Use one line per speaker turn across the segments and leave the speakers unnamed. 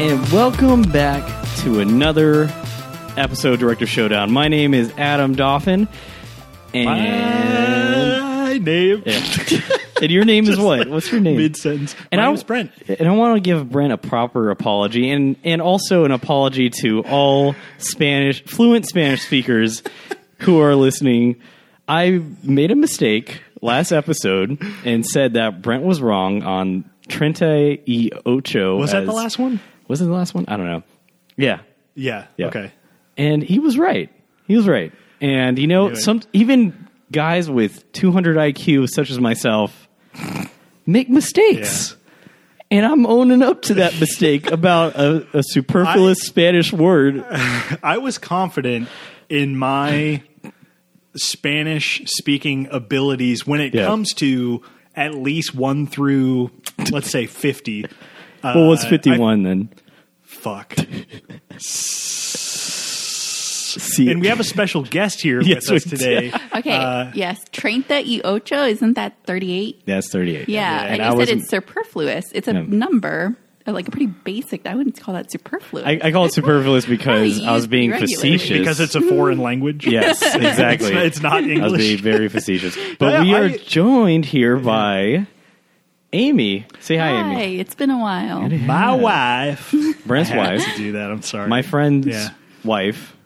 And welcome back to another episode of Director Showdown. My name is Adam Dauphin. And,
My name.
and your name is what? What's your name?
Mid sentence.
And
My
I-
name is Brent.
And I want to give Brent a proper apology and, and also an apology to all Spanish, fluent Spanish speakers who are listening. I made a mistake last episode and said that Brent was wrong on Trente y Ocho.
Was that the
as-
last one?
Was it the last one? I don't know. Yeah.
Yeah.
Yeah.
Okay.
And he was right. He was right. And you know,
Anyway.
some even guys with 200 IQ such as myself make mistakes. And I'm owning up to that mistake about a, a superfluous Spanish word.
Uh, I was confident in my Spanish speaking abilities when it
Yeah.
comes to at least one through, let's say, 50. Uh,
Well, what's
I-
51 then?
fuck.
See,
And we have a special guest here
Yes,
with us
we do.
today.
Okay. yes. Treinta y ocho. Isn't that 38?
that's 38.
Yeah.
and
And,
I
you said
wasn't-
it's superfluous. It's a
Yeah.
number, uh, like a pretty basic. I wouldn't call that superfluous.
I, I call it superfluous because I was being
Regularly.
facetious.
Because it's a foreign language.
yes,
It's,
exactly.
it's
I
not
was being
English.
very facetious. But
Yeah,
we are
I-
joined here by Amy. Say hi,
Hi.
Amy.
It's been a while.
My wife.
Brent's
I had
wife.
to do that. I'm sorry.
my friend's
Yeah. Mm-hmm.
wife.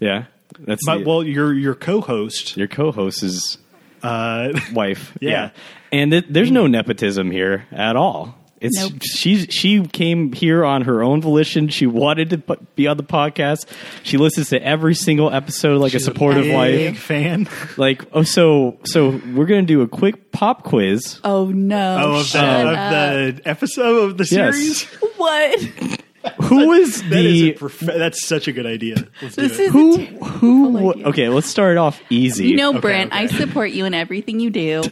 Yeah, that's
But
the-
well, your your co-host.
your co-host's
Uh,
wife.
Yeah.
and th- there's no nepotism here at all. It's
Nope.
she she came here on her own volition. She wanted to pu- be on the podcast. She listens to every single episode like a supportive
big
wife.
fan.
Like oh, so so we're gonna do a quick pop quiz.
Oh, no.
Oh, of the,
Shut up.
of the episode of the
Yes.
series.
what?
Who is
That is a
the
prof- that's such a good idea. Let's do
This
it.
is.
who
a terrible
who? wa-
idea.
Okay, let's start off easy.
You know,
Okay,
Brent,
okay.
I support you in everything you do.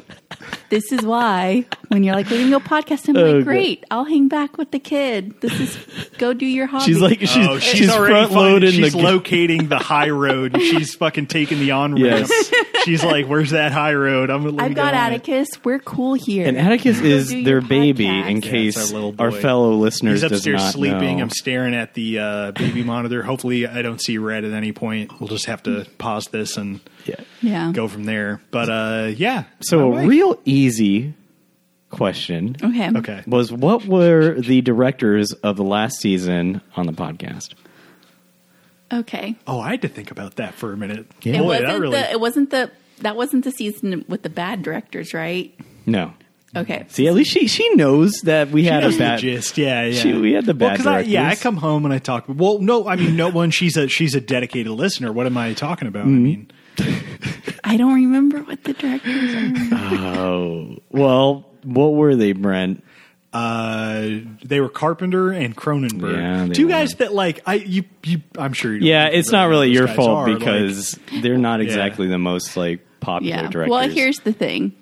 This is why when you're like, we're going to go podcast, I'm
Oh, God.
like, great, I'll hang back with the kid. This is, go do your hobby.
she's like she's
oh, she's,
she's
already
front
finding-
loading
She's
the
locating the high road. and She's fucking taking the on ramp.
Yes.
She's like, "Where's that high road?" I'm. gonna
I've got Atticus. We're cool here.
And Atticus is
do
their
your
baby, in
podcast. Yeah,
it's
case
our
our,
little boy.
fellow listeners
He's
does not
upstairs sleeping.
know.
I'm staring at the uh, baby monitor. Hopefully, I don't see red at any point. We'll just have to pause this and
Yeah.
yeah.
go from there. But uh, yeah.
So
My
a
wife.
real easy question
Okay.
okay.
was: What were the directors of the last season on the podcast?
Okay.
Oh, I had to think about that for a minute.
It
Boy,
wasn't
that really.
the. It wasn't the. That wasn't the season with the bad directors, right?
No.
Okay.
See, at least she she knows that we had
That
a
was
bad.
the gist. Yeah, yeah.
She- we had the
Well,
bad
'cause I- yeah, I
directors.
come home and I talk. Well, no, I mean, no one. She's a she's a dedicated listener. What am I talking about?
Mm-hmm.
I mean,
I don't remember what the directors are.
Oh well, what were they, Brent?
uh, they were Carpenter and Cronenberg,
Yeah, they
two
were.
guys that like I you you. I'm sure. You don't
Yeah,
remember
it's not
who
really
those
your
guys
fault
are, like-
because they're not exactly the most like popular
Yeah.
directors.
Well, here's the thing.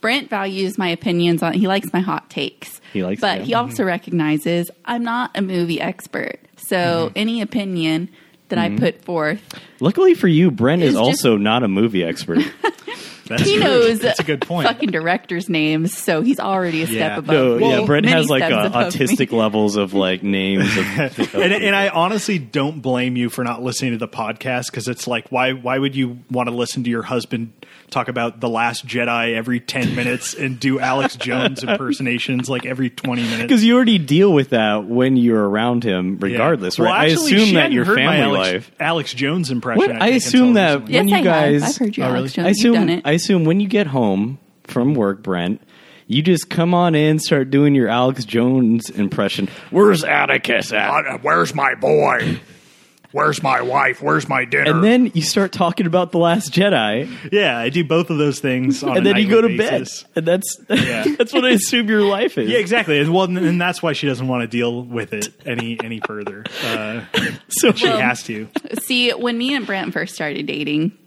Brent values my opinions on. He likes my hot takes.
He likes Mm-hmm.
but
them.
he also recognizes I'm not a movie expert.
Mm-hmm.
So any opinion that I put forth,
Luckily for you, Brent is
It's just-
also not a movie expert.
That's
he
true.
knows
That's a good point.
fucking directors' names, so he's already a
Yeah.
step above.
No,
me.
yeah, Brent
Many
has like
steps
uh,
above me.
autistic levels of like names. Of, of
and, and I honestly don't blame you for not listening to the podcast because it's like why why would you want to listen to your husband talk about the Last Jedi every ten minutes and do Alex Jones impersonations like every twenty minutes?
because you already deal with that when you're around him, regardless,
Well,
right?
actually,
I assume
she
that
hadn't
your
heard my
family
Alex,
life.
Alex Jones impression.
What?
I,
I
think,
assume
until
that-
recently.
Yes,
when you
I
guys-
have. I've heard you,
Oh,
Alex
I
Jones.
assume.
You've done it.
I assume when you get home from work, Brent, You just come on in, start doing your Alex Jones impression. Where's Atticus at?
Uh, Where's my boy? Where's my wife? Where's my dinner?
And then you start talking about the Last Jedi,
yeah, I do both of those things. On
and
a
then you
nightly
go to
basis.
bed, and that's that's what I assume your life is.
Yeah, exactly. And- Well, and- and that's why she doesn't want to deal with it any any further. Uh,
So um,
she
Well,
has to.
See, when me and Brent first started dating,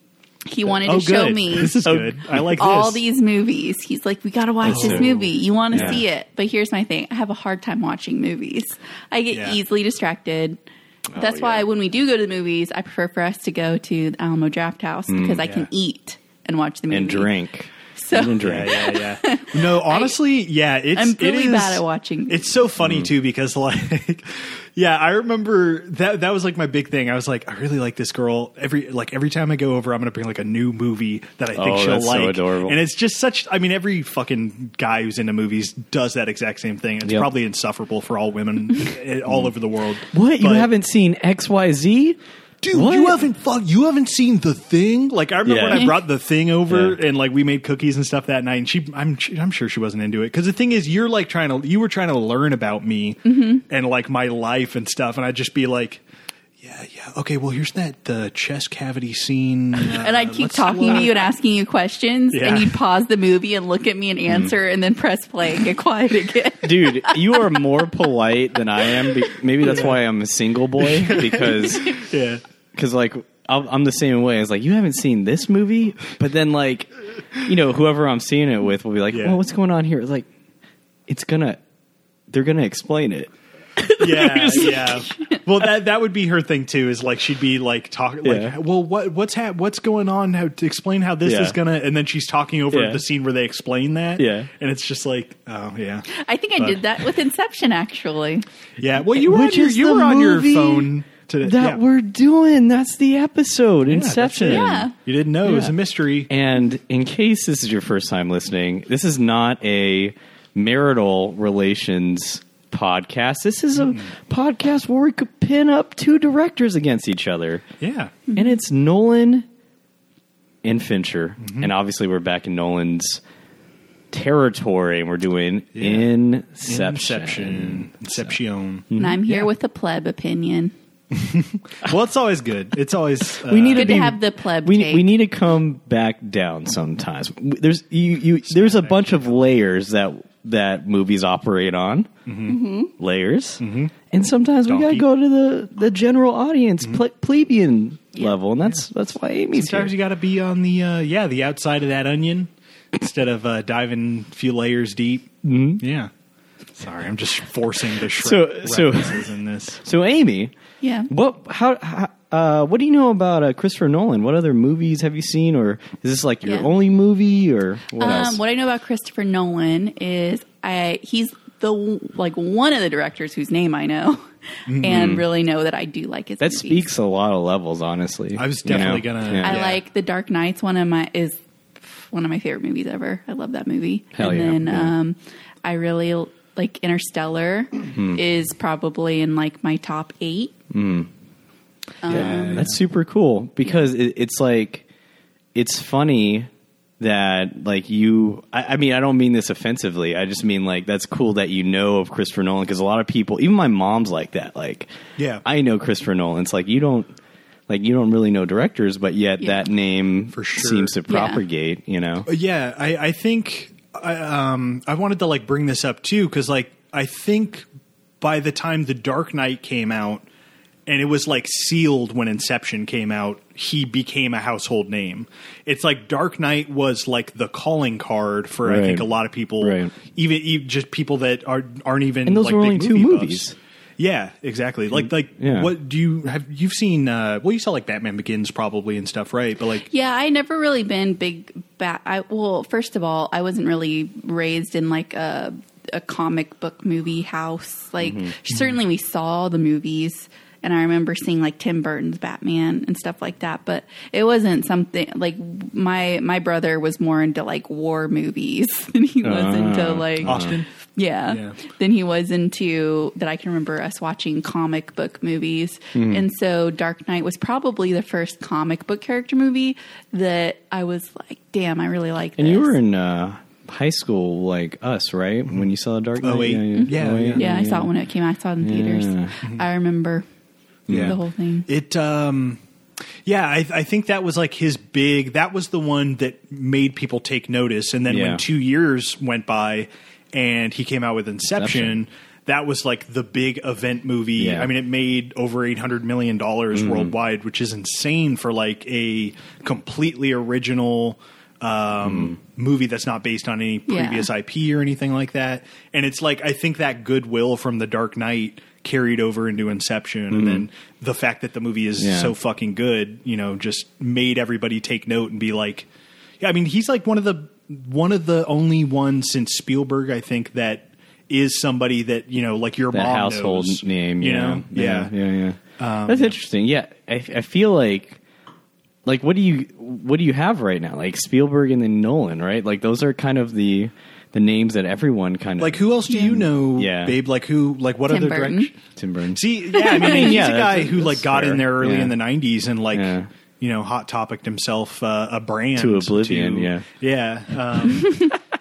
he wanted to
Oh,
show
good.
me
This is
Oh,
good. I like
all
this.
these movies. He's like, we got to watch
Oh.
this movie. You want to
Yeah.
see it. But here's my thing I have a hard time watching movies, I get
Yeah.
easily distracted. That's why
Oh, yeah.
when we do go to the movies, I prefer for us to go to the Alamo Draft House because I can eat and watch the movie.
Mm. and drink.
So
And
Yeah,
drink.
yeah, yeah. No, honestly, yeah, it's
I'm really
it is,
bad at watching.
It's so
Mm.
funny too because like yeah, I remember that that was like my big thing. I was like, I really like this girl. Every like every time I go over, I'm gonna bring like a new movie that I think
Oh,
she'll
that's so
like.
adorable.
And it's just such I mean, every fucking guy who's into movies does that exact same thing. It's
Yep. Mm.
probably insufferable for all women eh, all over the world.
What you
But-
haven't seen X Y Z?
Dude,
What?
you haven't fuck, you haven't seen the thing. Like I remember
Yeah.
when I brought the thing over
Yeah.
and like we made cookies and stuff that night, and she, I'm, I'm sure she wasn't into it because the thing is, you're like trying to, you were trying to learn about me
Mm-hmm.
and like my life and stuff, and I'd just be like, yeah, yeah, okay, well here's that the chest cavity scene, uh,
and I'd keep
let's-
talking to you and asking you questions,
Yeah.
and you'd pause the movie and look at me
Mm.
and answer, and then press play and get quiet again.
Dude, you are more polite than I am. Be- Maybe that's why I'm a single boy because
Yeah.
because like I'll, I'm the same way. It's like you haven't seen this movie, but then like you know whoever I'm seeing it with will be like,
Yeah.
"Well, what's going on here?" It's like it's gonna they're gonna explain it.
yeah, yeah. Well, that that would be her thing too. Is like she'd be like talking, like,
Yeah.
well, what what's ha- what's going on? How to explain how this
Yeah.
is gonna? And then she's talking over
Yeah.
the scene where they explain that.
Yeah.
and it's just like, oh yeah,
I think I did that with Inception, actually.
yeah. Well, you were
Which
on your,
is
you
the
were on your
movie
phone today.
That
yeah.
we're doing. That's the episode
Yeah, that's
Inception.
it.
Yeah.
you didn't know it was
Yeah.
a mystery.
And in case this is your first time listening, this is not a marital relations podcast. This is a podcast where we could pin up two directors against each other.
yeah,
and it's Nolan and Fincher, and obviously we're back in Nolan's territory, and we're doing
Yeah.
Inception.
Inception, Inception.
And I'm here with a pleb opinion.
well, it's always good. It's always uh,
We need
Good
to,
to
be-
have the pleb
We,
take.
we need to come back down sometimes. W- There's you, you there's a bunch of layers that that movies operate on
Mm-hmm.
layers, and sometimes we
Mm-hmm.
gotta
Donkey. Mm-hmm.
go to the the general audience ple- plebeian level, and that's that's why Amy's
Sometimes you
here.
got to be on the uh, yeah the outside of that onion instead of uh, diving a few layers deep. Mm-hmm. Yeah. Sorry, I'm just forcing the
So-
Shrek
so-
references in this.
So Amy,
yeah.
What? How? how uh, what do you know about uh, Christopher Nolan? What other movies have you seen, or is this like your
Yeah.
only movie, or what else?
Um, what I know about Christopher Nolan is I he's the like one of the directors whose name I know, and really know that I do like his.
Mm-hmm. that
movies.
speaks a lot of levels, honestly.
I was
you know?
definitely gonna-
Yeah.
I
Yeah.
like The Dark Knight's one of my is one of my favorite movies ever. I love that movie.
Hell
and
yeah.
then
Yeah.
um I really l- like Interstellar
Hmm.
is probably in like my top 8.
Yeah, that's super cool because it, it's like it's funny that like you I, I mean i don't mean this offensively i just mean like that's cool that you know of christopher nolan because a lot of people even my mom's like that like
Yeah.
i know christopher nolan it's like you don't like you don't really know directors but yet
Yeah.
that name
For sure. Oh,
seems to
Yeah.
propagate you know
But yeah, I, I think I, um, I wanted to like bring this up too because like I think by the time The Dark Knight came out, and it was like sealed when Inception came out, he became a household name. It's like Dark Knight was like the calling card for I
Right.
think a lot of people,
Right.
even, even just people that are aren't even
And those
like
were
big
only two
movie buffs.
movies.
Yeah, exactly. Like, like,
Yeah.
what do you have? You've seen? Uh, well, you saw like Batman Begins probably and stuff, right? But like,
Yeah, I never really been big bat I well, first of all, I wasn't really raised in like a a comic book movie house. Like certainly we saw the movies and I remember seeing like Tim Burton's Batman and stuff like that, but it wasn't something like my my brother was more into like war movies than he was into like
Uh,
Austin.
yeah.
Yeah.
Then he was into that I can remember us watching comic book movies.
Hmm.
And so Dark Knight was probably the first comic book character movie that I was like, damn, I really like
and
this.
you were in uh high school like us, right? When you saw Dark Knight, Oh,
08. Oh, Yeah, yeah.
Yeah, I saw it when it came out. I saw it in theaters.
Yeah.
I remember
Yeah.
the whole thing.
It, um, yeah, I, I think that was like his big. That was the one that made people take notice. And then
Yeah.
when two years went by, and he came out with Inception,
Inception.
that was like the big event movie.
Yeah. Mm-hmm.
I mean, it made over eight hundred million dollars worldwide, which is insane for like a completely original.
Mm-hmm.
Um, movie that's not based on any
Yeah.
previous IP or anything like that. And it's like I think that goodwill from The Dark Knight carried over into Inception, and then the fact that the movie is
Mm-hmm. Yeah.
so fucking good, you know, just made everybody take note and be like, yeah. I mean, he's like one of the one of the only ones since Spielberg, I think, that is somebody that you know, like your
that
mom
household
knows,
name.
you
yeah.
know, yeah. Um,
yeah, yeah. yeah. That's interesting. Yeah, I, I feel like like what do you what do you have right now? Like Spielberg and then Nolan, right? Like those are kind of the the names that everyone kind of
Like who else do you know,
Yeah.
babe? Like who? Like what
Tim
other
Burton.
direction?
Tim Burton.
See, yeah, I mean, he's
Yeah,
a
that's-
guy who
that's
like got
fair.
in there early
Yeah.
in the '90s and like
Yeah.
you know hot topicked himself uh, a brand
To oblivion,
to-
yeah.
yeah. Um,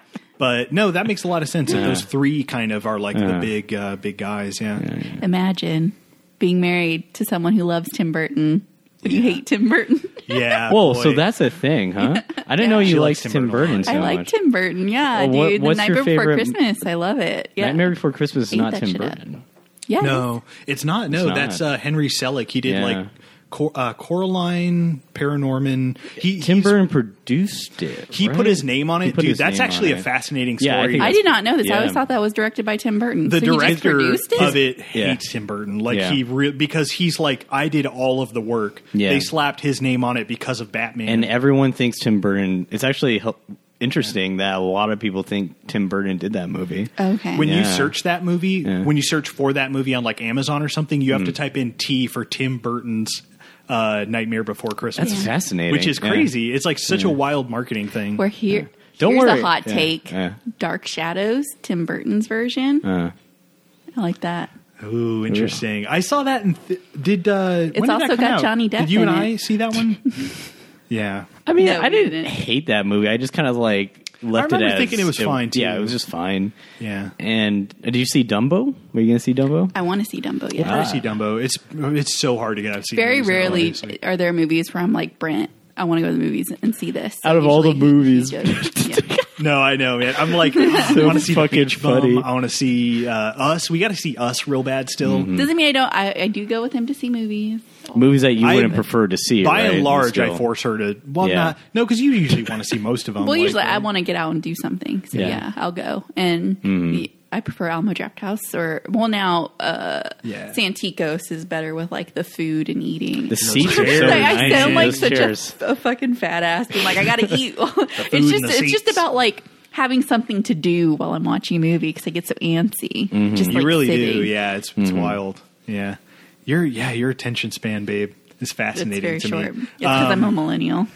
but no, that makes a lot of sense. That
Yeah.
those three kind of are like the
Yeah.
big uh, big guys. Yeah.
Imagine being married to someone who loves Tim Burton, but you hate Tim Burton.
yeah.
Whoa,
boy.
so that's a thing, huh? I didn't know
She
you
likes
liked
Tim
Tim
Burton a
Burton
lot.
so
I like
much.
Tim Burton. Yeah,
Well, what-
dude. The
what's
night
your
before
favorite-
Christmas. I love it. Yeah.
Nightmare Before Christmas is
Ate
not
that
Tim
shit up.
Burton.
Yeah.
no, it's not. No,
It's not.
that's uh, Henry Selick. He did
Yeah.
like Cor- uh, Coraline, Paranorman. He
Tim
he's-
Burton produced it.
He
right?
put his name on
He
it,
put
dude.
his
That's
name
actually
on
a
it.
fascinating
Yeah, I
story.
think
I did not know this. I
Yeah.
always thought that was directed by Tim Burton.
the
So he just
director
produced it?
of it
Yeah.
hates Tim Burton. Like
Yeah.
he re- because he's like I did all of the work.
Yeah.
They slapped his name on it because of Batman.
and everyone thinks Tim Burton. It's actually h- interesting that a lot of people think Tim Burton did that movie.
Okay.
when you
Yeah. Mm.
search that movie, when you search for that movie on like Amazon or something, you have to type in T for Tim Burton's uh, Nightmare Before Christmas.
That's fascinating.
Which is
Yeah.
crazy. It's like such a wild marketing thing.
We're here.
Don't
Here's
worry.
a hot
Yeah,
take.
yeah. Uh.
Dark Shadows, Tim Burton's version. I like that.
Ooh, interesting. I saw that and th- did uh when did
also
that come
got
out?
Johnny Depp
Did you and
in
I
it.
see that one? yeah.
I mean,
No,
I
we
didn't,
didn't.
hate that movie. I just kind of like left
remember
it as
thinking it was fine, too.
Yeah, it was just fine.
Yeah.
And uh, did you see Dumbo? Were you gonna see Dumbo?
I want to see Dumbo.
Well,
Yeah.
I
Ah.
see Dumbo. It's it's so hard to get out of see.
Very
movies
rarely
nowadays. Like-
are there movies where I'm like, Brent, I want to go to the movies and see this.
Out of all the
usually he-
movies.
he goes- yeah.
No, I know, man. I'm like, I want to
fucking
see fucking Beach Bum.
funny.
I want to see uh, Us. We got to see Us real bad still.
Mm-hmm. Mm.
Doesn't mean I don't. I, I do go with him to see movies.
Movies that you
I-
wouldn't prefer to see.
By
right?
and large, I
Still.
force her to. Well,
Yeah.
not no, because you usually want to see most of them.
Well,
like-
usually I want to get out and do something. So
Yeah. Mm-hmm.
yeah, I'll go. And the- I prefer Alamo Draft House or well now uh,
Yeah.
Santikos is better with like the food and eating.
The seats are
chairs.
so
Like,
nice.
I sound like
Those
such
chairs.
a, a fucking fat ass. being like I gotta eat. it's
and
just
the
it's just
seats.
about like having something to do while I'm watching a movie because I get so antsy. Just
Mm-hmm. You
like,
really do.
sitting.
Yeah, it's
Mm-hmm.
it's wild. Yeah, your yeah your attention span, babe, is
It's
fascinating
very
to
short.
me. Um,
It's because I'm a millennial.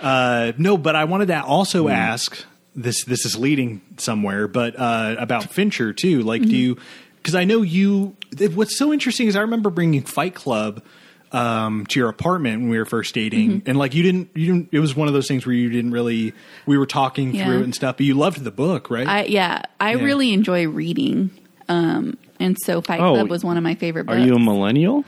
Uh, no, but I wanted to also
Hmm.
ask this. This is leading somewhere, but uh, about Fincher too. Like,
Mm-hmm.
do you? Because I know you. th- What's so interesting is I remember bringing Fight Club um, to your apartment when we were first dating,
Mm-hmm.
and like you didn't. You didn't. It was one of those things where you didn't really. We were talking
Yeah.
through it and stuff, but you loved the book, right?
I yeah, I
Yeah.
really enjoy reading. Um, and so Fight
Oh,
Club was one of my favorite
Are
books.
you a millennial?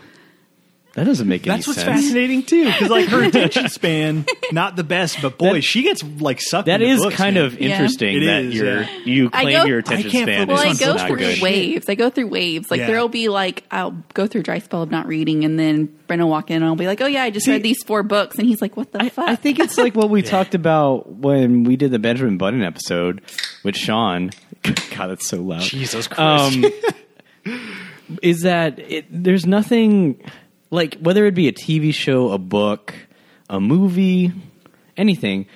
That doesn't make any
that's what's
sense.
fascinating too, because like her attention span, not the best, but boy,
That-
she gets like sucked.
That
into
is
books,
kind
man.
of
Yeah.
interesting
It
that
is,
your
yeah.
you
I
claim
go-
your
I
attention
can't
span
focus
is
Well, I
on
go
not
through
good.
waves. I go through waves. Like
Yeah.
there'll be like I'll go through dry spell of not reading, and then Brent will walk in and I'll be like, "Oh yeah, I just read these four books," and he's like, "What the fuck?"
I think it's like what we talked about when we did the Benjamin Button episode with Sean. God, that's so loud.
Jesus Christ.
Um, is that it, there's nothing like whether it be a TV show, a book, a movie, anything.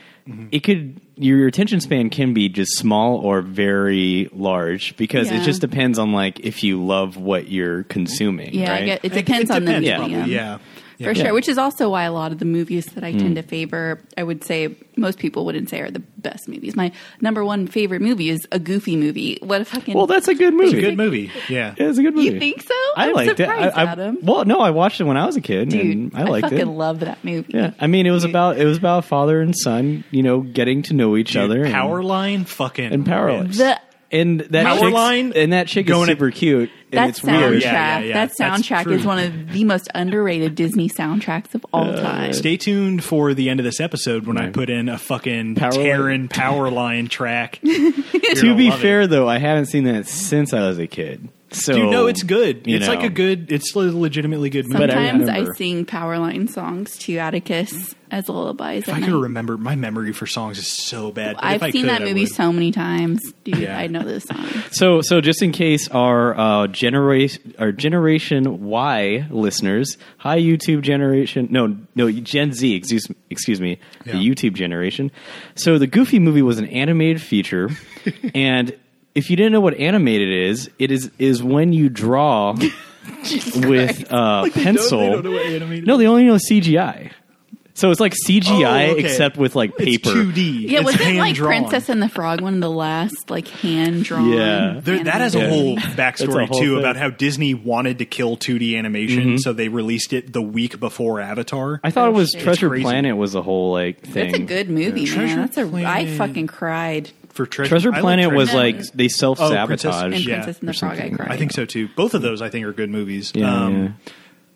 It could your attention span can be just small or very large because
Yeah.
it just depends on like if you love what you're consuming.
yeah,
right?
I get, it depends on the
depends,
medium.
probably, yeah.
Yeah.
for
Hmm.
sure. Which is also why a lot of the movies that I tend to favor, I would say most people wouldn't say are the best movies. My number one favorite movie is a goofy movie. What a fucking
Well, that's a good movie.
It's a good movie. Yeah.
Yeah, it's a good movie.
You think so?
I
I'm
liked it. I,
surprised,
I,
Adam.
Well, no, I watched it when I was a kid,
dude.
and I liked
fucking
it.
love that movie.
yeah, I mean, it was about it was about father and son, you know, getting to know each
Dude,
other. and-
power line, fucking
and power line.
rips.
The
And that
Power
chick's-
line
and that chick is
going at-
super cute, and
that
it's
soundtrack,
weird.
Yeah, yeah, yeah.
that
That's
soundtrack
true.
is one of the most underrated Disney soundtracks of all
Uh,
time.
Stay tuned for the end of this episode when I put in a fucking
Power line.
Terran power line track. You're
To
gonna
be
love it.
fair, though, I haven't seen that since I was a kid. So
dude, no, it's good.
you
It's like
know.
a good. It's a legitimately good movie.
But I
Sometimes I,
remember-
sing Powerline songs to Atticus as lullabies.
if
at
I
night.
could remember, my memory for songs is so bad. If
I've
I
seen
could,
that
I
movie
would.
so many times, dude.
Yeah.
I know this song.
So, so just in case our uh, generation, our Generation Y listeners, hi YouTube generation, no, no Gen Z, excuse, excuse me,
Yeah.
the YouTube generation. So, the Goofy movie was an animated feature, and if you didn't know what animated is, it is is when you draw with uh, pencil.
don't know what animated
no, they only know CGI. So it's like CGI
Oh, okay.
except with like paper.
It's 2D.
Yeah,
it's
was it like
hand-drawn.
Princess and the Frog? One of the last like hand drawn.
Yeah.
There, that has a whole
That's a
backstory
whole
too
thing. Mm-hmm.
about how Disney wanted to kill 2D animation, so they released it the week before Avatar.
I thought it was
It's
Treasure
crazy.
Planet was a whole like thing.
That's a good movie,
Treasure
man. That's a. I
Planet.
fucking cried
for Treasure,
Treasure
I like
Planet was
Treasure
like
Planet. Oh,
they self
in
sabotage.
Yeah,
Princess and
or
the Frog. I
something.
cried.
I think so too. Both of those I think are good movies.
Yeah,
um,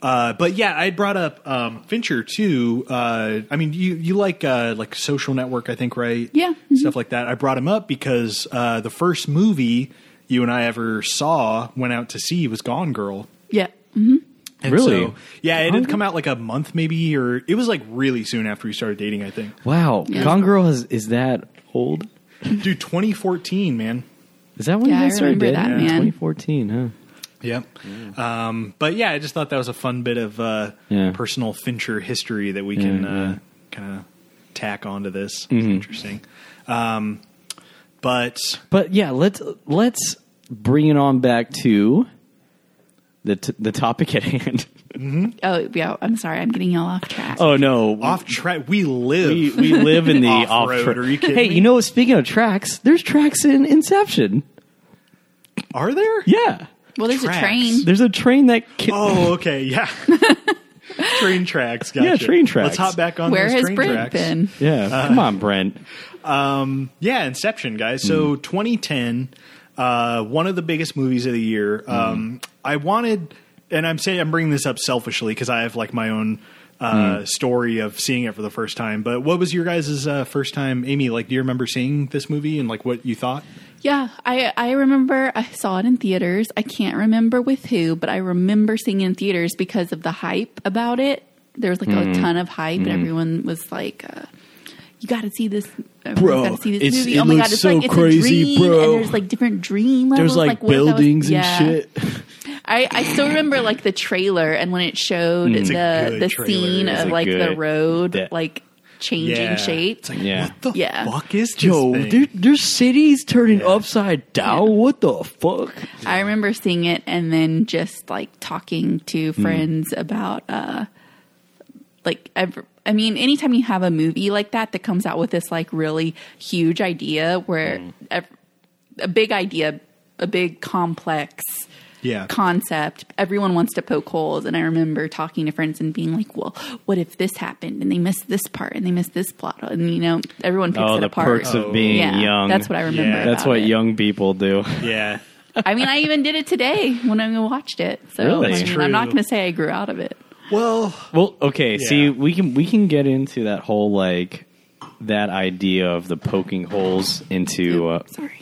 Uh, but yeah, I brought up um, Fincher too. Uh, I mean, you you like uh, like Social Network, I think, right?
Yeah.
mm-hmm.
stuff like that. I brought him up because uh, the first movie you and I ever saw went out to see was Gone Girl.
Yeah.
And
Really?
So, yeah, it didn't come out like a month maybe, or it was like really soon after we started dating. I think,
Wow,
Yeah.
Gone Girl is is that old?
dude, 2014, man.
Is that when
Yeah,
you
I
guys started
remember
dating?
that, man.
2014, huh?
Yep. Um, but yeah, I just thought that was a fun bit of uh,
Yeah.
personal Fincher history that we can
Yeah, Mm-hmm. yeah.
uh, kind of tack onto this. It's interesting. Um, but
But yeah, let's let's bring it on back to the t- the topic at hand.
Oh yeah. I'm sorry. I'm getting y'all off track.
Oh no,
off track, we live.
we, we live in the off
Off-road,
track.
are you kidding
Hey,
me?
you know, speaking of tracks, there's tracks in Inception.
Are there?
Yeah,
well, there's
tracks.
a train.
there's a train that. Ki-
Oh, okay. Yeah. train tracks. Gotcha.
Yeah, train tracks.
Let's hop back on
Where
those
has
train
Brent
tracks.
been?
Yeah,
Uh,
come on, Brent.
Yeah, Inception, guys. So
Hmm.
2010, uh, one of the biggest movies of the year.
Hmm.
Um, I wanted, and I'm saying I'm bringing this up selfishly because I have like my own uh,
Hmm.
story of seeing it for the first time. But what was your guys' uh, first time, Amy? Like, do you remember seeing this movie and like what you thought?
Yeah, I I remember I saw it in theaters. I can't remember with who, but I remember seeing it in theaters because of the hype about it. There was like a
Mm-hmm.
ton of hype, and everyone was like, uh, "You got to see this,
Bro,
You got to see this
it's-
movie!
it
oh my god,
looks
it's
so
like it's
crazy,
a dream,
bro.
and there's like different dream levels, what if that was- Yeah. I, I still remember like the trailer and when it
Mm.
showed
a
the
good
the
trailer.
scene
It's
of
a
like the
good-
road
that-
like changing
Yeah.
shape.
It's like,
Yeah.
what the
Yeah.
fuck is this?
Yo,
thing?
there, there's cities turning upside down. What the fuck?
I remember seeing it and then just like talking to
Hmm.
friends about uh like ev- I mean anytime you have a movie like that that comes out with this like really huge idea where
Hmm.
ev- a big idea a big complex
Yeah.
concept everyone wants to poke holes and I remember talking to friends and being like well what if this happened and they missed this part and they missed this plot and you know everyone picks
Oh,
it
the
apart
perks of being
yeah,
young.
that's what I remember
Yeah.
That's
about
what
it.
young people do.
yeah.
I mean, I even did it today when I watched it. So
Really?
I
That's
mean,
true.
I'm not going to say I grew out of it.
Well,
Well, okay.
Yeah.
See, we can we can get into that whole like that idea of the poking holes into. Uh,
Sorry.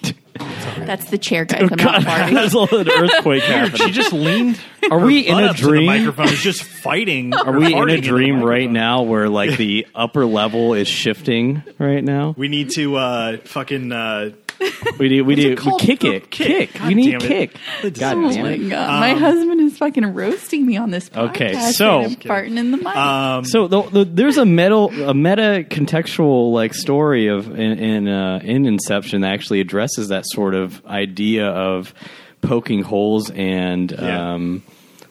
That's the chair, guys. I'm not
Oh, God,
farting.
that's all an earthquake happening.
she just leaned.
Are we in
butt
a
up to the
dream?
microphone is just fighting.
Are we in a dream right now where like the upper level is shifting right now?
We need to uh, fucking uh,
We do. We do.
it
We
called?
kick
No,
it.
kick.
Kick.
God
we need
damn it.
kick.
It's
God
Oh
damn
my
it. Um,
god! my husband is fucking roasting me on this podcast.
Okay,
and
so- uh,
I'm farting in the mic.
Um,
So the, the, there's a metal, a meta contextual like story of in in, uh, in Inception that actually addresses that sort of idea of poking holes and
Yeah.
um,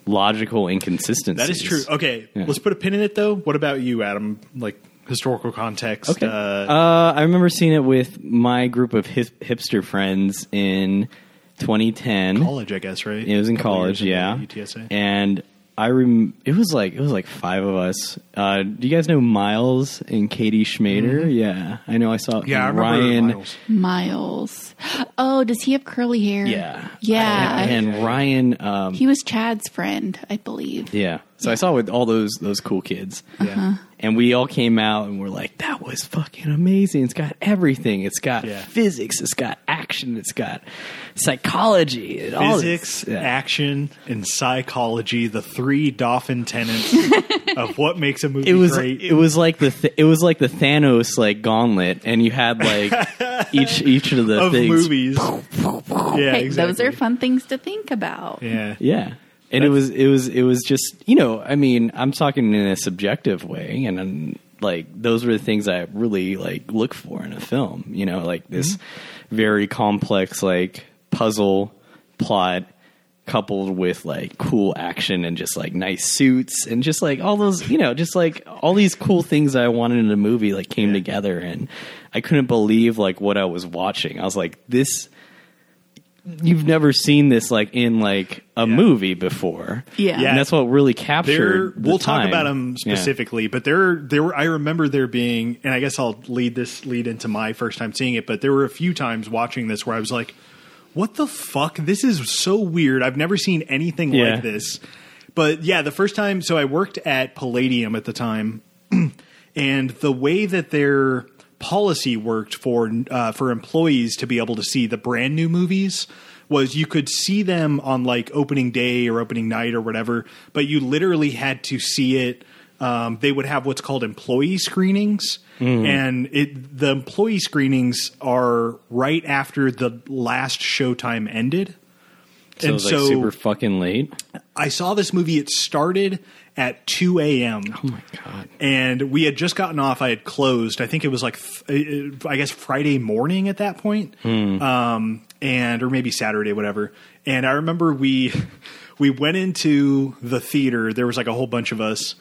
logical inconsistencies.
That is true. Okay,
Yeah.
let's put a pin in it though. What about you, Adam? Like historical context.
Okay.
Uh,
Uh, I remember seeing it with my group of hip- hipster friends in 2010.
college, I guess, right?
It was in
Couple
college,
years
yeah.
at UTSA.
And I rem- it was like it was like five of us. Uh, do you guys know Miles and Katie Schmader? Yeah, I know. I saw
Mm-hmm. yeah, I remember
Ryan.
Miles.
Miles. Oh, does he have curly hair?
Yeah,
Yeah.
and, and Ryan. Um,
he was Chad's friend, I believe.
yeah, so I saw it with all those those cool kids. Uh-huh.
Yeah.
And we all came out and we're like, that was fucking amazing. It's got everything. It's got
Yeah.
physics. It's got action. It's got psychology. It all is-
Physics,
yeah.
action, and psychology, the three Dolphin tenets of what makes a movie
it was
great.
it was like the th- it was like the Thanos like gauntlet, and you had like each each of the
of
things.
movies. yeah,
Hey,
exactly.
Those are fun things to think about.
Yeah.
Yeah, and it was it was it was just you know I mean I'm talking in a subjective way, and I'm, like those were the things I really like look for in a film. You know, like this very complex like puzzle plot coupled with like cool action and just like nice suits and just like all those you know just like all these cool things I wanted in a movie like came together and I couldn't believe like what I was watching. I was like this you've never seen this like in like a
Yeah.
movie before.
Yeah.
And that's what really captured.
There,
the
we'll talk
time.
about them
Yeah.
specifically, but there, there were. I remember there being, and I guess I'll lead this lead into my first time seeing it. But there were a few times watching this where I was like, "What the fuck? This is so weird. I've never seen anything
Yeah.
like this." But yeah, the first time, so I worked at Palladium at the time, and the way that their policy worked for uh, for employees to be able to see the brand new movies was you could see them on like opening day or opening night or whatever, but you literally had to see it. Um, they would have what's called employee screenings,
Mm.
and it the employee screenings are right after the last showtime ended.
So it was, like, super fucking late.
I saw this movie. It started at 2 a.m.
Oh my god.
and we had just gotten off. I had closed. I think it was like, th- uh, I guess Friday morning at that point, um, and or maybe Saturday, whatever. And I remember we we went into the theater. There was like a whole bunch of us,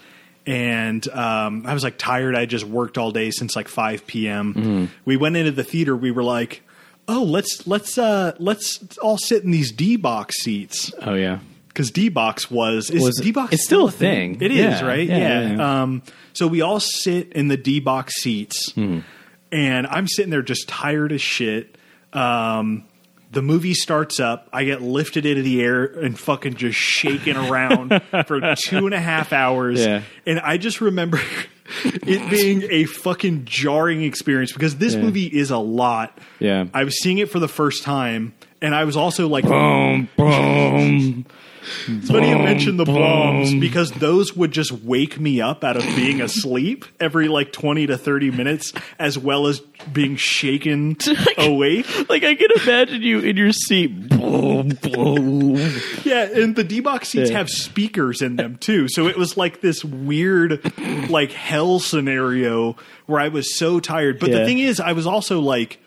and um, I was like tired. I just worked all day since like 5 p.m. We went into the theater. We were like. Oh, let's let's uh let's all sit in these D box seats
Oh yeah.
because D box was is
Was-
D box
it's still a thing.
It is
Yeah,
right.
yeah,
Yeah.
yeah, yeah.
Um, so we all sit in the D box seats,
Hmm.
and I'm sitting there just tired as shit. Um, the movie starts up. I get lifted into the air and fucking just shaken around for two and a half hours.
Yeah.
And I just remember it being a fucking jarring experience because this
Yeah.
movie is a lot.
Yeah.
I was seeing it for the first time, and I was also like,
Oh, Boom, boom.
it's funny you mentioned the bombs because those would just wake me up out of being asleep every like 20 to 30 minutes, as well as being shaken awake.
like I can imagine you in your seat. Boom, boom.
Yeah, and the D box seats
Yeah.
have speakers in them too. So it was like this weird, like hell scenario where I was so tired. But
Yeah.
the thing is, I was also like,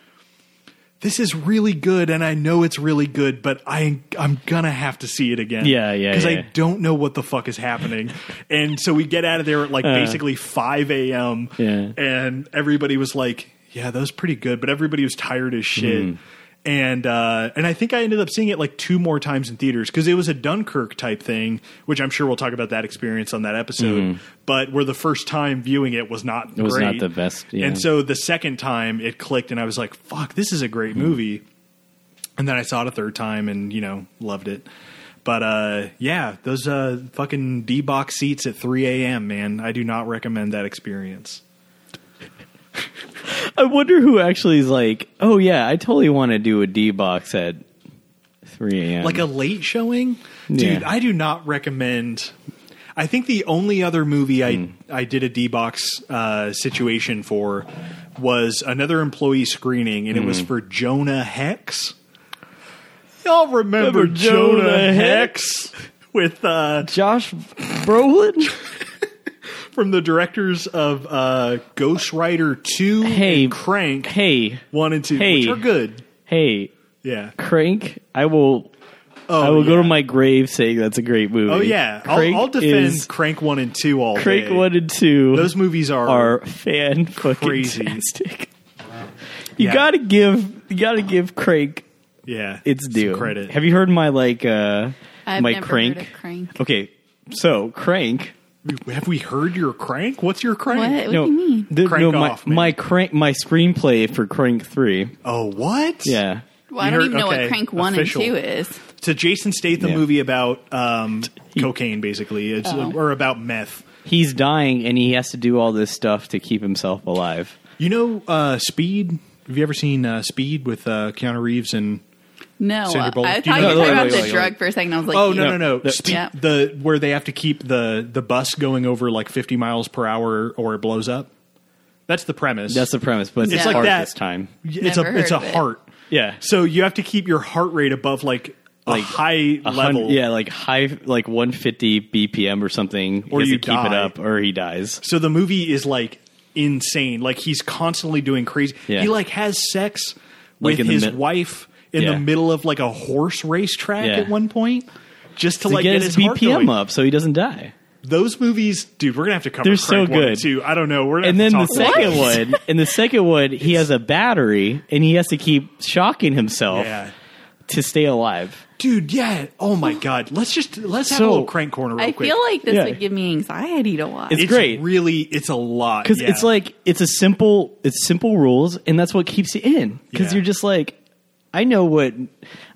this is really good, and I know it's really good, but I I'm gonna have to see it again.
Yeah, yeah,
because
yeah.
I don't know what the fuck is happening. and so we get out of there at like basically five a.m.
Yeah.
and everybody was like, "Yeah, that was pretty good," but everybody was tired as shit. And uh, and I think I ended up seeing it like two more times in theaters because it was a Dunkirk type thing, which I'm sure we'll talk about that experience on that episode. But where the first time viewing it was not
was
great.
not the best, yeah.
And so the second time it clicked, and I was like, "Fuck, this is a great
Hmm.
movie." And then I saw it a third time, and you know, loved it. But uh, yeah, those uh, fucking D box seats at 3 a.m. Man, I do not recommend that experience.
I wonder who actually is like, oh yeah, I totally want to do a D box at 3 a.m.
like a late showing dude
Yeah.
i do not recommend i think the only other movie i
Hmm.
i did a d-box uh situation for was another employee screening and it
Hmm.
was for jonah hex y'all remember,
Remember
jonah,
Jonah
hex with uh
Josh Brolin.
from the directors of uh ghost rider 2
Hey,
and crank
hey,
1 and 2
hey.
which are good
hey,
yeah
Crank. I will I will go
Oh, yeah.
to my grave saying that's a great movie.
Oh yeah,
Crank
I'll, I'll defend
is-
Crank One and Two all
Crank
day.
one and two.
Those movies are,
are fan fucking
Crazy.
tastic. You
Yeah.
gotta give you gotta give Crank
yeah,
its
some
due.
credit.
Have you heard my like uh
I've
my
never
crank?
heard of Crank.
Okay. So crank
Have we heard your crank? What's your
What?
crank?
What
no,
do you mean?
the-
Crank
no, my,
off, man.
my crank my screenplay for crank three.
Oh, what?
Yeah.
Well, I
You
don't
heard-
even know
okay,
what Crank One
official.
and Two is.
It's a Jason Statham
Yeah.
movie about um, cocaine, basically. It's
Oh.
or about meth.
He's dying and he has to do all this stuff to keep himself alive.
You know, uh, Speed. Have you ever seen uh, Speed with uh, Keanu Reeves and?
No,
Sandra
I
Bullock.
I
Do you
thought you
know-
No,
were talking
no,
about
no,
the
no,
drug
no.
for a second. I was like,
Oh no
Yeah.
no no!
The-
Speed,
Yeah.
The where they have to keep the the bus going over like fifty miles per hour or it blows up. That's the premise.
That's the premise, but it's,
It's like
hard
that.
this time.
it's
Never
a it's a
heard of it.
heart.
Yeah.
So you have to keep your heart rate above like a
Like
high
A hun-
level.
yeah, like high like one fifty BPM or something.
Or
he has
you
to keep it
die.
up or he dies.
So the movie is like insane. Like he's constantly doing crazy.
Yeah.
He like has sex
Like
with
in the
his
mid-
wife in
Yeah.
the middle of like a horse racetrack
Yeah.
at one point, just to,
To
like
get his
heart
BPM
going.
up so he doesn't die.
Those movies, dude, we're gonna have to cover.
They're so
Crank one and
good.
two. I don't know. We're gonna
and
have
then
to
the
talk about
second
it.
one, and the second one, he has a battery, and he has to keep shocking himself
Yeah.
to stay alive.
Dude, yeah. Oh my god. Let's just let's have
So-
a little crank corner. Real
I
quick.
feel like this
Yeah.
would give me anxiety to watch.
It's-
it's
great.
Really, it's a lot
Because
yeah.
it's like it's a simple, it's simple rules, and that's what keeps you in. Because
Yeah.
you're just like, I know what,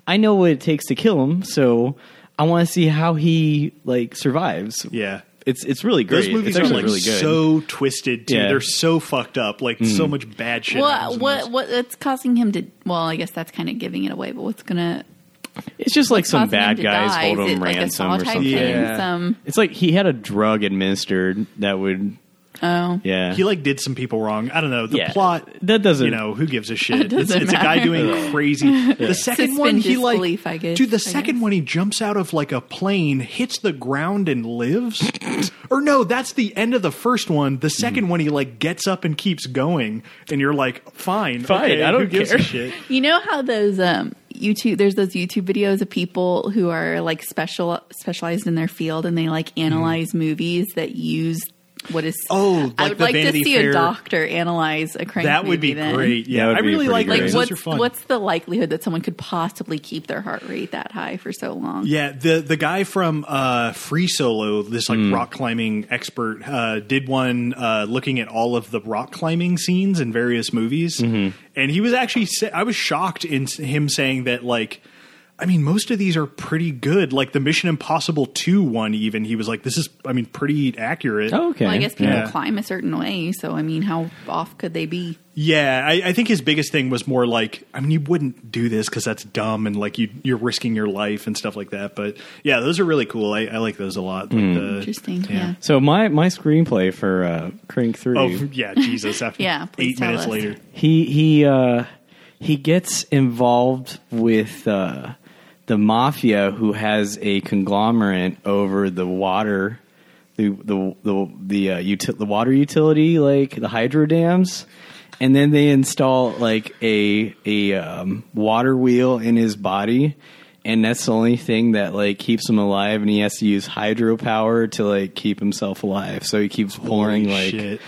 I know what it takes to kill him, so I want to see how he like survives.
yeah.
It's it's really great.
Those movies
it's
are
actually
like
really good.
so twisted too.
Yeah. Mm.
They're so fucked up. Like so much bad shit. happens
what
in those.
what what that's causing him to? Well, I guess that's kind of giving it away. But what's gonna
it's just like some
cause him
bad
to
guys
die?
hold
Is
him
it like a
ransom
saw
or
type
something.
thing?
Yeah.
Some
It's like he had a drug administered that would,
oh
yeah.
he like did some people wrong. I don't know. The
Yeah.
plot
That doesn't-
you know who gives a shit. It's,
doesn't
it's a guy
matter.
doing crazy. The second
Suspend
one he
disbelief,
like
I guess,
dude. The
I
second
guess.
one he jumps out of like a plane, hits the ground and lives. or no, that's the end of the first one. The 2nd one he like gets up and keeps going, and you're like, fine,
Fine,
okay,
I
who
don't
gives
care.
a shit.
You know how those um YouTube there's those YouTube videos of people who are like special specialized in their field and they
Mm-hmm.
like analyze movies that use what is
Oh, like
I would
the
like
Vanity
to see
Fair.
a doctor analyze a crank.
That would
movie
be
then.
great. Yeah,
That would
I
be
really
pretty
like
great.
Like
those.
what's
Those are fun.
what's the likelihood that someone could possibly keep their heart rate that high for so long?
Yeah, the the guy from uh, Free Solo, this like rock climbing expert, uh, did one uh, looking at all of the rock climbing scenes in various movies, and he was actually sa- I was shocked in s- him saying that like. I mean, most of these are pretty good. Like the Mission Impossible 2 one, even, he was like, this is, I mean, pretty accurate.
Oh, okay.
Well, I guess people
Yeah.
climb a certain way, so I mean, how off could they be?
Yeah, I, I think his biggest thing was more like, I mean, you wouldn't do this because that's dumb and like you, you're risking your life and stuff like that. But yeah, those are really cool. I, I like those a lot.
Hmm.
Like the,
Interesting. Yeah.
So my my screenplay for uh, Crank Three.
Oh yeah, Jesus! After
Yeah, please
eight
tell
minutes
us.
later,
He he uh, he gets involved with uh, the mafia, who has a conglomerate over the water, the the the the, uh, uti- the water utility, like the hydro dams, and then they install like a a um, water wheel in his body. And that's the only thing that like keeps him alive, and he has to use hydropower to like keep himself alive. So he keeps pouring
Holy
like
shit.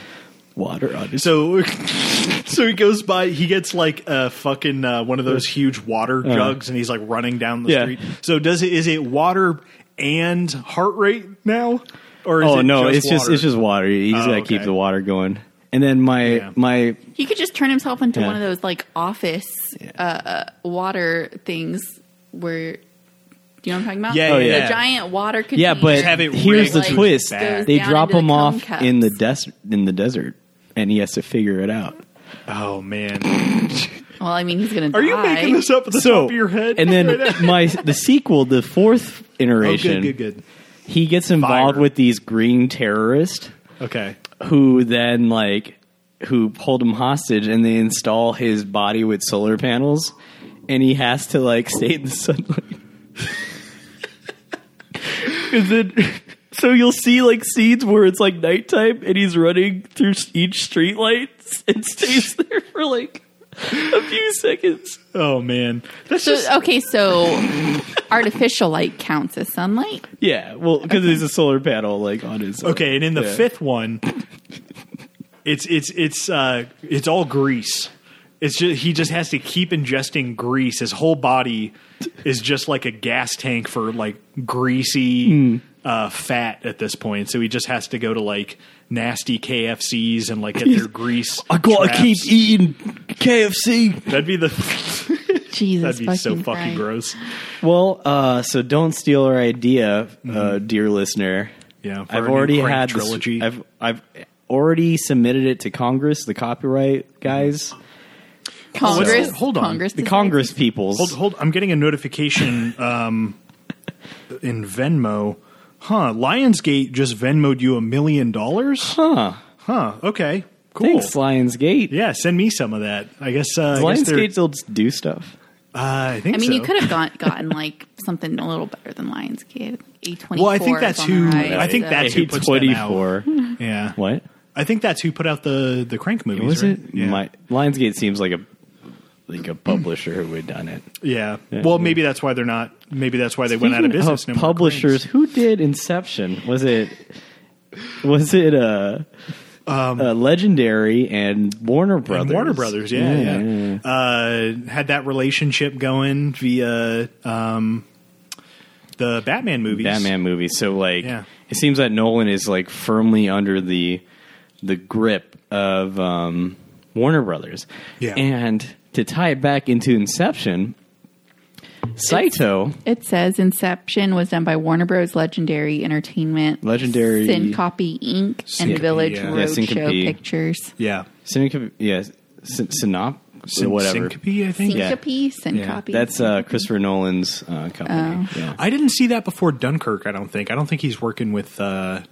water on his
So, so he goes by. He gets like a fucking uh, one of those huge water jugs, and he's like running down the
Uh-huh. Yeah.
street. So does it? Is it water and heart rate now? Or is
oh
it
no,
just
it's just
water?
it's just water. You just
Oh,
gotta keep
okay.
the water going. And then my
Yeah.
my
He could just turn himself into
Yeah.
one of those like office uh, water things where. Do you know what I'm talking about?
Yeah,
yeah, yeah.
The giant water container.
yeah, but
have it
here's
rigged
the
like
twist:
that.
they
Goes down
drop
into
him
the
off
cum
in the
cups.
desert in the desert, and he has to figure it out.
Oh man,
Well, I mean, he's gonna.
are you
die.
making this up at the
so
top of your head?
and then my the sequel, the fourth
oh,
iteration,
good, good, good.
he gets involved
Fire.
with these green terrorists.
Okay,
who then like who hold him hostage and they install his body with solar panels and he has to like stay in the sunlight. Is it so you'll see like scenes where it's like nighttime and he's running through each street light and stays there for like a few seconds.
oh man, that's
So,
just
okay, so artificial light counts as sunlight.
Yeah, well, because there's a solar panel like on his. uh,
Okay, and in the
Yeah.
fifth one, it's it's it's uh, it's all grease. It's just he just has to keep ingesting grease. His whole body is just like a gas tank for like greasy uh, fat at this point. So he just has to go to like nasty KFCs and like get their grease. traps.
eating KFC.
That'd be the.
Jesus,
That'd be so fucking
Christ.
gross.
Well, uh, so don't steal our idea, uh, dear listener.
Mm-hmm. Yeah, for our
I've
new
already
Crank
had this-
trilogy.
I've I've already submitted it to Congress, the copyright
Mm-hmm.
guys,
Congress,
So- Hold on.
Congress
the
decides-
Congress peoples.
Hold, hold. I'm getting a notification um, in Venmo. Huh? Lionsgate just Venmoed you a million dollars?
Huh.
Huh? Okay. Cool.
Thanks, Lionsgate.
Yeah, send me some of that. I guess. Uh, I, guess they're-
Lionsgate still just do stuff.
uh, I think.
I mean,
so.
you could have got, gotten like something a little better than Lionsgate. A twenty.
Well, I think that's who. I think that's who puts them out.
824.
Yeah.
What
I think that's who put out the the Crank movies.
was
right?
it?
Yeah.
My, Lionsgate seems like a like a publisher who had done it.
yeah.
Yeah.
Well, maybe that's why they're not. Maybe that's why they went out of
Speaking
business. no more
publishers,
Cranks.
who did Inception? Was it was it uh, uh, Legendary and Warner Brothers?
Um, And Warner Brothers, yeah, yeah.
yeah, yeah.
Uh, had that relationship going via um, the Batman movies.
Batman movie. So like,
Yeah.
it seems that Nolan is like firmly under the the grip of um, Warner Brothers.
Yeah.
And to tie it back into Inception, Saito.
It says Inception was done by Warner Bros. Legendary Entertainment,
Legendary-
Syncopy Inc.,
Syncope,
and Village
yeah. Yeah,
Syncope.
Roadshow Pictures.
Yeah,
Syncope, yeah, syn- synop,
Syn-
whatever.
Syncope, I think.
Yeah.
Syncope, Syncopy.
That's uh, Christopher Nolan's uh, company. Yeah.
I didn't see that before Dunkirk. I don't think. I don't think he's working with uh,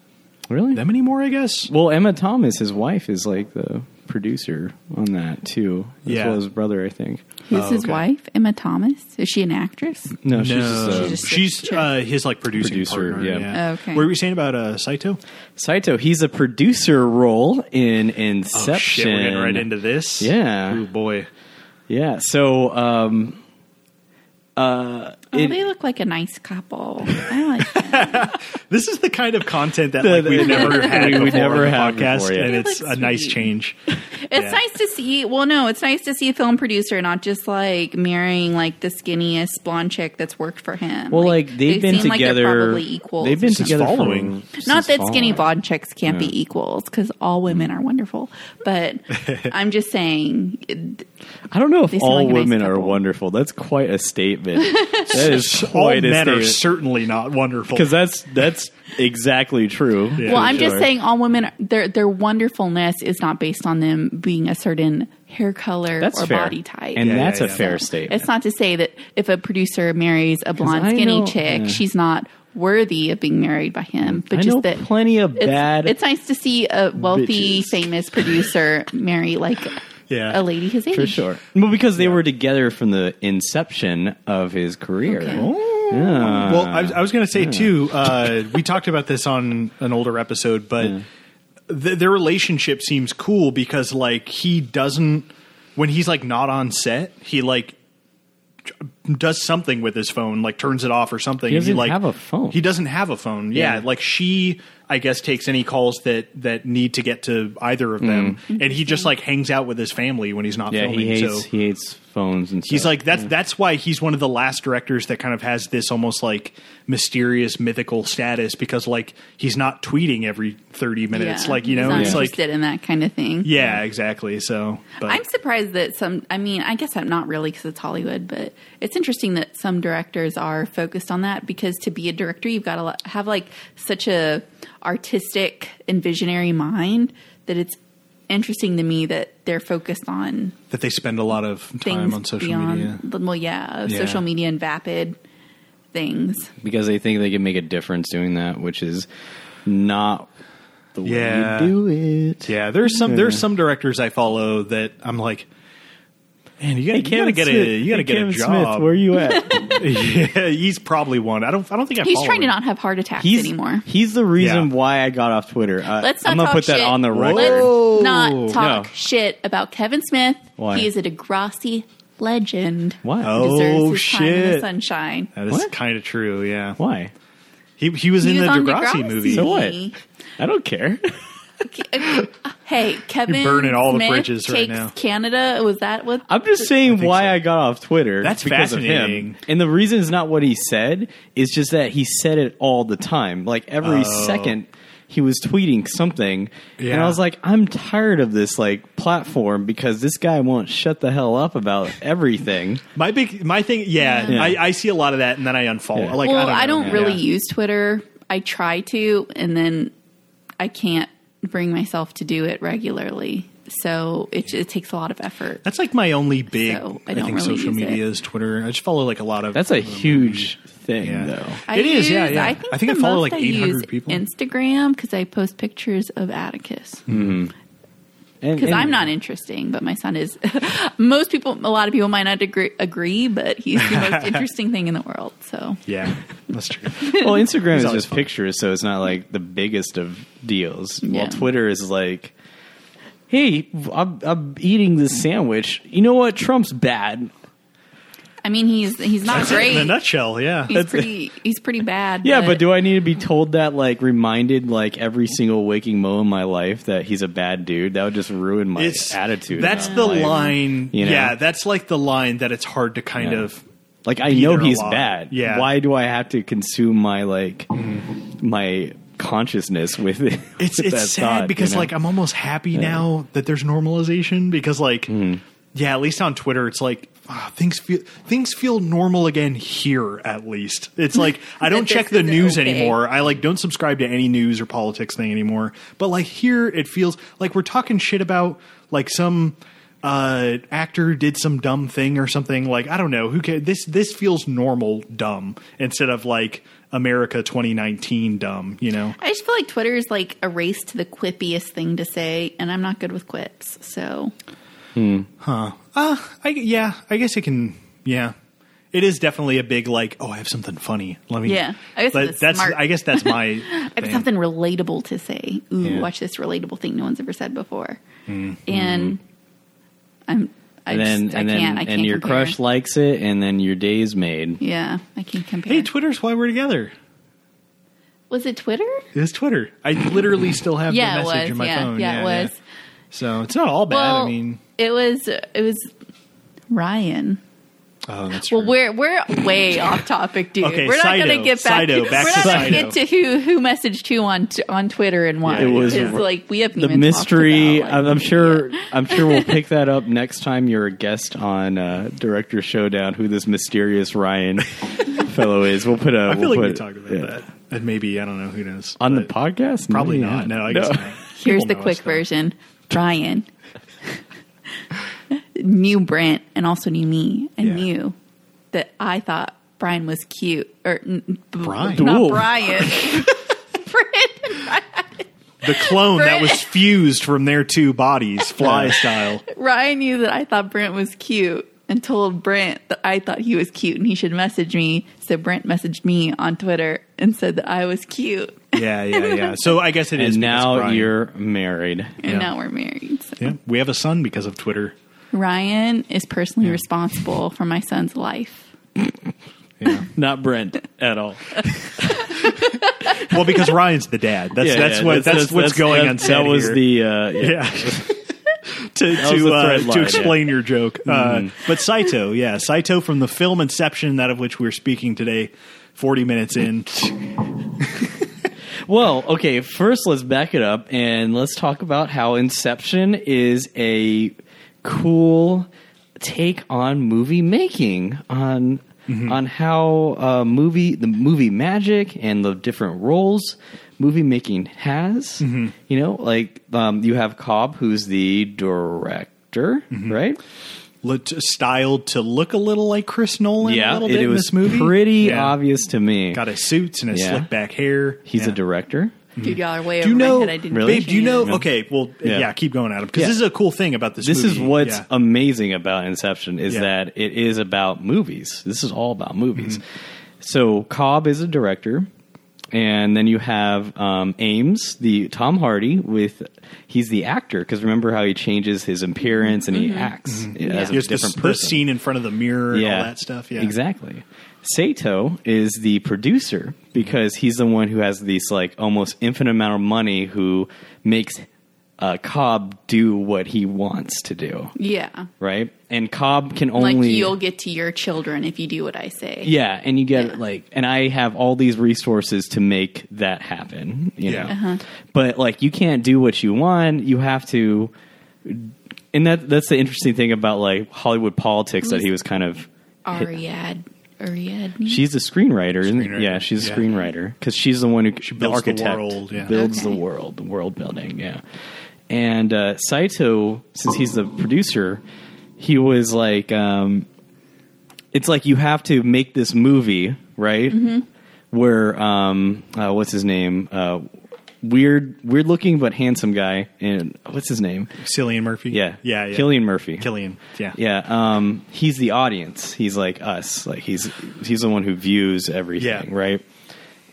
Really?
them anymore. I guess.
Well, Emma Thomas, his wife, is like the producer on that too, as
Yeah.
well as brother, I think.
Who's
Oh,
his
okay.
wife? Emma Thomas. Is she an actress?
No, she's just, uh,
she's,
just a chick.
uh, his like producing
Producer,
partner.
yeah.
Oh, okay.
What were you saying about uh, Saito?
Saito. He's a producer role in
Oh,
Inception.
shit, we're getting right into this.
Yeah.
Oh boy.
Yeah. So, um,
Oh,
It-
they look like a nice couple. I like them.
This is the kind of content that
The-
like, we've
the-
never had
we
before
never
on the
had
podcast,
before, yeah.
and
They
it's a
look
nice
sweet.
change.
It's
Yeah.
nice to see. Well, no, it's nice to see a film producer not just like marrying like the skinniest blonde chick that's worked for him.
well, like they've
they
been
seem like they're
together.
probably equals.
They've been
Since
together. for-
Following.
Not
since
that skinny
Following.
blonde chicks can't be equals because all women are wonderful, but I'm just saying it-
I don't know
They
if
sound
all
like a nice
women are
couple.
wonderful. That's quite a statement. that is
All
quite a
men are
statement.
certainly not wonderful.
Because that's that's exactly true.
Yeah.
well, I'm
Sure.
just saying all women are- their their wonderfulness is not based on them being a certain hair color
that's
or
fair.
body type.
and
Yeah,
that's
yeah,
a
yeah.
fair
So
statement.
It's not to say that if a producer marries a blonde
I
skinny
know-
chick,
yeah.
she's not worthy of being married by him. But
I
just
know
that
plenty of
it's,
bad.
It's nice to see a wealthy,
bitches.
famous producer marry like
Yeah.
a lady his age.
for sure. Well, because they were together from the inception of his career.
Okay.
Oh.
Yeah.
Well, I, was- I was going to say too. Uh, we talked about this on an older episode, but th- their relationship seems cool because like he doesn't when he's like not on set, he like tr- does something with his phone, like turns it off or something.
He
and
doesn't
like,
have a phone.
He doesn't have a phone. Yeah,
Yeah.
like she, I guess, takes any calls that that need to get to either of them, and he just like hangs out with his family when he's not
Mm-hmm. Yeah,
filming.
he hates
so
he hates phones and stuff.
He's like
mm.
that's that's why he's one of the last directors that kind of has this almost like mysterious mythical status because like he's not tweeting every 30 minutes like you
he's
know
not
it's like
interested in that kind of thing.
yeah exactly so but
I'm surprised that some. I mean, I guess I'm not really because it's Hollywood, but it's interesting that some directors are focused on that because to be a director, you've got to li- have like such a artistic and visionary mind that it's interesting to me that they're focused on
that they spend a lot of time
things
on social media
beyond. Well, yeah,
Yeah.
social media and vapid things.
because they think they can make a difference doing that, which is not the way
Yeah.
you do it.
yeah there's some there's some directors I follow that I'm like man you gotta, you gotta get a you gotta get a job
where you at?
yeah he's probably one I don't I don't think I
He's
follow
trying to
him.
not have heart attacks
he's
anymore.
He's the reason
Yeah.
why I got off Twitter. I,
Let's not
I'm gonna
talk
put that
shit.
on the
Whoa.
record.
Whoa.
Let's not talk
No.
shit about Kevin Smith.
Why?
He is a Degrassi legend.
Why?
Oh,
deserves his time in the
shit.
sunshine.
That is
What?
kind of true. Yeah,
Why?
he he was
He
in
was
the
on
Degrassi,
Degrassi.
movie.
So what?
Me.
I don't care.
uh, Hey, Kevin,
burning all the
Smith
bridges right
takes
now.
Canada. Was that what?
I'm just saying
think
why
so.
I got off Twitter.
That's
because of
fascinating.
him. And the reason is not what he said, it's just that he said it all the time. Like every
Oh.
second he was tweeting something. And
Yeah.
I was like, I'm tired of this like platform because this guy won't shut the hell up about everything.
My big my thing. Yeah,
Yeah.
I, I see a lot of that, and then I unfollow.
Yeah.
Like
well,
I don't, know.
really
Yeah.
use Twitter. I try to, and then I can't bring myself to do it regularly. So it, it takes a lot of effort.
That's like my only big.
So, I
I,
don't
think
really
social
use
media
it.
is Twitter. I just follow like a lot of.
That's a huge thing
Yeah.
though.
I
It is, yeah,
use-
yeah.
I think,
I think I
the
follow,
most
like,
I use
800 people.
Instagram because I post pictures of Atticus
Mm-hmm.
And-
because
and-
I'm not interesting, but my son is. most people, a lot of people might not agree, agree, but he's the most interesting thing in the world. So
yeah, that's true.
well, Instagram is
always
just
fun.
pictures, so it's not like the biggest of deals.
Yeah.
While Twitter is like, hey, I'm, I'm eating this sandwich. You know what? Trump's bad.
I mean, he's he's not great.
In a nutshell, yeah.
he's pretty he's pretty bad.
Yeah, but do I need to be told that, like, reminded, like, every single waking moment in my life that he's a bad dude? That would just ruin my attitude.
That's
about
the
life.
line.
you know?
Yeah, that's like the line that it's hard to kind
Yeah.
of.
Like, I
be
know
there a
he's
lot.
bad.
Yeah.
Why do I have to consume my, like, my consciousness with it?
It's
with that
it's sad
thought, you
because
know?
like I'm almost happy now that there's normalization because like
Hmm.
yeah, at least on Twitter it's like ah, things feel things feel normal again here at least. It's like I don't
That
check
this
the
is
news
okay.
anymore. I like don't subscribe to any news or politics thing anymore. But like here it feels like we're talking shit about like some uh actor did some dumb thing or something like I don't know who cares this this feels normal dumb instead of like America 2019 dumb, you know.
I just feel like Twitter is like a race to the quippiest thing to say, and I'm not good with quips. So
I, yeah, I guess it can. Yeah, it is definitely a big like. Oh, I have something funny. Let me.
Yeah, I guess
But
it's
that's.
smart.
I guess that's my.
I have
thing.
something relatable to say. Ooh,
Yeah.
watch this relatable thing no one's ever said before.
Mm-hmm.
And I'm I
And then,
just
and
I
then,
can't I can't
and your
compare.
crush likes it, and then your day's made.
yeah, I can't compare.
Hey, Twitter's why we're together.
was it Twitter?
It's Twitter. I literally still have
Yeah,
the
it
message
was.
in my
yeah,
phone.
yeah, it was.
So it's not all bad.
Well,
I mean,
it was it was Ryan.
oh, that's
Well,
true.
we're we're way off topic, dude.
Okay,
we're not
Saito.
gonna get back.
Saito,
to,
back
we're
to
not gonna
Saito.
get to who who messaged who on t- on Twitter and why.
It was-
It's like we haven't
the
even talked
mystery.
about, like,
I'm, I'm sure. I'm sure we'll pick that up next time you're a guest on uh, Director Showdown. Who this mysterious Ryan fellow is? We'll put a.
I
we'll
feel like we
put-
talk about
yeah.
that, and maybe I don't know who knows
on the
but
podcast.
Probably
Maybe
not. No, I guess not.
Here's
People
the
know
quick
us, though.
version. Brian. knew Brent and also knew me and
Yeah.
knew that I thought Brian was cute. Or n- n- b-
Brian?
Not
Ooh.
Brian. Brent.
The clone that was
Brent.
fused from their two bodies, fly style.
Ryan knew that I thought Brent was cute and told Brent that I thought he was cute and he should message me. So Brent messaged me on Twitter and said that I was cute.
Yeah, yeah, yeah. So I guess it is.
And
because
now
Brian-
you're married.
And
Yeah.
now we're married. So
Yeah, we have a son because of Twitter.
Ryan is personally responsible for my son's life.
Yeah.
Not Brent at all.
Well, because Ryan's the dad. That's that's what that's, what's going on.
That was
here.
the uh, yeah.
yeah. to
was the
to, uh,
thread line, Mm.
to explain your joke, uh, but Saito, yeah, Saito from the film Inception, that of which we're speaking today, forty minutes in.
Well, okay, first let's back it up and let's talk about how Inception is a cool take on movie making on on how uh, movie the movie magic and the different roles movie making has. You know, like um, you have Cobb who's the director, right?
Looked- styled to look a little like Chris Nolan. a little
it,
bit
it
in
was
this movie.
pretty
Yeah.
obvious to me.
Got his suits and his
Yeah.
slick back hair.
He's
Yeah.
a director.
Dude, y'all are way
Mm-hmm. Do you
over
know,
my head. I didn't
Really?
babe? Do you know?
Yeah.
Okay, well,
Yeah.
yeah, keep going, Adam, because
Yeah.
this is a cool thing about this.
this is
movie.
what's
Yeah.
amazing about Inception is
Yeah.
that it is
Mm-hmm.
about movies. This is all about movies. So Cobb is a director. And then you have um, Ames, the Tom Hardy with he's the actor because remember how he changes his appearance and he acts as a
Mm-hmm. Just
different
the, the
person.
scene in front of the mirror and all that stuff. Yeah,
exactly. Sato is the producer
Mm-hmm.
because he's the one who has these like almost infinite amount of money who makes uh, Cobb do what he wants to do,
Yeah.
right? And Cobb can
Like
only
you'll get to your children if you do what I say.
yeah, and you get
Yeah.
like, and I have all these resources to make that happen. You
Yeah.
know?
Uh-huh.
but like, you can't do what you want. You have to, and that that's the interesting thing about like Hollywood politics that he was kind of.
Ariad. Ariadne.
She's a screenwriter, isn't
Screenwriter.
yeah, she's a
Yeah.
screenwriter because she's the one who she
builds the
the architect,
world, yeah.
builds the
Okay.
world, the world building, yeah. And uh, Saito, since he's the producer, he was like, um, it's like you have to make this movie, right? Where um, uh, what's his name? Uh, weird, weird looking but handsome guy, and what's his name?
Cillian Murphy.
Yeah,
yeah, yeah.
Killian Murphy.
Killian. Yeah,
Yeah, um, he's the audience. He's like us. Like he's he's the one who views everything,
Yeah.
right?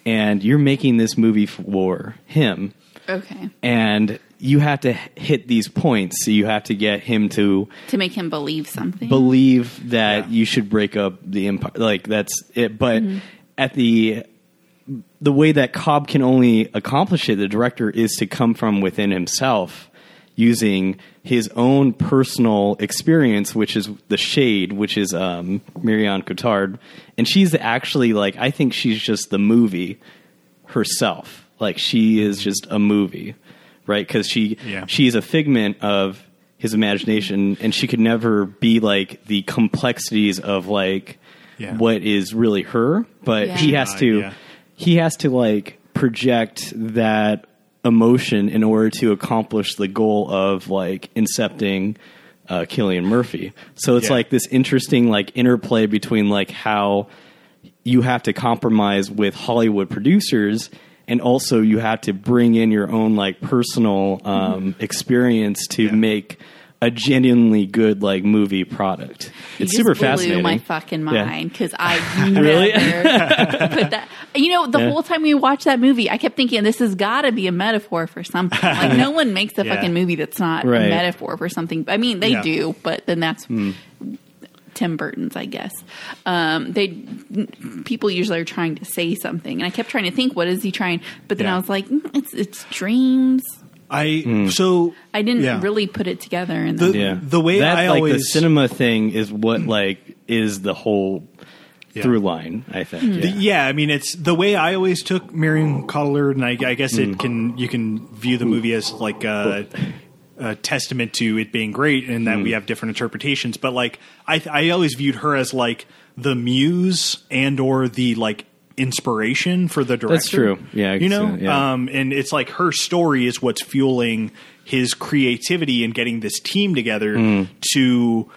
And you're making this movie for him,
okay.
and you have to hit these points. So you have to get him to
To make him believe something.
believe that
Yeah.
you should break up the empire. Like that's it. But at the the way that Cobb can only accomplish it, the director is to come from within himself using his own personal experience, which is the shade, which is um, Marianne Cotard, and she's actually like I think she's just the movie herself. Like she is just a movie, right? Because she
Yeah.
she is a figment of his imagination, and she could never be like the complexities of like
Yeah.
what is really her. But
Yeah.
he has
Uh,
to
yeah.
he has to like project that emotion in order to accomplish the goal of like incepting uh, Killian Murphy. So it's
Yeah.
like this interesting like interplay between like how you have to compromise with Hollywood producers and also you have to bring in your own like personal um, experience to
Mm-hmm. Yeah.
make a genuinely good like movie product.
You
It's
just
super
blew
fascinating.
My fucking
Yeah.
mind because I never
Really?
put that. You know, the
Yeah.
whole time we watched that movie, I kept thinking this has got to be a metaphor for something. Like no one makes a
Yeah.
fucking movie that's not
Right. Hmm.
a metaphor for something. I mean, they
Yeah.
do, but then that's. Tim Burton's, I guess. Um, they people usually are trying to say something, and I kept trying to think, what is he trying? But then
Yeah.
I was like, mm, it's it's dreams.
I so
I didn't
Hmm. yeah.
really put it together. And
The-
then
yeah.
The way
that,
I
like the
always-
cinema thing is what like is the whole
Yeah.
through line, I think.
The-
Yeah.
yeah. I mean, it's the way I always took Miriam Cottler, and I, I guess
Mm.
it can you can view the movie as like a, a testament to it being great,
Mm.
and that we have different interpretations. But like, I I always viewed her as like the muse and or the like inspiration for the director.
true. Yeah, I
you
guess,
know,
uh, yeah.
um, and it's like her story is what's fueling his creativity and getting this team together
Mm.
to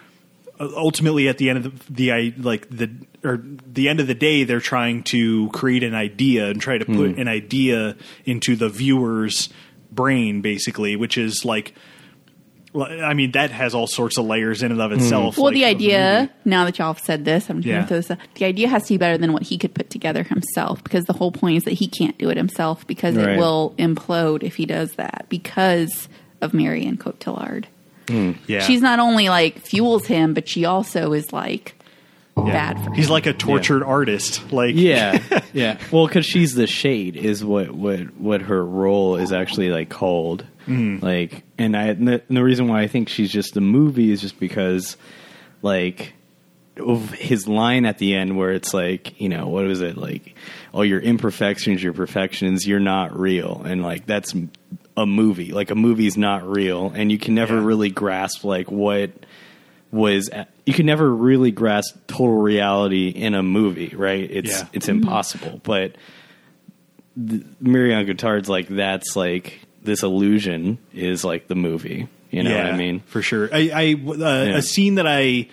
ultimately at the end of the, the I like the or the end of the day they're trying to create an idea and try to put an idea into the viewer's brain basically which is like well, I mean that has all sorts of layers in and of itself
Well,
like,
the idea, now that y'all have said this, I'm just
Yeah.
going to throw this out. The idea has to be better than what he could put together himself because the whole point is that he can't do it himself because
Right.
it will implode if he does that because of Marianne Cote Tillard.
yeah.
She's not only like fuels him, but she also is like bad for him.
he's like a tortured artist like
Yeah, yeah. Well, because she's the shade is what what what her role is actually like called. Like, and I and the, and the reason why I think she's just the movie is just because like of his line at the end where it's like you know what was it like all your imperfections your perfections you're not real and like that's m- a movie like a movie's not real and you can never
Yeah.
really grasp like what was at, you can never really grasp total reality in a movie right it's
Yeah.
it's impossible but the, Marion Guitard's like that's like this illusion is like the movie you know what I mean
For sure. I, I uh, a scene that I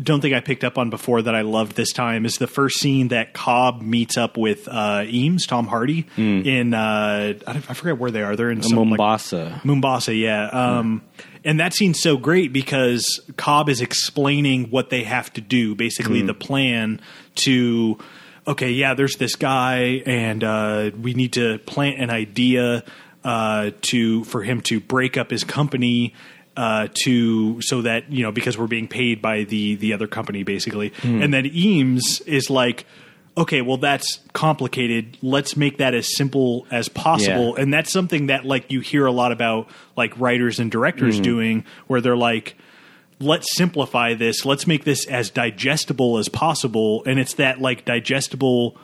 don't think I picked up on before that I loved this time is the first scene that Cobb meets up with uh, Eames, Tom Hardy,
Hmm.
in uh, I, don't- I forget where they are. They're in some, like,
Mombasa
Mombasa, yeah. Um, And that scene's so great because Cobb is explaining what they have to do, basically the plan to okay, yeah, there's this guy, and uh, we need to plant an idea uh, to for him to break up his company. Uh, to so that you know because we're being paid by the the other company basically, and then Eames is like, okay, well that's complicated. Let's make that as simple as possible,
Yeah.
and that's something that like you hear a lot about like writers and directors doing where they're like, let's simplify this let's make this as digestible as possible and it's that like digestible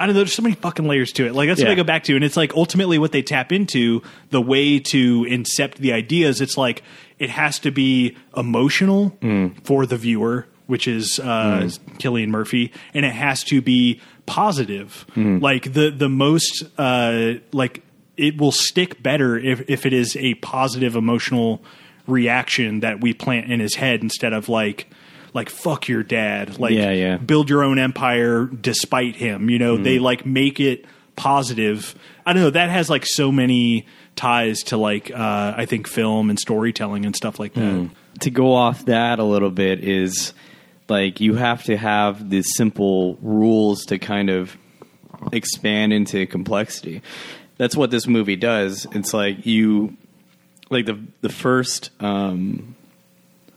i don't know there's so many fucking layers to it like that's what i
Yeah.
go back to and it's like ultimately what they tap into the way to incept the ideas it's like it has to be emotional for the viewer which is uh killian murphy and it has to be positive like the the most uh like it will stick better if if it is a positive emotional reaction that we plant in his head instead of like like fuck your dad like
Yeah, yeah. Mm-hmm.
build your own empire despite him you know they like make it positive i don't know that has like so many ties to like uh i think film and storytelling and stuff like that
to go off that a little bit is like you have to have the simple rules to kind of expand into complexity. That's what this movie does. It's like you like the the first um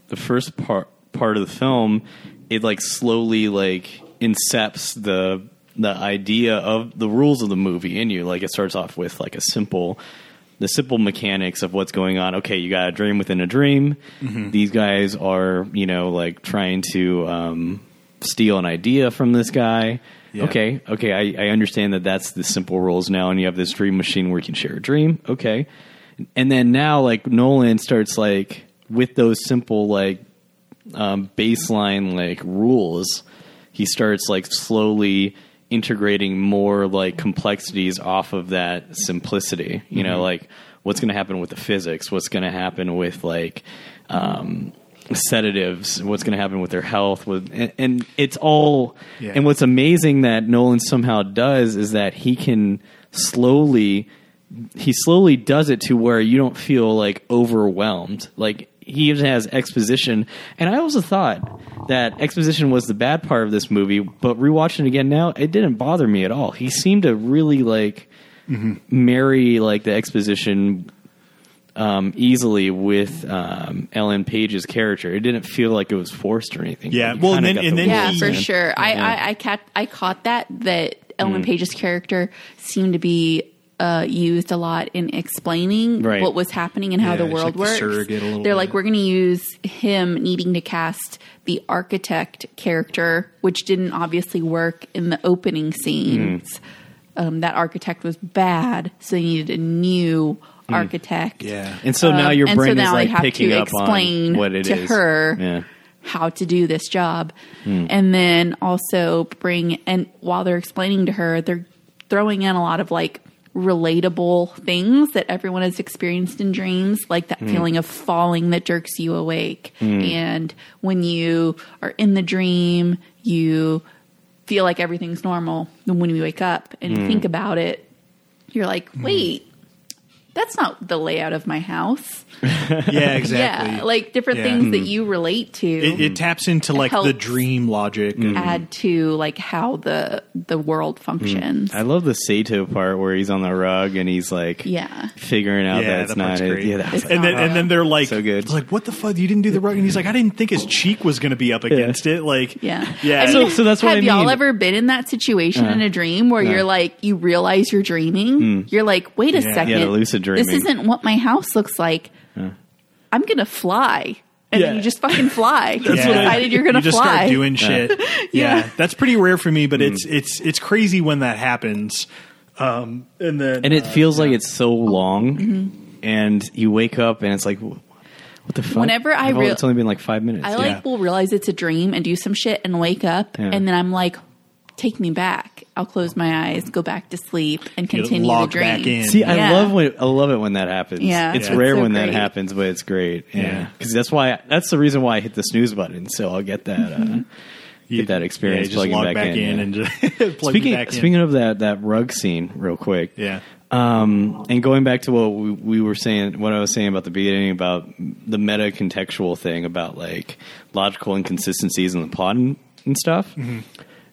the first part part of the film it like slowly like incepts the the idea of the rules of the movie in you like it starts off with like a simple the simple mechanics of what's going on okay you got a dream within a dream these guys are you know like trying to um steal an idea from this guy
Yeah.
okay okay I, I understand that that's the simple rules now and you have this dream machine where you can share a dream okay and then now like nolan starts like with those simple like um, baseline like rules he starts like slowly integrating more like complexities off of that simplicity you know like what's going to happen with the physics what's going to happen with like um, sedatives what's going to happen with their health with and, and it's all
Yeah.
and what's amazing that nolan somehow does is that he can slowly he slowly does it to where you don't feel like overwhelmed. Like he even has exposition, and I also thought that exposition was the bad part of this movie. But rewatching it again now, it didn't bother me at all. He seemed to really like
Mm-hmm.
marry like the exposition um, easily with um, Ellen Page's character. It didn't feel like it was forced or anything.
Yeah,
You
well,
kinda
and then-
got
and
the
then
rules
Yeah,
he-
in.
for sure. I,
Yeah.
I I caught I caught that that
Mm.
Ellen Page's character seemed to be uh, used a lot in explaining
Right.
what was happening and how
Yeah,
the
it's
world
like the
works.
surrogate a little
They're like,
bit.
we're going to use him needing to cast the architect character, which didn't obviously work in the opening
Mm.
scenes. Um, that architect was bad, so they needed a new architect.
Hmm. yeah
And so
Um,
now your
and so
brain
now
is
I
like
have
picking
to
up on
explain
what it is
to her
Yeah. Hmm.
how to do this job and then also bring and while they're explaining to her they're throwing in a lot of like relatable things that everyone has experienced in dreams like
Hmm.
that feeling of falling that jerks you awake and when you are in the dream you feel like everything's normal and when you wake up and
Hmm.
you think about it you're like wait that's not the layout of my house
yeah exactly
yeah like different
Yeah.
things that you relate to
it, hmm. it taps into like the
helps.
dream logic
Mm.
and-
add to like how the the
Hmm.
world functions.
I love the Sato part where he's on the rug and he's like,
Yeah.
figuring out
Yeah,
that it's
that
not
part's
it.
great.
Yeah, that was
It's
like-
and then and then they're like,
So good.
it's like what the fuck? You didn't do the rug, and he's like, I didn't think his cheek was going to be up against it. Like,
yeah,
yeah.
I mean,
So- so that's what
have
I mean. Uh-huh.
y'all ever been in that situation in a dream where you're like, you realize you're
Hmm.
dreaming? You're like, wait a
Yeah.
second,
Yeah, the lucid
This
dreaming.
isn't what my house looks like. I'm gonna fly, and then
Yeah.
you just fucking fly. you
Yeah.
decided you're gonna
you just
fly.
start doing shit. yeah.
Yeah.
that's pretty rare for me, but
Hmm.
it's it's it's crazy when that happens. Um, and then
and it feels like it's so long,
Mm-hmm.
and you wake up and it's like, what the fuck?
Whenever I
I've only-
real-
it's only been like five minutes.
I
Yeah.
like
Yeah.
will realize it's a dream and do some shit and wake up,
Yeah.
and then I'm like, take me back. I'll close my eyes, go back to sleep, and
You
continue the
log
dream.
back in.
See, I
Yeah.
love when I love it when that happens.
Yeah.
it's
Yeah.
rare
So
when that
great.
happens, but it's great.
Yeah.
Yeah, because that's why that's the reason why I hit the snooze button. So I'll get that.
Mm-hmm.
Uh,
you-
that
yeah,
experience
you just
plugging
log
back in, yeah.
and just plug
speaking
back
speaking
in.
of that that rug scene, real quick.
yeah,
Um, and going back to what we, we were saying, what I was saying about the beginning about the meta contextual thing about like logical inconsistencies in the plot and, and stuff.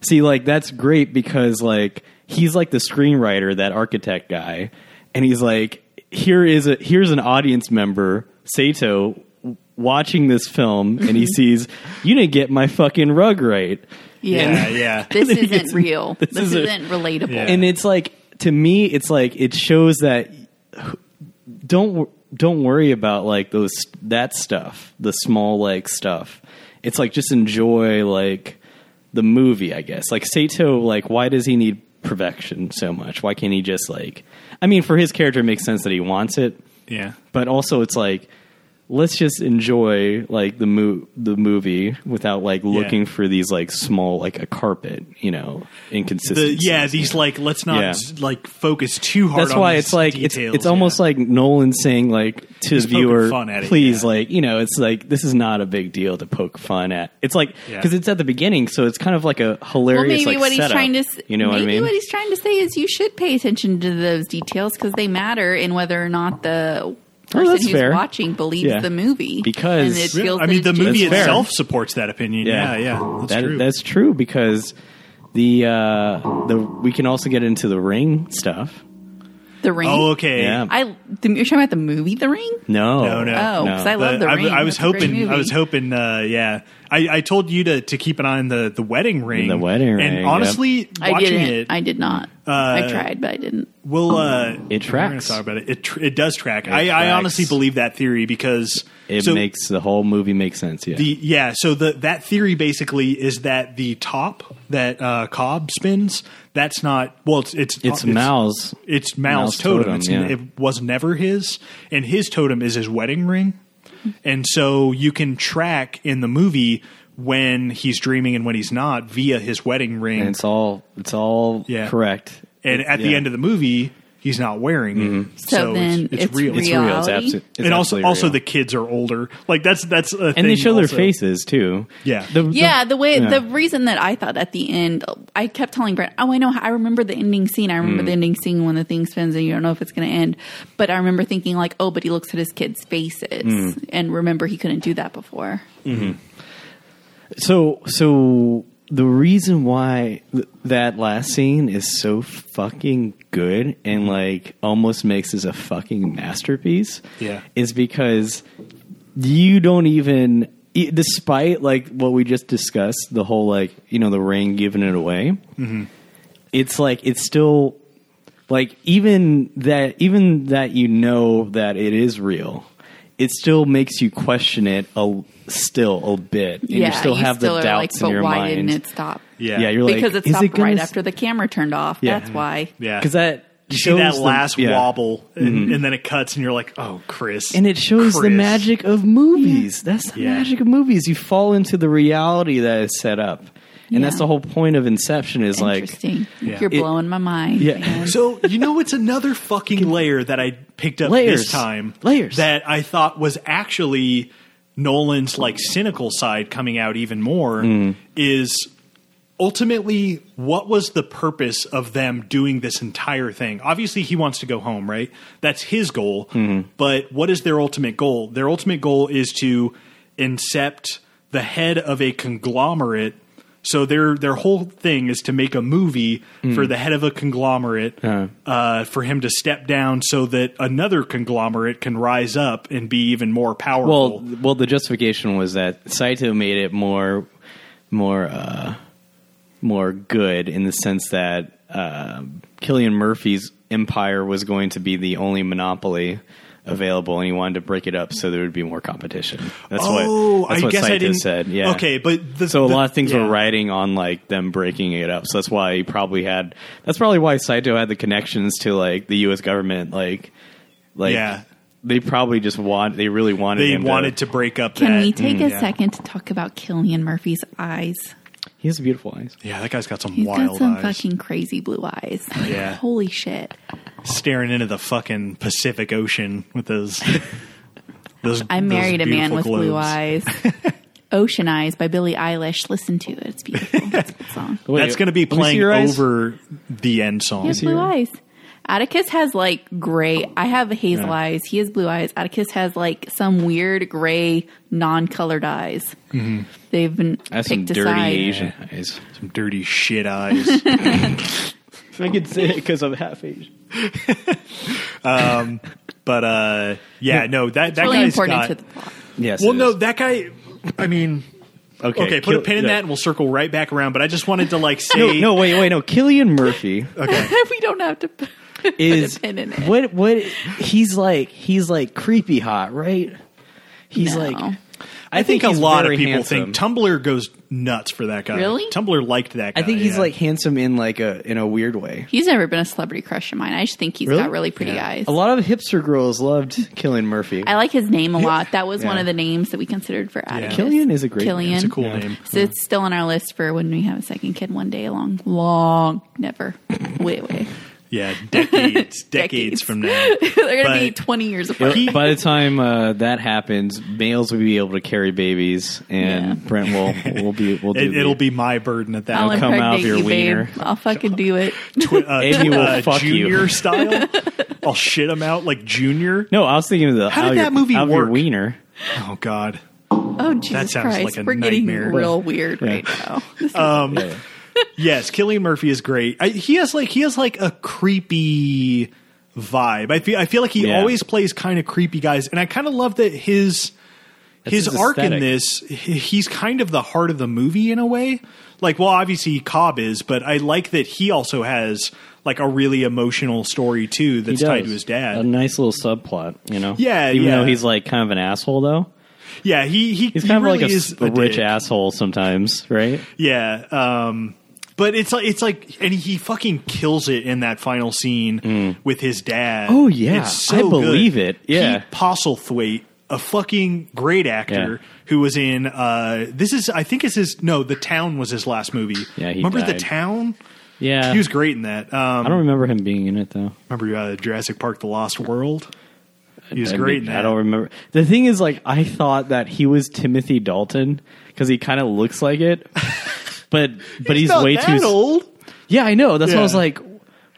See, like that's great because like he's like the screenwriter, that architect guy, and he's like, here is a here's an audience member, Sato, w- watching this film, and he sees you didn't get my fucking rug right,
Yeah,
Yeah.
yeah.
This isn't real. This,
is a-
isn't relatable.
Yeah.
and it's like to me, it's like it shows that don't wor- don't worry about like those that stuff, the small like stuff. It's like just enjoy like the movie, I guess. Like Sato, like why does he need perfection so much? Why can't he just like? I mean, for his character, it makes sense that he wants it,
Yeah.
but also it's like let's just enjoy like the mo- the movie without like looking for these like small like a carpet, you know,
The,
inconsistencies.
yeah, these like let's not
Yeah.
s- like focus too hard.
That's
on
why
these
it's like
details.
it's it's almost like Nolan saying like to the
poking
viewer,
fun at it,
please,
yeah.
like you know, it's like this is not a big deal to poke fun at. It's like
Yeah.
because it's at the beginning, so it's kind of like a
Well,
hilarious.
maybe
like,
what he's
setup,
trying to s-
you know
maybe
what I mean?
what he's trying to say is you should pay attention to those details because they matter in whether or not the person
Oh, that's
who's
fair.
watching believes
Yeah.
the movie
Because-
and it
Yeah,
feels
I
that
mean,
it's
the
just-
movie
That's fair.
itself supports that opinion. Yeah,
Yeah.
yeah, that's
That-
true.
that's true because the uh the we can also get into the ring stuff.
the ring.
oh, okay.
Yeah.
I the, you're talking about the movie The Ring.
No,
No, no.
Oh,
No.
because I love The
I,
Ring.
I was
That's a great
hoping. I
movie.
was hoping. Uh, yeah, I, I told you to to keep an eye on the the wedding ring.
The wedding ring,
And
yep.
honestly,
I
watching
didn't.
it,
I did not.
uh,
I tried, but I didn't.
will uh,
It
we're gonna
tracks.
Talk about it. It tr- it does track. I, I
tracks.
honestly believe that theory because
It
so
makes the whole movie make sense. Yeah,
The, yeah, so the that theory basically is that the top that uh, Cobb spins, that's not well, it's uh, it's
it's Mal's.
it's Mal's,
Mal's
totem.
totem,
It's,
yeah.
It was never his, and his totem is his wedding ring. And so you can track in the movie when he's dreaming and when he's not via his wedding ring.
and
And,
it's all it's all
Yeah.
correct.
at the
yeah. Mm-hmm.
end of the movie, he's not wearing it,
So then it's
it's
Reality.
real. It's abso- it's
and also,
absolutely
also
real.
the kids are older. Like that's that's a
and they
thing
show
also.
their faces too.
Yeah.
The- the-
Yeah, the way
yeah.
the reason that I thought at the end, I kept telling Brent, "Oh, I know, I remember the ending scene. I
Mm.
remember the ending scene when the thing spins and you don't know if it's going to end." But I remember thinking like, "Oh, but he looks at his kids' faces
Mm.
and remember he couldn't do that before."
So so the reason why th- that last scene is so fucking good and like almost makes this a fucking masterpiece.
Yeah.
Is because you don't even e- despite like what we just discussed the whole like you know the ring giving it away it's like it's still like even that even that you know that it is real it still makes you question it a, still a bit and you still have the
are
doubts
"But
in your
why
mind
didn't it stop?"
Yeah.
yeah you're
because
like
it
is
stopped
it gonna
right
s-
after the camera turned off.
Yeah.
That's why.
Yeah,
because that
you see that
shows the-
last
yeah. Mm-hmm.
wobble, and, and then it cuts, and you're like, "Oh, Chris!"
and it shows the
Chris.
magic of movies. That's the
Yeah.
magic of movies. You fall into the reality that is set up, and that's
Yeah.
the whole point of Inception. Is like
Interesting.
Yeah.
You're
It-
blowing my mind.
Yeah.
man.
So you know it's another fucking layer that I picked up this
Layers.
time.
Layers.
that I thought was actually Nolan's like cynical side coming out even more
Mm.
is ultimately what was the purpose of them doing this entire thing obviously he wants to go home right that's his goal
Mm-hmm.
but what is their ultimate goal their ultimate goal is to incept the head of a conglomerate so their their whole thing is to make a movie
Mm.
for the head of a conglomerate uh, for him to step down so that another conglomerate can rise up and be even more powerful
well, well, the justification was that Saito made it more, more, uh, more good in the sense that uh, Killian Murphy's empire was going to be the only monopoly available, and he wanted to break it up so there would be more competition. That's
Oh,
what that's
I
what
guess I
Saito
didn't-
said. Yeah.
Okay, but the-
so a
the-
lot of things
yeah.
were riding on like them breaking it up. So that's why he probably had. That's probably why Saito had the connections to like the U.S. government. Like, like.
Yeah.
They probably just want. They really wanted.
they
him
wanted
to
to break up
Can
that Mm,
we take
mm,
a
yeah.
second to talk about Killian Murphy's eyes?
He has beautiful eyes.
Yeah, that guy's got some
He's
wild
got some
eyes.
fucking crazy blue eyes.
Yeah.
Holy shit.
Staring into the fucking Pacific Ocean with those. those
I
those
married a man
beautiful
with blue
globes.
eyes. Ocean Eyes by Billie Eilish. Listen to it. It's beautiful. It's a good song.
Wait,
That's going to be
let me see
playing
your eyes.
over the end song.
Yeah, blue eyes. Atticus has like gray. I have hazel
Yeah.
eyes. He has blue eyes. Atticus has like some weird gray, non-colored eyes.
Mm-hmm.
They've been
I have some
picked
dirty
aside.
Asian eyes.
Some dirty shit eyes.
I could say it because I'm half Asian.
but uh, yeah, no, that that
Really
guy's
important
got.
to the plot.
Yes.
well,
it
no,
is.
that guy. I mean,
Okay.
okay, put a
Kill-
pin in
yeah.
that, and we'll circle right back around. But I just wanted to like say,
No, no, wait, wait, no. Killian Murphy
we don't have to. put
is
a pin in it.
what? What? He's like he's like creepy hot, right? He's
No.
like.
I
I, think, a
he's
lot of
very
people
handsome.
think Tumblr goes nuts for that guy.
Really?
Tumblr liked that guy.
I think he's
yeah.
like handsome in like a in a weird way.
He's never been a celebrity crush of mine. I just think he's
Really?
got really pretty
Yeah.
eyes.
A lot of hipster girls loved Killian Murphy.
I like his name a lot. That was one
Yeah.
of the names that we considered for Atticus.
Killian is a great name.
Killian.
It's a cool
Yeah.
name.
So it's still on our list for when we have a second kid one day. Long, long, never. Wait, wait.
Yeah, decades, decades,
Decades.
from now.
They're gonna be
But-
twenty years apart.
It'll- By the time uh, that happens, males will be able to carry babies, and
Yeah.
Brent will will be will do.
It,
the-
it'll be my burden at that.
I'll
point.
come
impregnate
out of your
you,
wiener.
babe. I'll fucking do it.
Twi- uh,
Amy
tw-
will
uh,
fuck you.
junior style. I'll shit him out like junior.
No, I was thinking of the
How did
out of
that
your,
movie
out of
work?
Your wiener.
Oh God.
Oh Jesus
sounds
Christ!
like a
We're
nightmare.
getting real weird
Yeah.
right now.
Um,
Yes, Killian Murphy is great. I, he has like he has like a creepy vibe. I feel I feel like he
Yeah.
always plays kind of creepy guys, and I kind of love that his his,
his
arc in
aesthetic.
this. he- He's kind of the heart of the movie in a way. Like, well, obviously Cobb is, but I like that he also has like a really emotional story too that's
He
tied
does.
to his dad.
A nice little subplot, you know.
Yeah,
even
yeah.
though he's like kind of an asshole, though
yeah, he he
he's
he
kind of
really
like a,
is
s- a rich
dick.
asshole sometimes, right?
Yeah. Um, but it's like it's like, and he fucking kills it in that final scene with his dad.
Oh, yeah.
it's so
I believe it.
good.
Yeah.
Pete Postlethwaite, a fucking great actor
Yeah.
who was in uh, this is I think it's his no, The Town was his last movie.
Yeah, he
remember The
died.
Town?
Yeah,
He was great in that. Um,
I don't remember him being in it though.
remember uh, Jurassic Park: The Lost World. He was
I
great
mean,
in that.
I don't remember. The thing is, like, I thought that he was Timothy Dalton because he kind of looks like it, but but he's,
not
way
that
too.
old.
Yeah, I know. That's why I was
Yeah.
like,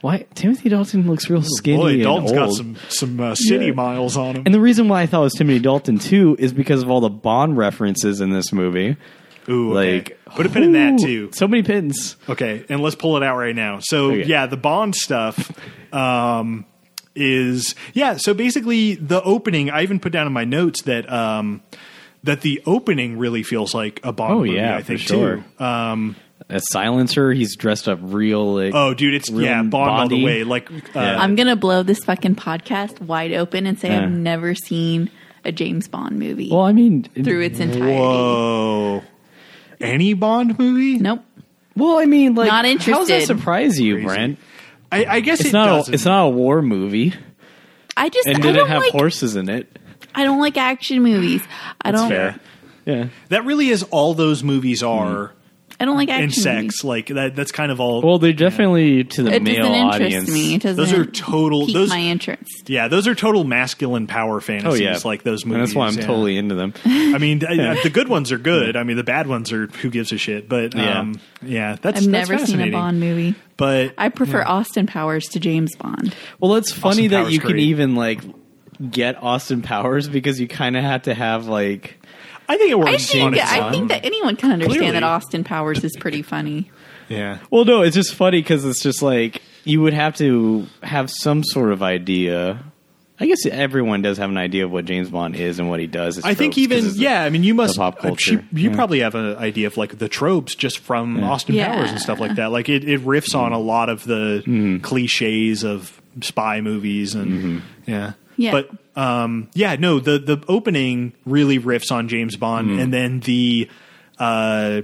why Timothy Dalton looks real skinny
Boy,
and
Dalton's
old.
got some some uh, city
Yeah.
miles on him.
and the reason why I thought it was Timothy Dalton too is because of all the Bond references in this movie.
Ooh, okay.
like,
put a pin in that
Ooh,
too.
So many pins.
Okay, and let's pull it out right now. So
Okay.
yeah, the Bond stuff um, is yeah. So basically, the opening I even put down in my notes that um, that the opening really feels like a Bond
Oh,
movie.
yeah,
I think
for sure.
too. Uh,
A silencer. He's dressed up real. Like,
oh, dude, it's
real
yeah, Bond all the
Bondy.
way. Like uh,
Yeah.
I'm gonna blow this fucking podcast wide open and say
Yeah.
I've never seen a James Bond movie
Well, I mean,
through its entirety.
whoa, any Bond movie?
Nope.
well, I mean, like,
Not
How does that
interested.
surprise you,
Crazy.
Brent?
I, I guess
It's
it
not. A,
doesn't.
it's not a war movie,
I just
and
I
didn't
don't
have
like
horses in it.
I don't like action movies. I don't
fair. Yeah.
that really is all those movies are.
I don't like action
And sex,
movies.
like that. That's kind of all.
Hmm. Well, they're definitely to the
It doesn't
male
interest
audience.
me. It doesn't
Those are total-
pique
those-
my interest.
yeah, those are total masculine power
Oh
fantasies.
yeah,
like those
And
movies.
that's why I'm
yeah.
totally into them.
I mean, I- I- the good ones are good. I mean, the bad ones are who gives a shit. But
Yeah.
um, yeah. that's
I've
that's
never seen a
fascinating.
Bond movie.
But
I prefer Austin Powers to James Bond.
Well, it's funny
Austin
that
Powers
you can
great.
even like get Austin Powers because you kind of have to have like
I think it
I
works on
think
its
I
own.
think that anyone can understand
Clearly.
that Austin Powers is pretty funny.
yeah.
Well, no, it's just funny because it's just like you would have to have some sort of idea. I guess everyone does have an idea of what James Bond is and what he does. his
I think
tropes, 'cause
even
it's a-
yeah. I mean, you must
pop
uh, she-
culture.
you
Yeah.
probably have an idea of like the tropes just from Austin
Yeah.
Powers and stuff like that. Like it, it riffs
Mm-hmm.
on a lot of the cliches of spy movies and
Mm-hmm.
yeah.
Yeah.
But um, yeah, no, the the opening really riffs on James Bond,
Mm-hmm.
and then the. Uh,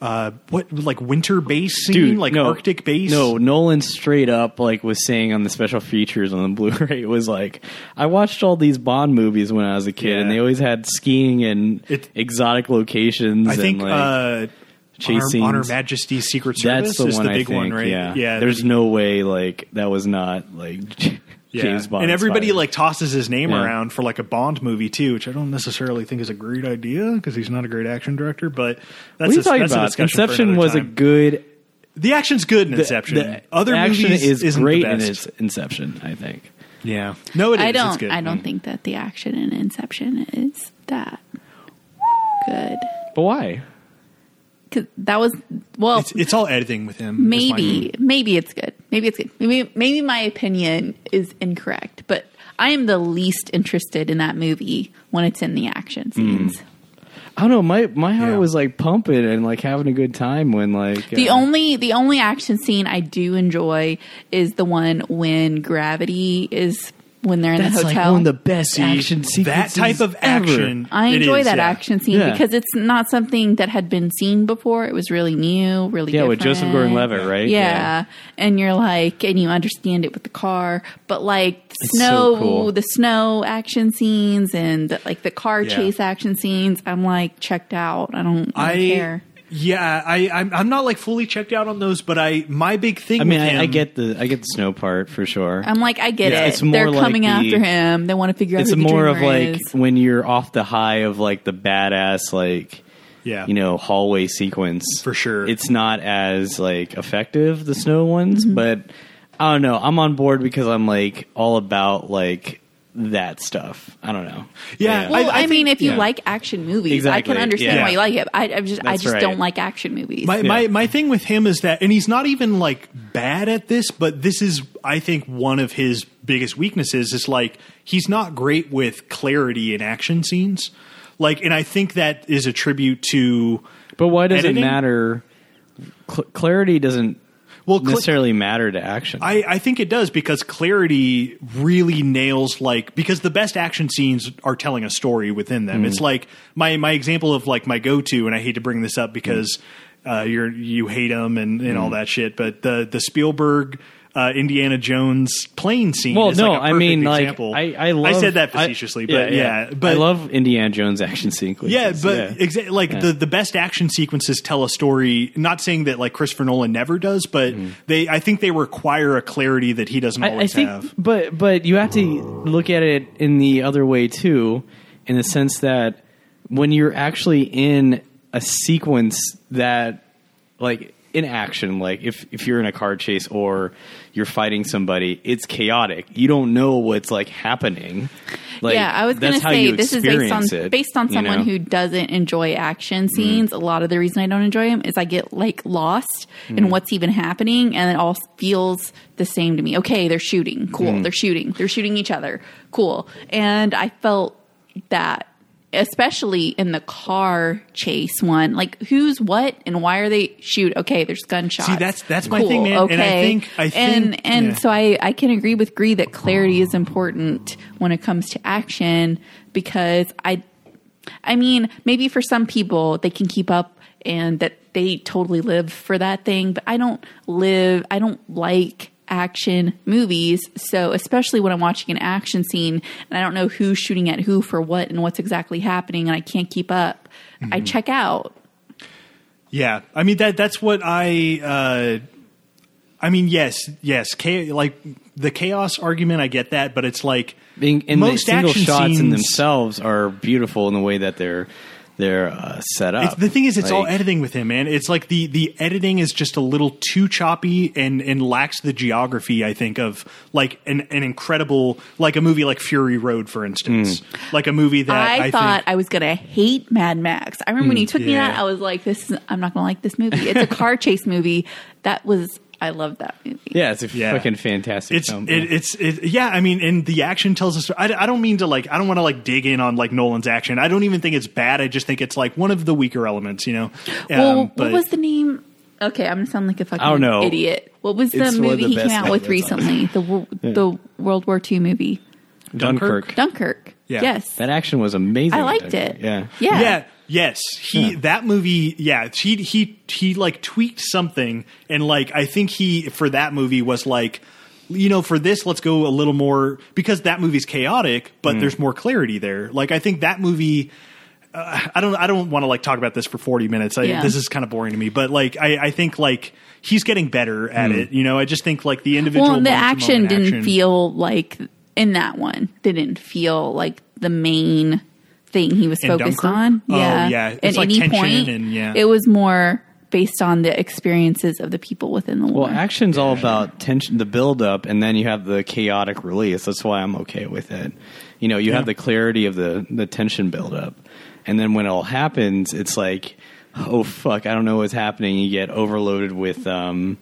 uh, what like winter base scene,
Dude,
like
no.
Arctic base?
No, Nolan straight up like was saying on the special features on the Blu-ray it was like, I watched all these Bond movies when I was a kid,
Yeah.
and they always had skiing and
It-
exotic locations.
I think
and, like,
uh,
chase
Honor, Honor
scenes.
Majesty's Secret Service
that's the
is
one.
the big
I think,
one, right?
Yeah, There's no way like that was not like James Bond,
And everybody
inspired.
like tosses his name
Yeah.
around for like a Bond movie too, which I don't necessarily think is a great idea because he's not a great action director. But
What
that's
are you
a,
talking
that's a
about?
discussion for
Inception
another
was a
time.
good
The action's good in Inception.
The
Other
action
movies
is
isn't
great
the
in
best.
its Inception. I think.
yeah. No, it is.
I
It's
don't.
good.
I don't think that the action in Inception is that good.
But why?
'Cause that was well,
It's, it's all editing with him. is my-
maybe maybe it's good. Maybe it's good. Maybe maybe my opinion is incorrect, but I am the least interested in that movie when it's in the action
Mm.
scenes.
I don't know. My my heart
Yeah.
was like pumping and like having a good time when like
The
uh,
only the only action scene I do enjoy is the one when gravity is when they're in
That's
the
like
hotel.
one of the best
See,
action
that
sequences
type of
ever.
action.
I
it
enjoy
is,
that
yeah.
action scene
Yeah.
because it's not something that had been seen before. It was really new, really
Yeah, with
different.
Joseph Gordon-Levitt, right?
Yeah.
Yeah.
and you're like, and you understand it with the car, but like the
It's
snow,
so cool.
the snow action scenes, and like the car
Yeah.
chase action scenes. I'm like checked out. I don't, I don't
I
care.
yeah, I I'm, I'm not like fully checked out on those, but I my big thing.
I mean,
with him,
I, I get the I get the snow part for sure.
I'm like, I get
Yeah,
it.
it's more
They're
like
coming
the-
after him. They want to figure out.
it's
who the
more of
dreamer
like
is.
when you're off the high of like the badass like
yeah,
you know hallway sequence
For sure.
It's not as like effective the snow ones, but I don't know. I'm on board because I'm like all about like that stuff. I don't know.
Yeah, I-
Well, I,
think-
mean, if you
yeah.
like action movies, I
Exactly,
can understand
yeah.
why you like it. I, I just, I
That's
just
right.
don't like action movies.
My, my
Yeah.
my thing with him is that, and he's not even like bad at this, but this is, I think, one of his biggest weaknesses is like he's not great with clarity in action scenes. Like, and I think that is a tribute to
But why does
Editing?
it matter? Cl- clarity doesn't
well, cl-
necessarily matter to action.
I, I think it does because clarity really nails like because the best action scenes are telling a story within them.
Mm.
It's like my my example of like my go to, and I hate to bring this up because
Mm.
uh, you're you hate them and, and all that shit. But the the Spielberg uh, Indiana Jones plane scene.
well,
is
no,
like a
I mean,
perfect
like,
example.
I, I love.
said that facetiously,
I-
but yeah, but
I love Indiana Jones action sequences.
yeah, but exactly like the the best action sequences tell a story. Not saying that like Christopher Nolan never does, but
Mm-hmm.
they I think they require a clarity that he doesn't
I, I
always
think,
have.
but but you have to look at it in the other way too, in the sense that when you're actually in a sequence that, like in action, like if if you're in a car chase or you're fighting somebody, it's chaotic. You don't know what's like happening. Like,
yeah, I was going to
that's how you
say this is based on
experience it,
based on
you
someone
know? Mm.
who doesn't enjoy action scenes. A lot of the reason I don't enjoy them is I get like lost
Mm.
in what's even happening, and it all feels the same to me. Okay, they're shooting, cool.
Mm.
They're shooting, they're shooting each other, cool. And I felt that especially in the car chase one like who's what and why are they shoot okay there's gunshots
that's- that's my thing, man. And I think- I think-
and and
yeah.
so I, I can agree with Gree that clarity is important when it comes to action because I I mean maybe for some people they can keep up and that they totally live for that thing but I don't live I don't like action movies so especially when I'm watching an action scene and I don't know who's shooting at who for what and what's exactly happening and I can't keep up I
Mm-hmm.
check out
Yeah, I mean that. That's what I. Uh, I mean, yes, yes. Cha- like the chaos argument, I get that, but it's like
In, in
most
the single
action
shots in
scenes-
themselves are beautiful in the way that they're they're uh, set up.
It's, the thing is, it's all
Like,
editing with him, man. It's like the the editing is just a little too choppy and and lacks the geography. I think of like an an incredible like a movie like Fury Road, for instance,
Mm.
like a movie that
I,
I,
thought
think, Mm,
I was gonna hate Mad Max. I remember when you took me
yeah.
that, I was like, "This, is, I'm not gonna like this movie. It's a car chase movie." That was, I loved that movie.
Yeah, it's a
Yeah.
fucking fantastic
it's
film.
it, it's it, yeah i mean and the action tells us I, I don't mean to like i don't want to like dig in on like nolan's action i don't even think it's bad i just think it's like one of the weaker elements you know
Well,
Um, but
what was the name? Okay, I'm gonna sound like a fucking
I don't know.
idiot. What was the
It's one of
movie
the
he
best
came out with
movies on
recently? The wor- the World War II movie,
Dunkirk.
Dunkirk.
Yeah.
Yes,
That action was amazing.
I
in
liked
Dunkirk.
it.
Yeah.
yeah,
yeah yes he that movie yeah he he he like tweaked something and like i think he for that movie was like you know for this let's go a little more because that movie's chaotic
Mm.
but there's more clarity there like i think that movie uh, i don't i don't want to like talk about this for 40 minutes I,
Yeah.
this is kind of boring to me but like i i think like he's getting better at it you know i just think like the individual
Mm. Well, and the action
moment-to-moment
didn't
action-
feel like in that one. Didn't feel like the main thing he was
In
focused
Dunkirk?
on.
Oh,
Yeah,
yeah. It's
At
like
any
tension
point,
and- yeah.
it was more based on the experiences of the people within the
Well,
war.
action's all about tension, the build up, and then you have the chaotic release. That's why I'm okay with it. You know, you have the clarity of the the tension build up, and then when it all happens, it's like, oh fuck, I don't know what's happening. You get overloaded with um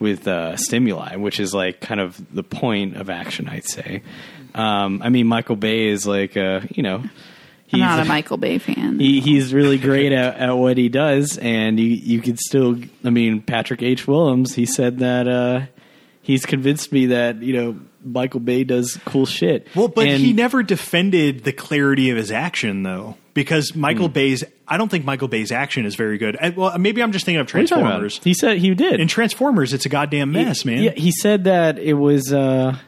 with uh, stimuli, which is like kind of the point of action, I'd say. Um, I mean, Michael Bay is like, uh, you know.
I'm
he's-
not a Michael Bay fan.
he, he's really great at, at what he does, and you you could still. I mean, Patrick H. Willems, he said that uh, he's convinced me that you know Michael Bay does cool shit.
Well, but
And-
he never defended the clarity of his action, though, because
Hmm.
Michael Bay's. I don't think Michael Bay's action is very good. I, well, maybe I'm just thinking of
What are you talking about?
Transformers.
He said he did.
In Transformers, it's a goddamn mess, man.
Yeah, he said that it was. Uh,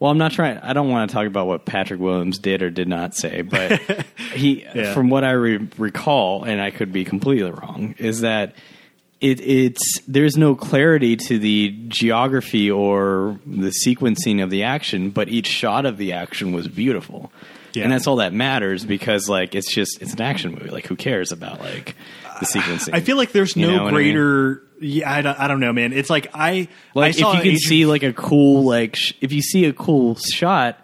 well, I'm not trying. I don't want to talk about what Patrick Williams did or did not say, but he,
Yeah.
from what I re- recall, and I could be completely wrong, is that it, it's there's no clarity to the geography or the sequencing of the action, but each shot of the action was beautiful.
Yeah.
And that's all that matters because, like, it's just it's an action movie. Like, who cares about like the sequencing?
I feel like there's
You
no
know what I mean?
greater. Yeah, I don't, I don't know, man. It's like I I
Like if you
saw
can
Agent-
see like a cool like sh- if you see a cool shot,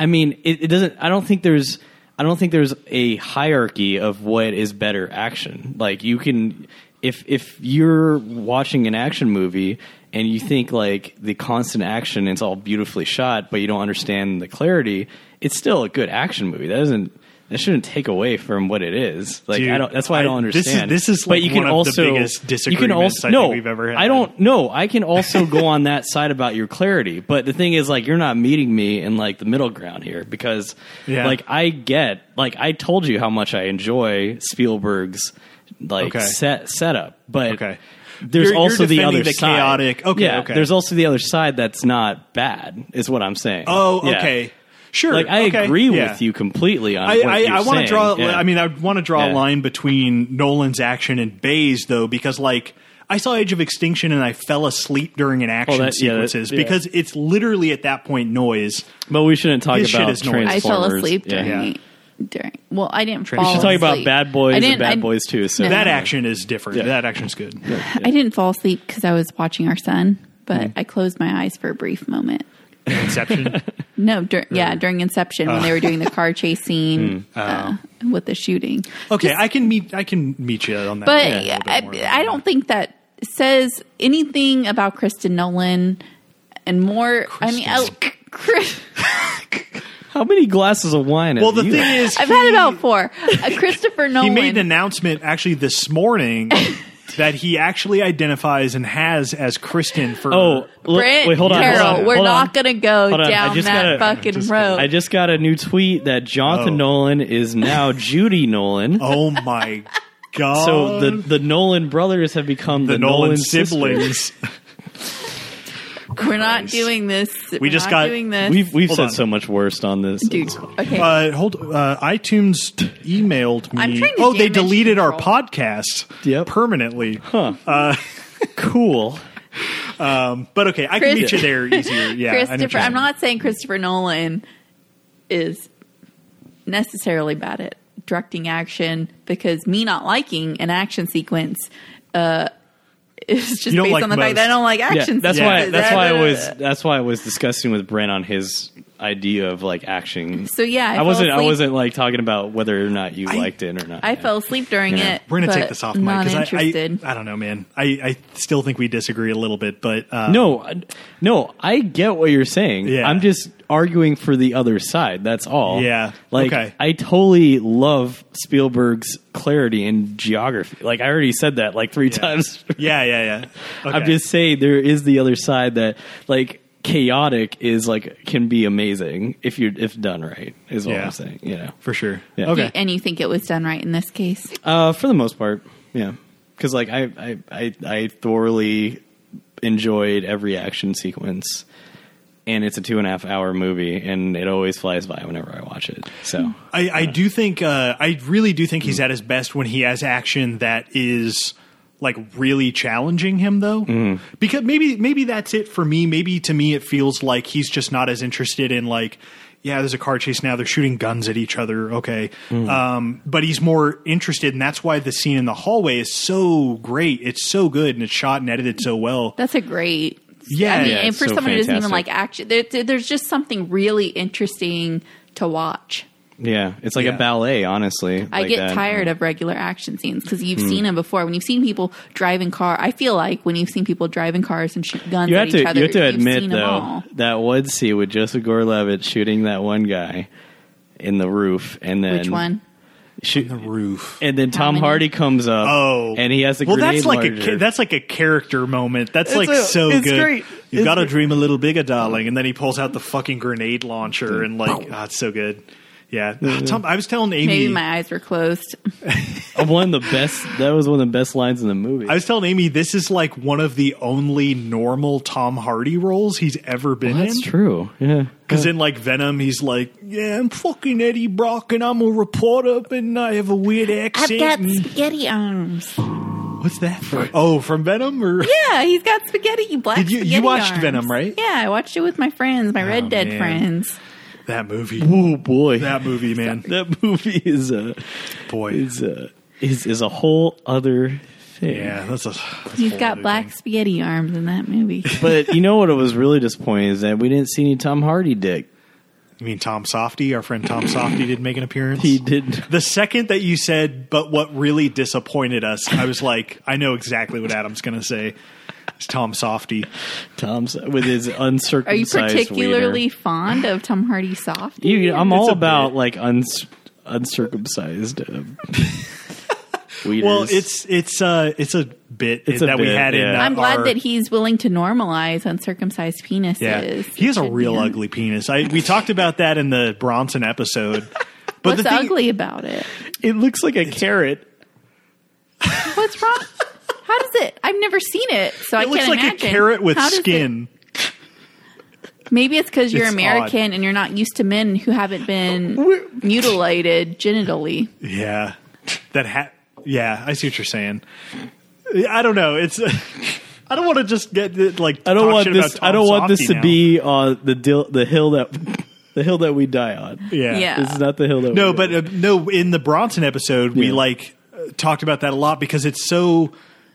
I mean it, it doesn't. I don't think there's I don't think there's a hierarchy of what is better action. Like you can if if you're watching an action movie and you think like the constant action it's all beautifully shot, but you don't understand the clarity, it's still a good action movie. That doesn't. That shouldn't take away from what it is. Like
Dude,
I don't. That's why I don't
I- this is-
understand.
this is,
But
like,
you can
one of the
also
biggest
you can
disagreements
also,
I think
no,
we've ever had.
I don't no, I can also go on that side about your clarity, but the thing is, like, you're not meeting me in like the middle ground here because,
Yeah.
like, I get, like, I told you how much I enjoy Spielberg's like
Okay.
set setup, but
Okay.
there's
You're- you're
also the
defending
other
the
side.
chaotic- okay,
yeah,
okay.
There's also the other side that's not bad, is what I'm saying.
Oh,
Yeah.
okay, sure.
Like, I
okay,
agree
yeah.
with you completely on.
I,
what
I,
you're
I want to
saying,
draw.
yeah.
I mean, I want to draw
Yeah.
a line between Nolan's action and Bay's, though, because like I saw Age of Extinction and I fell asleep during an action
that- yeah, that-
sequences
yeah.
because it's literally at that point noise.
but we shouldn't talk
This shit
about
is noise.
Transformers.
I fell asleep during
Yeah.
Yeah.
during. Well, I didn't.
We
Fall
should
We're talking about
asleep.
Bad
I
Boys and
didn't-
Bad
I-
Boys too. So
no.
That action is different.
Yeah.
That action's good.
I didn't fall asleep because I was watching our son, but
Mm.
I closed my eyes for a brief moment.
Inception.
No, dur- yeah, during Inception when they were doing the car chase scene
Mm.
uh, with the shooting.
Okay, I can meet. I can meet you on that.
But
a little bit more.
I, I don't think that says anything about Kristen Nolan and more. I mean, I, Chris,
How many glasses of wine?
Well,
have
the
you
thing
had?
is,
I've
he,
had about four. Uh, Christopher
he
Nolan.
made an announcement actually this morning that he actually identifies and has as Kristen for.
oh, look,
Brent
wait, hold on,
Carroll,
hold on,
we're
hold
not
on.
going to go
Hold on, I
down
just gotta-
that fucking road.
I just got a new tweet that Jonathan
Oh.
Nolan is now Judy Nolan.
oh my god!
So the the Nolan brothers have become the,
Um, the Nolan,
sisters.
siblings.
we're not
Christ.
doing this. We
just got-
doing this.
We've we've
Hold
said
on.
so much worse on this.
Dude, okay.
Uh, hold. Uh, iTunes emailed me.
I'm trying to
oh, they
damage
deleted our
control.
podcast
Yep.
permanently.
Cool.
Um, But okay, I can meet you there easier. Yeah, I know what
Christopher,
you're
I'm
saying.
not saying Christopher Nolan is necessarily bad at directing action because me not liking an action sequence uh, is just
You don't
based
like
on the fact
most.
that I don't like
Yeah,
action.
that's
Yeah.
why
sequences.
that's why I was
Uh,
that's why I was discussing with Brent on his idea of like action.
So, yeah, I
I,
fell
wasn't I
asleep.
wasn't like talking about whether or not you liked it or not.
I
Yeah.
fell asleep during
Yeah.
it.
We're gonna
but
take this off, Mike.
Not
'cause I-
interested.
I, I, don't know, man. I, I still think we disagree a little bit, but uh,
No, I- no, I get what you're saying.
Yeah.
I'm just arguing for the other side. That's all.
Yeah.
Like
Okay.
I totally love Spielberg's clarity and geography. Like I already said that like three
yeah.
times.
Yeah, yeah, yeah. Okay.
I'm just saying there is the other side that like chaotic is like can be amazing if you if done right is what
Yeah.
I'm saying. You know,
for sure.
Yeah.
Okay.
And you think it was done right in this case?
uh, for the most part, yeah. Because like I, I I I thoroughly enjoyed every action sequence. and it's a two and a half hour movie, and it always flies by whenever I watch it. So
I, I do think uh, I really do think he's at his best when he has action that is like really challenging him though because maybe maybe that's it for me maybe to me it feels like he's just not as interested in like yeah, there's a car chase now. They're shooting guns at each other. Okay. Um, but he's more interested, and that's why the scene in the hallway is so great. It's so good, and it's shot and edited so well.
That's a great.
Yeah.
I mean,
Yeah,
and
it's
for
so
someone who doesn't even
fantastic.
like action, there, there- there's just something really interesting to watch.
Yeah, it's like
Yeah.
a ballet, honestly.
Hmm. I
like
get
that. Hmm.
tired of regular action scenes because you've 'em seen them before. When you've seen people driving car, I feel like when you've seen people driving cars and shoot guns
You
at
have to,
each other,
you have to
you've
admit
seen 'em
though
all.
that one scene with Joseph Gordon-Levitt shooting that one guy in the roof, and then
which one?
shoot-
the roof.
and then Tom
many?
Hardy comes up.
Oh,
and he has a
well.
grenade
That's like a
launcher.
ca- that's like a character moment. That's
It's
like
a-
so
it's
good.
great.
You
It's
got to
great.
dream a little bigger, darling. And then he pulls out the fucking grenade launcher and like, ah, it's so good. Yeah, Ah, Tom. I was telling Amy.
Maybe my eyes were closed.
one of the best. That was one of the best lines in the movie.
I was telling Amy this is like one of the only normal Tom Hardy roles he's ever been
that's
in.
true. Yeah,
Because in like Venom, he's like, "Yeah, I'm fucking Eddie Brock, and I'm a reporter, and I have a weird accent." and-
spaghetti arms.
What's that? From? Oh, from Venom or
Yeah, he's got spaghetti. Black
Did you- you
spaghetti
watched
arms.
Venom, right?
Yeah, I watched it with my friends, my Red Dead
man.
friends.
that movie?
Oh boy, that,
That movie, man.
movie is a
Boy,
is a is is a whole other thing.
yeah, that's a. that's a
He's
whole
got
other
black
thing.
spaghetti arms in that movie.
But you know what? It was really disappointing is that we didn't see any Tom Hardy dick.
You mean Tom Softy? Our friend Tom Softy did make an appearance.
He didn't.
The second that you said, but what really disappointed us, I was like, I know exactly what Adam's going to say. It's Tom Softy.
Tom's with his uncircumcised.
Are you
wiener.
particularly fond of Tom Hardy soft?
You, I'm
It's
all
a
about
bit.
like uns- uncircumcised. Um, wieners.
Well, it's it's uh it's a bit
It's a
that we
bit,
had in.
yeah.
Uh,
I'm glad
our-
that he's willing to normalize uncircumcised penises.
Yeah, he has a
Should
real
be un-
ugly penis. I we talked about that in the Bronson episode. But
What's
the thing,
ugly about it?
it looks like a carrot.
What's wrong? How does it? I've never seen it, so I
it
can't
looks like
imagine.
a carrot with
How does it-
skin.
maybe it's because you're
It's
American and you're not used to men who haven't been mutilated genitally.
Yeah, that hat. Yeah, I see what you're saying. I don't know. It's. I don't want to just get like.
I don't
talk
want
shit
this.
about Tom
I don't want this to
Softy now.
be uh, the dil- the hill that the hill that we die on.
Yeah.
Yeah.
This is not the hill that.
No,
we
but uh, no. In the Bronson episode, we
Yeah.
like uh, talked about that a lot because it's so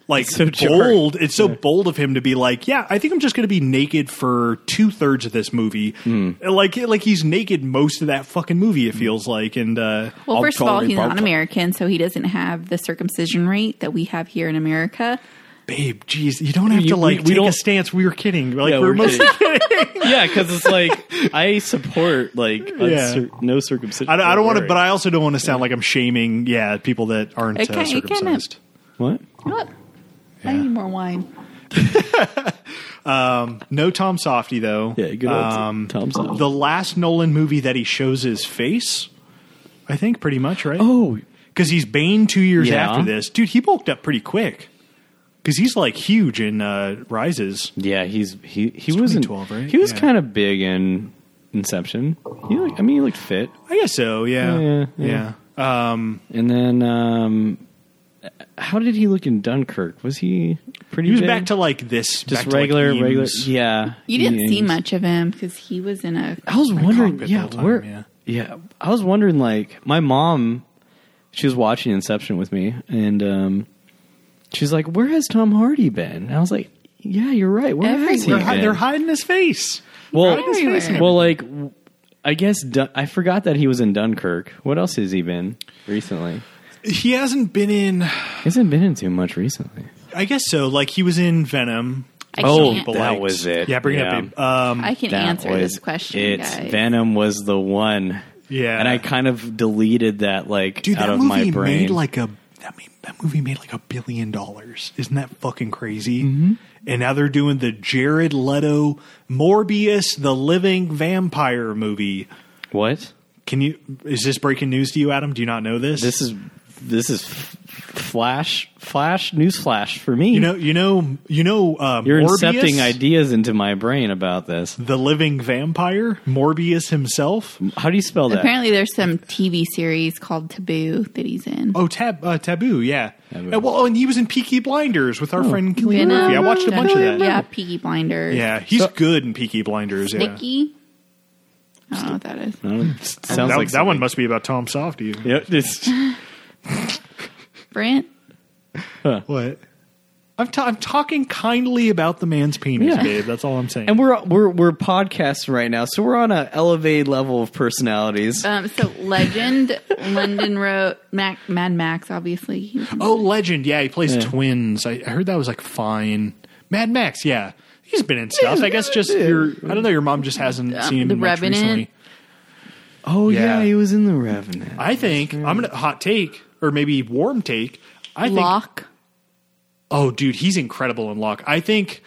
like
so jarring.
bold. It's so bold of him to be like, yeah, I think I'm just going to be naked for two thirds of this movie.
Hmm.
Like, like he's naked most of that fucking movie. It feels like, and uh,
Well,
I'll
first of
call
all,
you
he's not
Bartol.
American, so he doesn't have the circumcision rate that we have here in America.
babe, geez, you don't have
You-
to
we-
like
we
take a
don't-
stance. We were kidding. Like
Yeah,
we're,
we're
mostly
yeah, because it's like I support like uncir- no circumcision.
I don't, I don't want to,
worry.
but I also don't want to sound like I'm shaming, yeah, people that aren't
It
uh,
can- it can-
circumcised.
what?
Look, I need more wine.
No Tom Softy though. Um,
Yeah, good old Tom Softy.
The last Nolan movie that he shows his face, I think, pretty much right.
Oh,
because he's Bane two years
Yeah.
after this, dude. He bulked up pretty quick because he's like huge in uh, Rises.
yeah. He's he he was in
2012, right?
He was
Yeah.
kind of big in Inception. He looked, I mean, he looked fit.
I guess so. Yeah,
Yeah,
yeah.
yeah.
Uh,
And then, um, how did he look in Dunkirk? Was he pretty?
he was
big?
back to like this,
just
back to, like,
regular,
Eames.
regular. Yeah,
You didn't see
Eames.
much of him because he was in a.
I was wondering,
cockpit the
yeah,
whole time,
where,
yeah.
yeah, I was wondering, like, my mom, she was watching Inception with me, and um, she's like, "Where has Tom Hardy been?" And I was like, "Yeah, you're right. Where has he
They're,
been?"
hi- they're hiding his face.
well,
hiding his face in
Everywhere.
well, like, I guess Dun- I forgot that he was in Dunkirk. What else has he been recently?
He hasn't been in.
He hasn't been in too much recently.
I guess so. Like he was in Venom.
I
Oh,
can't,
That was it.
Yeah, bring
Yeah.
it up. Babe. Um,
I can
That
answer
was
this question,
It
guys.
Venom was the one.
Yeah.
and I kind of deleted that like
dude,
out
that
of
movie
my brain.
made like a that, made, that movie made like a billion dollars. Isn't that fucking crazy?
Mm-hmm.
And now they're doing the Jared Leto Morbius, the living vampire movie.
what?
Can you? Is this breaking news to you, Adam? Do you not know this?
This is this is f- flash flash news flash for me.
you know you know you know uh,
you're
Morbius,
incepting ideas into my brain about this.
the living vampire Morbius himself.
How do you spell that?
Apparently, there's some TV series called Taboo that he's in.
Oh, tab, uh, taboo, yeah.
Taboo. Oh.
Uh, well, and he was in Peaky Blinders with our friend Killian
Venom,
Murphy. I watched a bunch of that.
Yeah, Peaky Blinders.
Yeah, he's
So-
good in Peaky Blinders. Yeah,
Sticky. I don't know what that is.
I don't know, it sounds
that,
like
that one
something.
must be about Tom Softy.
Yeah, it's,
Brent,
What? I'm, ta- I'm talking kindly about the man's penis,
Yeah.
babe. That's all I'm saying.
and we're we're we're podcasting right now, so we're on an elevated level of personalities.
um, so legend, London Road, Mac, Mad Max, obviously. He was-
oh, Legend. Yeah, he plays
Yeah.
twins. I, I heard that was like fine. Mad Max. Yeah, he's been in stuff. I guess just your. I don't know. Your mom just hasn't
Um,
seen him
The
much
Revenant.
recently.
oh
yeah.
yeah, he was in the Revenant.
I think I'm gonna hot take or maybe warm take. I think.
Locke.
Oh, dude, he's incredible in Locke. I think.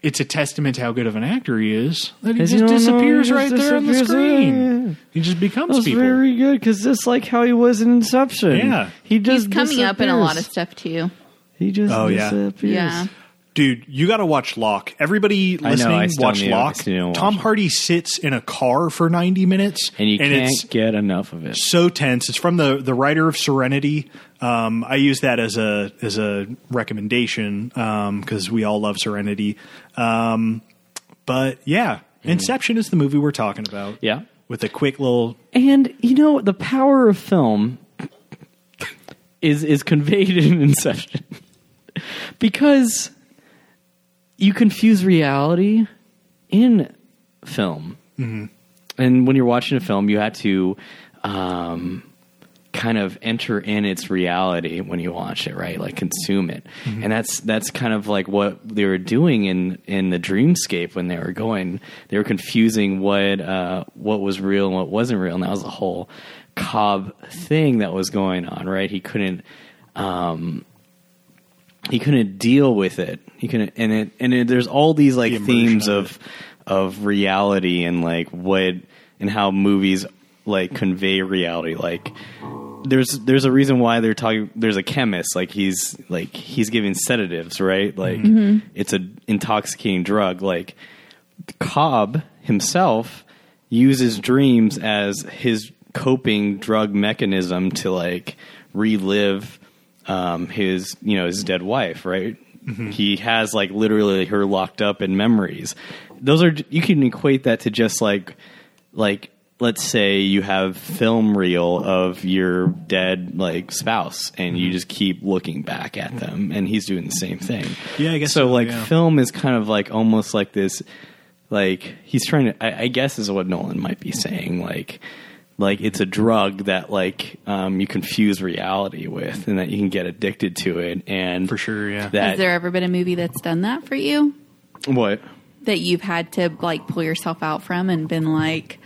It's a testament to how good of an actor he is that he
Is he
just
not- no, he
disappears
just
right there on the
disappears,
screen.
yeah.
He just becomes
That's
people.
very good because that's like how he was in Inception.
Yeah.
he just
He's coming up in a
disappears.
lot of stuff too.
He just
Oh, yeah.
disappears.
Yeah.
Dude, you got to watch Locke. Everybody
I
listening,
still
watch
need to-
Locke.
still need to watch
Tom
it.
Hardy sits in a car for 90 minutes,
and you
it's
can't get enough of it.
so tense. It's from the the writer of Serenity. Um, I use that as a as a recommendation because we all love Serenity. Um, but yeah, Inception is the movie we're talking about.
Mm-hmm. Yeah.
with a quick little
And you know the power of film is is conveyed in Inception because you confuse reality in film, and when you're watching a film, you have to. Um, kind of enter in its reality when you watch it, right? Like consume it.
Mm-hmm.
And that's that's kind of like what they were doing in in the dreamscape when they were going. They were confusing what uh what was real and what wasn't real. And that was the whole Cobb thing that was going on, right? He couldn't um he couldn't deal with it. He couldn't and it and it, there's all these like
The immersion
themes
of
of of reality and like what and how movies like convey reality like there's there's a reason why they're talking there's a chemist like he's like he's giving sedatives right like it's a intoxicating drug like cobb himself uses dreams as his coping drug mechanism to like relive um his you know his dead wife right
Mm-hmm.
he has like literally her locked up in memories those are you can equate that to just like like let's say you have film reel of your dead like spouse and
Mm-hmm.
you just keep looking back at them and he's doing the same thing
Yeah, I guess
so
so,
like
yeah.
film is kind of like almost like this like he's trying to I, I guess is what nolan might be saying like like it's a drug that like um, you confuse reality with and that you can get addicted to it and
For sure, yeah.
that
Has there ever been a movie that's done that for you?
what
that you've had to like pull yourself out from and been like,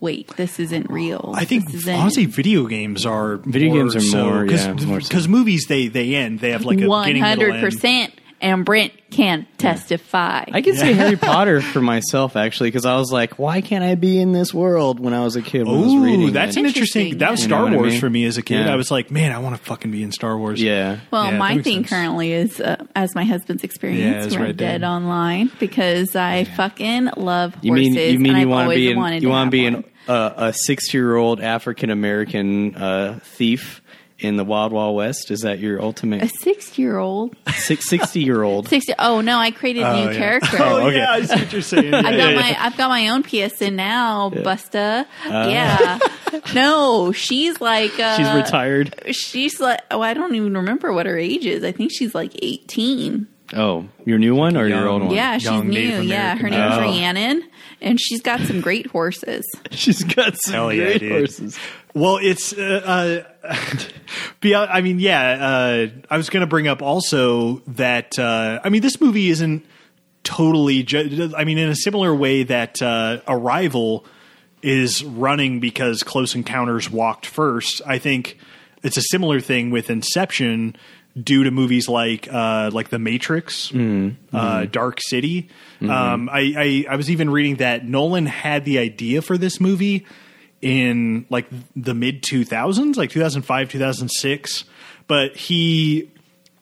wait, this isn't real.
I think
This isn't-
honestly, video games are
Video games are more, yeah, more so.
because movies they they end they have like a
one
beginning, middle,
hundred
end.
percent. And Brent can testify.
I can say Harry Potter for myself actually because I was like, why can't I be in this world when I was a kid when I was
Ooh,
reading?
that's
it?
an interesting.
Interesting,
That was
yeah. You know
Star
what I
Wars
mean?
for me as a kid.
Yeah.
I was like, man, I want to fucking be in Star Wars.
yeah.
well,
Yeah, that
my
makes
thing
sense.
currently is uh, as my husband's
Yeah,
experience
it's
Red
Red
Dead
Dead.
Online because I fucking love horses.
You mean you mean
and
you
I've
want to
always
be
wanted
an, you want
have
to be
one.
an, uh, a six year old African American uh, thief in the Wild Wild West? Is that your
a
ultimate
six year old
six, 60 year old?
sixty? Oh no, I created a new
yeah.
character.
Oh
Okay.
yeah, I see what you're saying. Yeah,
I've
yeah,
got
yeah.
my I've got my own PSN now, Busta.
Uh.
yeah. No, she's like uh,
She's retired.
She's like oh, I don't even remember what her age is. I think she's like eighteen.
Oh, your new one or your
Young.
old one?
Yeah, she's
Young
new.
Native
Yeah, her
American.
name's
Oh.
Rhiannon, and she's got some great horses.
she's got some
Hell yeah,
great
dude.
horses.
Well, it's uh, uh, beyond. I mean, yeah. Uh, I was going to bring up also that uh, I mean, this movie isn't totally. Ju- I mean, in a similar way that uh, Arrival is running because Close Encounters walked first. I think it's a similar thing with Inception due to movies like uh, like The Matrix,
Mm,
uh, Dark City.
Mm-hmm.
Um, I, I I was even reading that Nolan had the idea for this movie in like the mid 2000s, like 2005, 2006, but he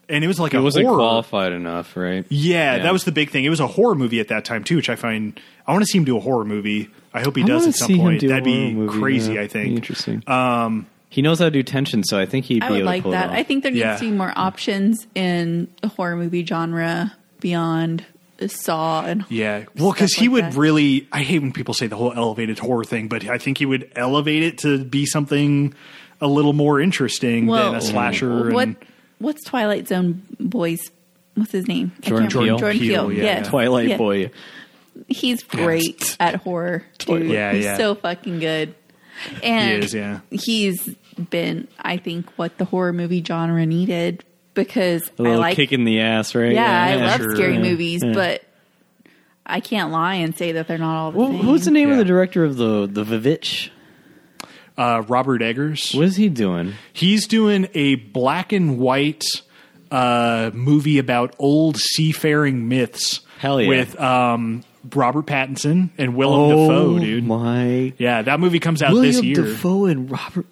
and it was like
It
a
wasn't
horror.
qualified enough, right?
Yeah,
Yeah.
that was the big thing. It was a horror movie at that time too, which I find I want to see him do a horror movie. I hope he
I
does
wanna
at some
see him
point.
do a
That'd be
horror movie,
crazy.
yeah.
I
Be
think.
Interesting. Um, he knows how to do tension, so I think he'd be
I would
able to
like
pull
that.
it off.
I think there needs
Yeah.
to be more options in the horror movie genre beyond the Saw and
Yeah. Well, because
stuff
he
like
would
that.
really, I hate when people say the whole elevated horror thing, but I think he would elevate it to be something a little more interesting than
Well,
a slasher.
What
and,
what's Twilight Zone boys? What's his name? I
Jordan
can't remember.
Peele.
Jordan Peele.
Peele, yeah,
yes.
yeah.
Twilight
Yeah.
Boy.
He's great at horror. Dude.
Yeah,
he's
yeah.
so fucking good. And
is, yeah.
he's been, I think, what the horror movie genre needed because
A
I
little
like
kick in the ass, right?
yeah, I
yeah,
love
sure.
scary
Yeah,
movies,
yeah.
but I can't lie and say that they're not all the
Well,
same.
who's the name of the
Yeah.
director of the the Vivitch?
uh, Robert Eggers.
What is he doing?
He's doing a black and white uh, movie about old seafaring myths.
Hell yeah.
With um, Robert Pattinson and Willem
Oh
Dafoe, dude.
my!
Yeah, that movie comes out
William
this year.
Dafoe and Robert.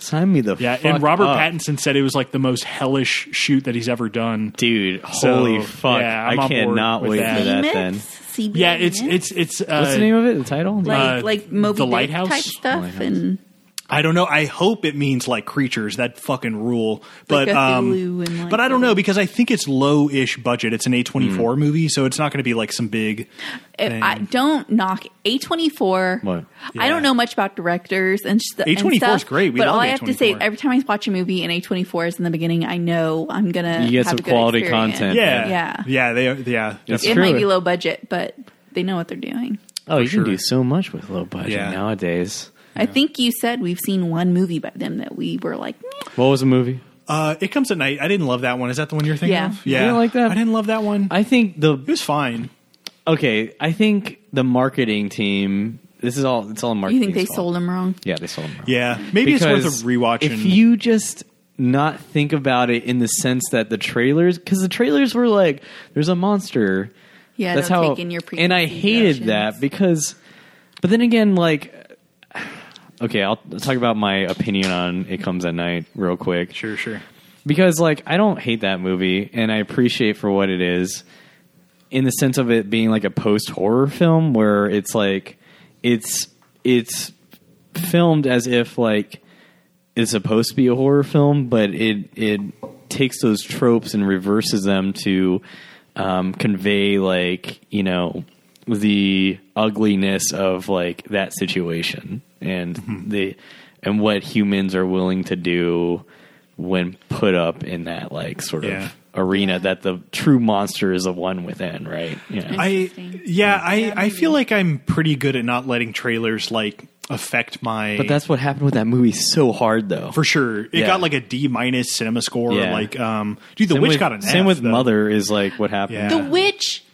Sign me the
yeah,
fuck
and Robert
up.
Pattinson said it was like the most hellish shoot that he's ever done.
dude.
So,
Holy fuck!
yeah,
I
I'm on board
cannot
with
wait
that.
for that.
Demons?
Then
CB
Yeah, it's
Demons?
it's it's. Uh,
what's the name of it? The title?
like
uh,
like Moby
The
Dick
Lighthouse?
type stuff
Lighthouse.
and
I don't know. I hope it means like creatures that fucking rule, but
Like
um,
Cthulhu and, like,
but I don't know because I think it's low-ish budget. It's an A twenty four movie, so it's not going to be like some big.
If I
thing.
don't knock A24.
What?
I
Yeah.
don't know much about directors and st- and
A24 is
stuff,
great. We
but
love
all I have to say,
A24.
every time I watch a movie and A24 is in the beginning, I know I'm gonna
You get
have
some
a good
quality
experience.
content.
Yeah,
Yeah.
uh, yeah. They are, yeah.
That's
It
true.
might be low budget, but they know what they're doing.
oh, you
sure.
can do so much with low budget
Yeah.
nowadays.
I think you said we've seen one movie by them that we were like, "Mm, "Meh."
What was the movie?
Uh, it comes at night. I didn't love that one. Is that the one you're thinking
Yeah.
of?
You
Yeah,
didn't like that?
I didn't love that one.
I think
it
the
was fine.
okay. I think the marketing team. This is all. It's all marketing.
you think they sold them wrong?
Yeah, they sold them.
Yeah, maybe it's worth
Because
a rewatch.
If
and-
you just not think about it in the sense that the trailers, because the trailers were like, "There's a monster."
Yeah,
that's
don't
how.
take in your
and I
preconceived
hated
notions.
that because. But then again, like, okay, I'll talk about my opinion on "It Comes at Night" real quick
sure, sure.
because like I don't hate that movie and I appreciate for what it is in the sense of it being like a post horror film where it's like it's it's filmed as if like it's supposed to be a horror film but it it takes those tropes and reverses them to um, convey like you know the ugliness of like that situation and the and what humans are willing to do when put up in that like sort
Yeah.
of arena
Yeah.
that the true monster is the one within, right? You know.
I
Interesting.
yeah, I I feel like I'm pretty good at not letting trailers like affect my.
but that's what happened with that movie so hard, though.
for sure. It
Yeah.
got like a D minus cinema score.
Yeah.
Like, um, dude, The
Same
Witch
with,
got an
same
F,
with
though.
Mother is like what happened.
Yeah.
The witch.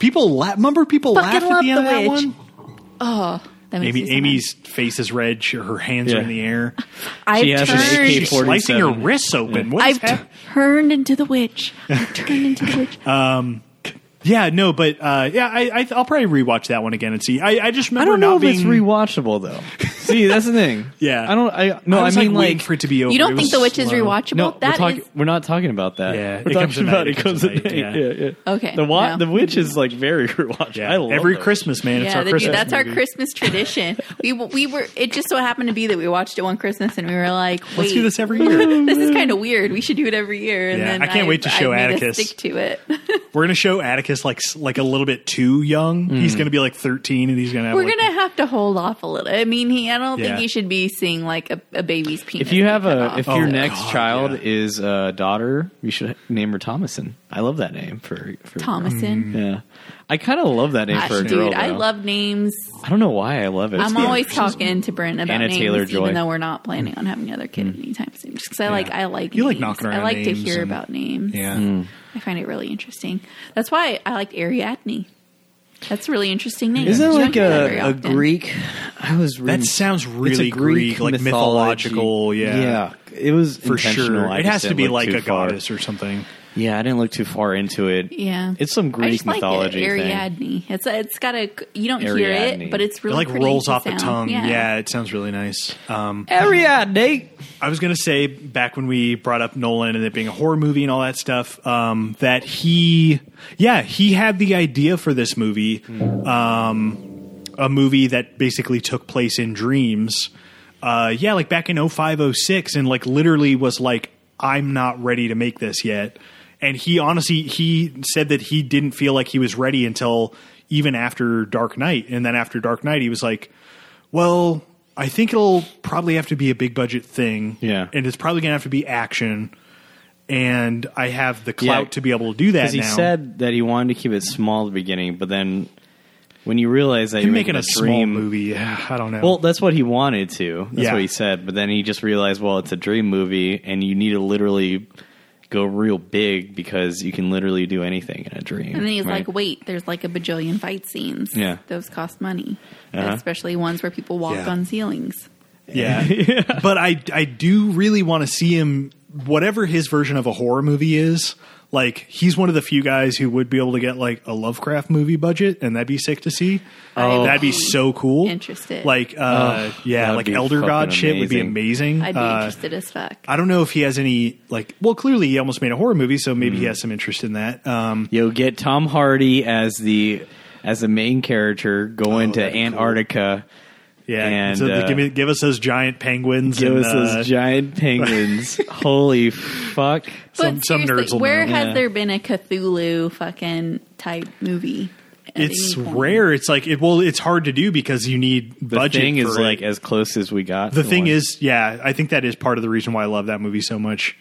People la- remember people
Fucking
laughed at
love
the end of
The
that
Witch.
one.
That makes me
Amy
so mad.
Amy's face is red. She, her hands are
Yeah.
in the air.
She
I've
has an
turned.
AK-47.
She's slicing her wrists open. What is
I've
happening?
turned into the witch. I've turned into the witch.
yeah, no, but uh, yeah, I, I I'll probably rewatch that one again and see. I, I just
I
remember
don't know
not
if
being.
it's rewatchable though. See, that's the thing.
Yeah.
I don't. I no. I,
was,
mean,
waiting
like,
for it to be over.
you
It
don't think
was
the witch is
slow.
rewatchable?
no,
That
we're, talking,
is-
we're not talking about that.
Yeah,
we're
It Comes
talking
at Night,
about it comes at night. Yeah. yeah,
Okay,
The wa-
well.
the witch is like very rewatchable.
Yeah,
I love
every
that.
Christmas, man, it's
yeah,
our
the-
Christmas.
that's our
movie.
Christmas tradition. we we were. It just so happened to be that we watched it one Christmas, and we were like, Wait,
Let's do this every year.
this is kind of weird. We should do it every year. And
Yeah,
then
I can't wait to
I've-
show
I've made us
Atticus.
Stick to it.
We're gonna show Atticus like s- like a little bit too young.
Mm.
He's gonna be like thirteen, and he's gonna have
We're
like,
gonna have to hold off a little. I mean, he. I don't
Yeah.
think you should be seeing like a, a baby's penis.
If you have
cut
a,
off.
if your
Oh,
next
God,
child
yeah.
is a daughter, you should name her Thomason. I love that name for for
Mm,
Thomason,
Yeah, I kind of love that name
Gosh,
for a
Uh, dude,
girl.
I
though.
love names.
I don't know why I love it.
I'm
It's good.
always talking to Brent about
Anna
names,
Taylor-Joy.
even though we're not planning on having another kid anytime soon. Just because I like, I like,
Mm. You like
names.
knocking around
I like to
names
hear
and-
about names.
Yeah.
Mm.
I find it really interesting. That's why I liked Ariadne. That's a really interesting name.
Isn't it
You don't
like
hear that very
a, a
often.
Greek? I was reading,
That sounds
it's a
really Greek, like
mythology.
mythological, yeah.
yeah. It was
for
intentional.
sure.
I
It
just
has to
didn't
be
look
like
too
a
far.
goddess or something.
Yeah, I didn't look too far into it.
Yeah,
it's some
I
Greek
just like it.
mythology thing.
Ariadne. It's it's got a you don't hear
Ariadne.
it, but it's
It
really
like
pretty
rolls
to
off
sound.
the tongue. Yeah. it sounds really nice. Um,
Ariadne.
I was gonna say back when we brought up Nolan and it being a horror movie and all that stuff, um, that he, yeah, he had the idea for this movie, um, a movie that basically took place in dreams. Uh, yeah, like oh back in 05, 06, and like literally was like, I'm not ready to make this yet. and he honestly he said that he didn't feel like he was ready until even after Dark Knight, and then after Dark Knight, he was like, "Well, I think it'll probably have to be a big budget thing,
Yeah.
and it's probably gonna have to be action." And I have the clout
Yeah.
to be able to do
Because
that.
he
now.
said that he wanted to keep it small at the beginning, but then when you realize that
Him
you're
making a small
dream
movie. I don't know.
Well, that's what he wanted to. That's
Yeah.
what he said. But then he just realized, well, it's a dream movie, and you need to literally go real big because you can literally do anything in a dream.
And then he's
right?
like, wait, there's like a bajillion fight scenes.
Yeah.
Those cost money,
Uh-huh.
especially ones where people walk
Yeah.
on ceilings.
yeah. But I I do really want to see him whatever his version of a horror movie is. Like he's one of the few guys who would be able to get like a Lovecraft movie budget, and that'd be sick to see.
Oh.
that'd be so cool.
Interested.
Like, uh, yeah,
that'd
like
be
Elder
fucking
God shit would be
amazing.
amazing.
I'd be
Uh,
interested as fuck.
I don't know if he has any like. Well, clearly he almost made a horror movie, so
Mm.
maybe he has some interest in that. Um,
Yo, get Tom Hardy as the as the main character going to
that'd be Oh, cool.
Antarctica.
yeah,
And,
so
uh,
give, me, give us those giant penguins.
Give
and,
us
uh,
those giant penguins. Holy fuck.
some- some
seriously,
nerds will
where
know.
has
Yeah.
there been a Cthulhu fucking type movie? at
it's
any point?
rare. It's like it, well, it's hard to do because you need
The
budget.
thing is
for it.
like as close as we got.
the thing
one.
is, yeah, I think that is part of the reason why I love that movie so much.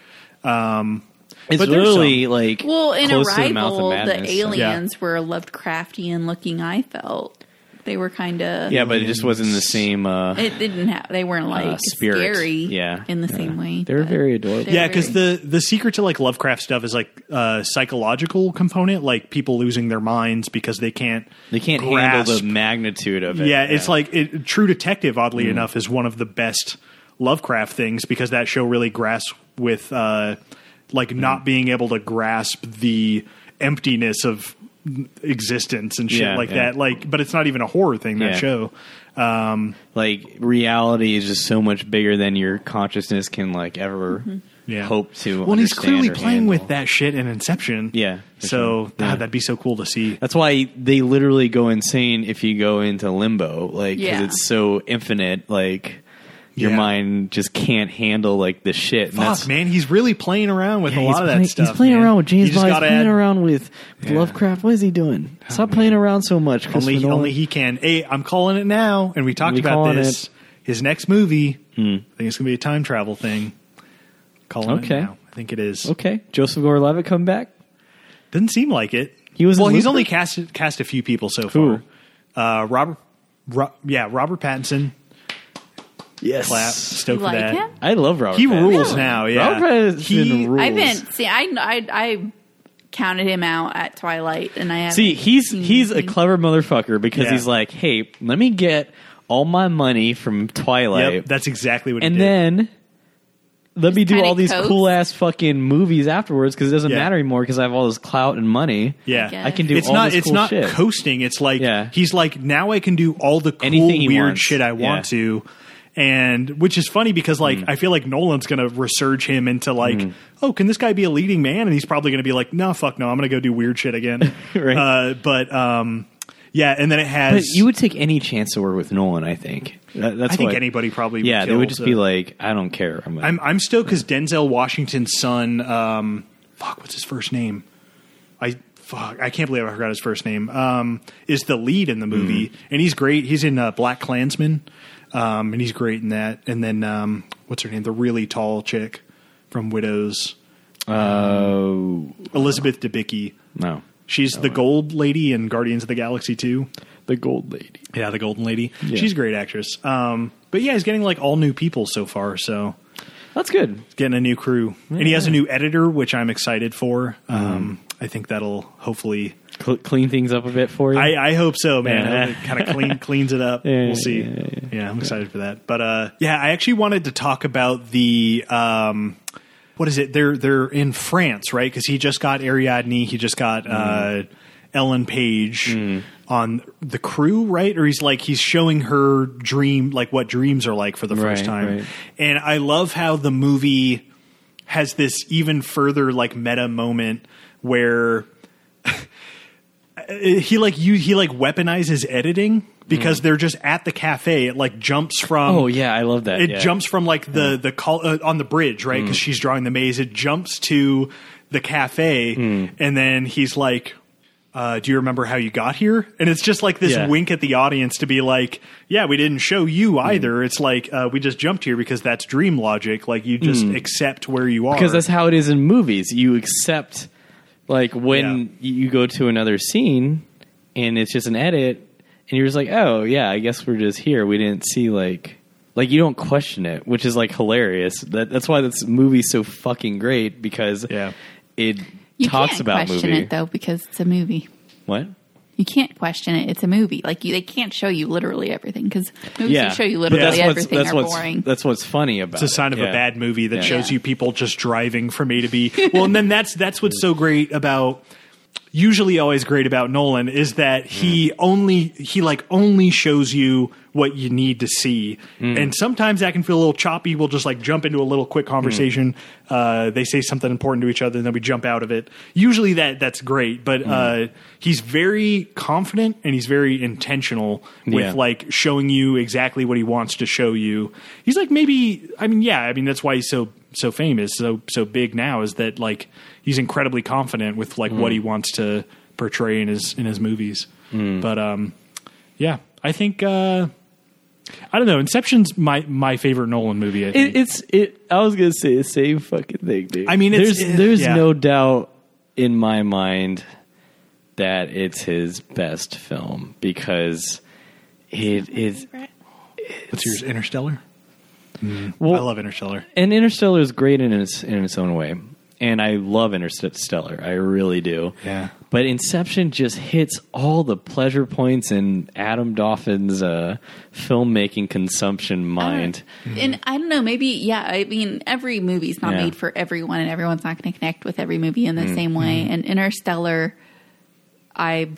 Um,
it's
but there's
literally like
Well, in
close to the mouth
Arrival,
of
the,
madness.
aliens were Lovecraftian looking. I felt they were kind of
Yeah, but it just wasn't the same. Uh,
It didn't have. They weren't like
Uh, spirit.
scary.
Yeah.
in the
Yeah.
same way.
They were
but
very adorable.
they
yeah,
were
because
very-
the the secret to like Lovecraft stuff is like uh, psychological component, like people losing their minds because they can't
They can't handle the
grasp-
magnitude of it.
Yeah, it's like it, True Detective.
Mm-hmm.
Oddly enough, is one of the best Lovecraft things because that show really grasps with uh, like
Mm-hmm.
not being able to grasp the emptiness of existence and shit
Yeah,
like
yeah.
that. Like, but it's not even a horror thing. That
Yeah.
show.
like reality is just so much bigger than your consciousness can like ever
Mm-hmm.
hope to.
Well, and he's
understand
clearly
or
playing with
handle.
that shit in Inception.
Yeah, for
So
sure.
God,
Yeah.
that'd be so cool to see.
That's why they literally go insane if you go into limbo, like because
Yeah.
it's so infinite. Like your
Yeah.
mind just can't handle like the shit. and
Fuck,
that's-
man, he's really playing around with
Yeah,
a
he's
lot of
playing-
that stuff.
He's playing
man.
around with James
You just
Bond. He's
gotta
playing
add-
around with with
Yeah. Oh,
Lovecraft. What is he doing? Stop playing around so much. Christopher
Only,
Nolan.
only he can. Hey, I'm calling it now. And we talked
We
about
calling
this.
it. Hmm.
His next movie, I think it's going to be a time travel thing. Calling
Okay.
it now. I think it is.
Okay, Joseph Gordon-Levitt come back.
Doesn't seem like it.
He was
well.
in
He's
Looper?
only cast cast a few people so
Who?
far. Uh, Robert, Ro- yeah, Robert Pattinson.
Yes,
Clap, stoked
You like
for that.
him?
I love Robert.
He
Pattinson.
rules now, yeah.
Robert Pattinson
He-
rules.
I've been see. I, I I counted him out at Twilight, and I haven't
See, he's
seen
he's a
anything.
clever motherfucker because
Yeah.
he's like, hey, let me get all my money from Twilight,
Yep, that's exactly what. he
and
did.
then let me do
kinda
all these
coasts.
cool ass fucking movies afterwards because it doesn't
Yeah.
matter anymore because I have all this clout and money.
Yeah,
guess.
I can do
it's
all
not
this
it's
cool
not
shit.
coasting. It's like
Yeah.
he's like now I can do all the cool
Anything he
weird
wants.
shit I want
Yeah. Mm.
to, and which is funny because like I feel like Nolan's gonna resurge him into like oh can this guy be a leading man and he's probably gonna be like no fuck no I'm gonna go do weird shit again,
Right.
Uh, but um yeah, and then it has
but you would take any chance over with Nolan, I think. That- that's
I think
what-
anybody probably would
Yeah, they
kill
would just
to-
be like, I don't care. I'm,
I'm I'm stoked because Denzel Washington's son um fuck what's his first name I fuck I can't believe I forgot his first name um is the lead in the movie and he's great he's in uh, Black Klansman um and he's great in that and then um what's her name the really tall chick from Widows
oh
Elizabeth Debicki
no,
she's the gold lady in Guardians of the Galaxy too.
the gold lady.
yeah the golden lady
Yeah.
she's a great actress um but yeah he's getting like all new people so far so
That's good.
getting a new crew, and he has a new editor, which I'm excited for. Um,
Mm-hmm.
I think that'll hopefully.
Cl- clean things up a bit for you.
I, I hope so, man.
Yeah.
I hope it kind of clean cleans it up.
Yeah,
we'll see.
yeah,
Yeah,
yeah,
I'm excited for that. But uh, yeah, I actually wanted to talk about the um, what is it? They're they're in France, right? Because he just got Ariadne. He just got uh,
Mm-hmm.
Ellen Page. On the crew, right? Or he's like he's showing her dream, like what dreams are like for the first
Right,
time.
right.
And I love how the movie has this even further like meta moment where he like you he like weaponizes editing because they're just at the cafe. It like jumps from
Mm. oh yeah, I love that.
it
yeah. Mm.
jumps from like the the call uh, on the bridge right because she's drawing the maze. It jumps to the cafe,
Mm.
and then he's like, uh, "Do you remember how you got here?" And it's just like this
Yeah. Mm.
wink at the audience to be like, "Yeah, we didn't show you either. It's like uh, we just jumped here because that's dream logic. Like you just accept where you are."
Mm. because that's how it is in movies. You accept like when you go to another scene and it's just an edit, and you're just like, oh yeah, I guess we're just here. We didn't see like like you don't question it, which is like hilarious. That that's why this movie's so fucking great because
Yeah.
it
You
talks
can't
about
question
movie.
it though because it's a movie.
What?
You can't question it. It's a movie. Like you, they can't show you literally everything because movies
Yeah,
that show you
But
literally
that's
everything
What's, that's
are
what's
boring.
that's what's funny about
It's a sign of a bad movie that
Yeah.
shows
Yeah.
you people just driving from A to B. Well, and then that's that's what's so great about usually always great about Nolan is that he
Mm.
only he like only shows you what you need to see.
Mm.
And sometimes that can feel a little choppy. We'll just like jump into a little quick conversation.
Mm.
Uh, they say something important to each other and then we jump out of it. Usually that that's great,
Mm.
but uh, he's very confident and he's very intentional with
Yeah.
like like showing you exactly what he wants to show you. He's like maybe I mean yeah, I mean that's why he's so so famous, so so big now is that like he's incredibly confident with like what he
Mm.
wants to portray in his in his movies. But um yeah, I think uh I don't know, Inception's my my favorite Nolan movie. I think.
It, it's it. I was gonna say the same fucking thing, dude.
I mean, it's-
there's
eh,
there's
yeah.
no doubt in my mind that it's his best film because it is.
What's yours Interstellar?
Well,
Oh.
I love Interstellar.
and Interstellar is great in its in its own way, and I love Interstellar. I really do.
Yeah.
But Inception just hits all the pleasure points in Adam Doffin's uh, filmmaking consumption mind.
And I don't know, maybe yeah. I mean, every movie's not
Yeah. Mm-hmm.
made for everyone, and everyone's not going to connect with every movie in the same way. And Interstellar, I,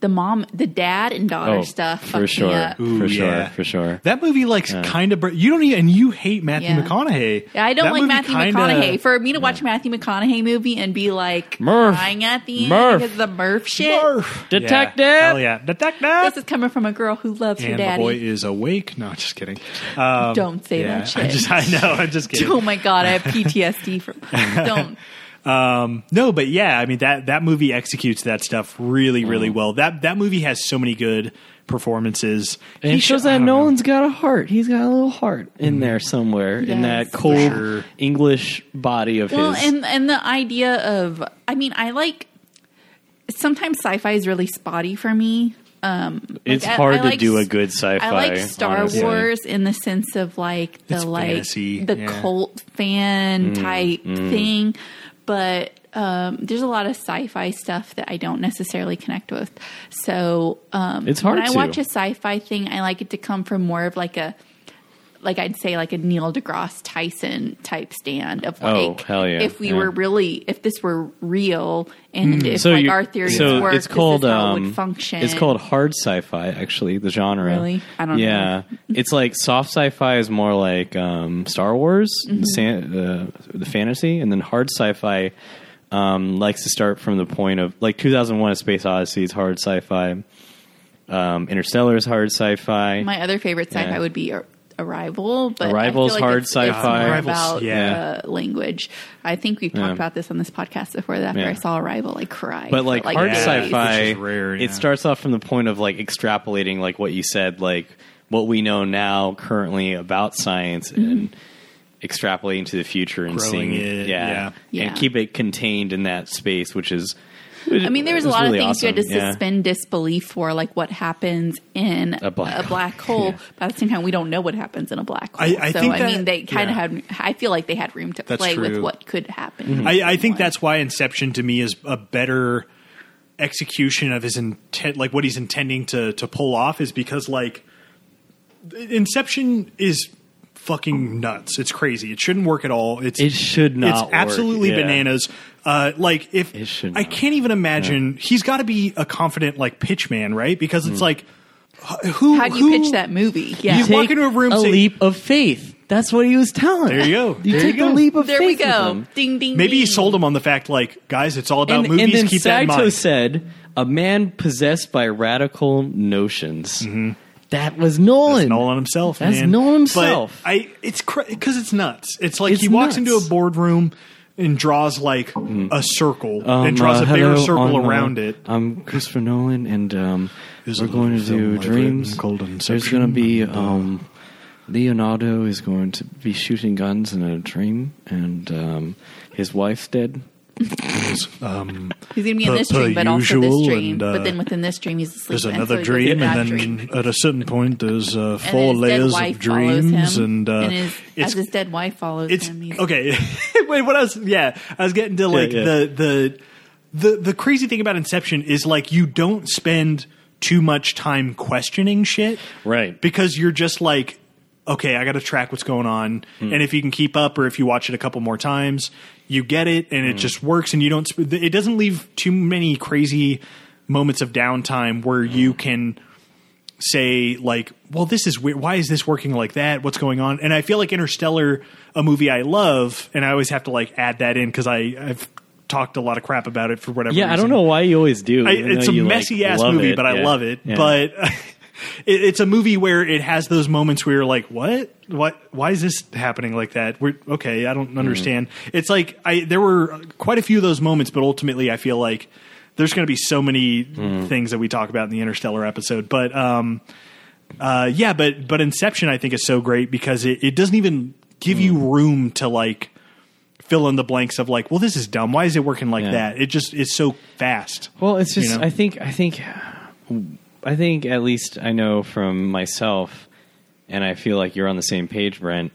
the mom, the dad and daughter
Oh,
stuff, fucked
for
me
sure,
up.
for
Ooh,
sure,
yeah.
for sure.
That movie like kind of you don't even and you hate Matthew
Yeah.
McConaughey.
Yeah, I don't
That
like
movie
Matthew
kinda-
McConaughey. For me to watch a Matthew McConaughey movie and be like
Murph.
crying at the end
Murph.
because of the Murph shit.
Murph.
Detective!
Yeah. Hell yeah, detective.
This is coming from a girl who loves her
and the
daddy.
boy is awake. No, just kidding.
don't say
Yeah,
that
I
shit.
just I know. I'm just kidding.
oh my god, I have PTSD from. Don't.
No, but yeah, I mean that that movie executes that stuff really, really well. That that movie has so many good performances.
And it
sh-
shows
I
that
don't know.
Nolan's got a heart. He's got a little heart in there somewhere in
does.
that cold
Sure.
English body of
Well,
his.
and and the idea of I mean, I like sometimes sci-fi is really spotty for me. Um,
it's
like, I-
hard
I
to
like
do a
s-
good sci-fi.
I like Star
honestly.
Wars in the sense of like the
It's
like
fantasy,
the
yeah.
cult fan
Mm,
type thing, but um, there's a lot of sci-fi stuff that I don't necessarily connect with. So um,
It's hard
when I
to.
watch a sci-fi thing, I like it to come from more of like a like I'd say like a Neil deGrasse Tyson type stand of like
Oh, hell yeah.
if we
Yeah. Hmm.
were really if this were real and if
So
like
you-
our theories
so
worked,
it's called
this is how it
um,
would function.
It's called hard sci-fi. Actually, the genre.
Really? I don't
Yeah, it's like soft sci-fi is more like um, Star Wars,
Mm-hmm.
the san- uh, the fantasy, and then hard sci-fi um, likes to start from the point of like 2001: A Space Odyssey is hard sci-fi. Um, Interstellar is hard sci-fi.
My other favorite sci-fi
Yeah.
would be Ar- Arrival, but I
Arrival's
feel like
hard
it's, it's
sci-fi.
more
Arrival's-
about
yeah.
uh, language. I think we've talked
Yeah.
about this on this podcast before. That after
Yeah.
I saw Arrival, I cried.
but
for,
like, hard
yeah,
days.
sci-fi
which is rare, yeah.
it starts off from the point of like extrapolating like what you said like what we know now currently about science and extrapolating to the future and
Growing
seeing
it,
yeah,
yeah. Yeah.
and keep it contained in that space which is
I mean, there was a
it's
lot
really
of things you had
awesome,
to
yeah.
suspend disbelief for, like what happens in
A
a
black
black,
hole.
hole.
Yeah.
But at the same time, we don't know what happens in a black hole.
I- I
so
think
I
that-
mean, they kind of
yeah.
had. I feel like they had room to
That's
play with
true.
what could happen.
Mm-hmm.
I, I think that's why Inception to me is a better execution of his intent, like what he's intending to to pull off, is because like Inception is fucking nuts. It's crazy. It shouldn't work at all. It's
It should not
It's
work,
absolutely
yeah.
bananas. Uh, like if
It should
I
not.
can't even imagine, he's got to be a confident like pitch man, right? Because
Hmm.
it's like h- who
How do you
who-
pitch that movie? Yeah,
You walk into a room, say-
leap of faith that's what he was telling
There you go.
you
There
take
you
a
go.
leap of
there we
faith with
go.
him.
Ding ding.
Maybe he
ding.
sold him on the fact, like, guys, it's all about
and,
movies.
and then
Keep that in
Saito
mind.
said, "A man possessed by radical notions." That was Nolan.
That's Nolan himself.
That's
man.
Nolan himself.
But I it's because it's nuts. It's like
It's
he
nuts.
walks into a boardroom.
and draws like
Mm-hmm.
a circle
Um,
and draws
uh,
a bigger
hello,
circle
I'm, uh,
around it.
I'm Christopher Nolan, and um,
There's
we're
a
going to
little film
do
I've
dreams.
written called
There's
Inception,
going to be
and, uh,
um, Leonardo is going to be shooting guns in a dream, and um, his wife's dead.
Um,
He's going to be in
Per-
this dream,
per
but also
usual,
this dream.
and, uh,
but then within this dream, he's asleep.
there's
and
another
so he goes to
dream,
that
and then
dream.
at a certain point, there's uh,
And then his
four
dead
layers of
wife follows
dreams,
him,
and, uh,
his,
it's
as his dead wife follows
it's
him. he's-
okay. Wait, what else? Yeah, I was getting to like
yeah.
the the the the crazy thing about Inception is like you don't spend too much time questioning shit,
Right.
Because you're just like, okay, I got to track what's going on,
Hmm.
and if you can keep up, or if you watch it a couple more times, you get it, and
Hmm.
it just works, and you don't. Sp- it doesn't leave too many crazy moments of downtime where
Hmm.
you can say like, well, this is weird. Why is this working like that? What's going on? And I feel like Interstellar, a movie I love, and I always have to like add that in because I I've talked a lot of crap about it for whatever.
Yeah, I
reason.
don't know why you always do.
I,
even
it's
though
a
you, like,
messy ass
love
movie,
it.
but I
Yeah.
love it.
Yeah.
But it, it's a movie where it has those moments where you're like, what? What? Why is this happening like that? We're, okay, I
Mm-hmm.
don't understand. It's like I there were quite a few of those moments, but ultimately I feel like there's going to be so many
Mm.
things that we talk about in the Interstellar episode. But um, uh, yeah, but but Inception I think is so great because it, it doesn't even give you
Mm.
room to like fill in the blanks of like, well, this is dumb. Why is it working like
Yeah.
that? It just is so fast.
Well, it's
you
just
know?
I think I think I think at least I know from myself, and I feel like you're on the same page, Brent.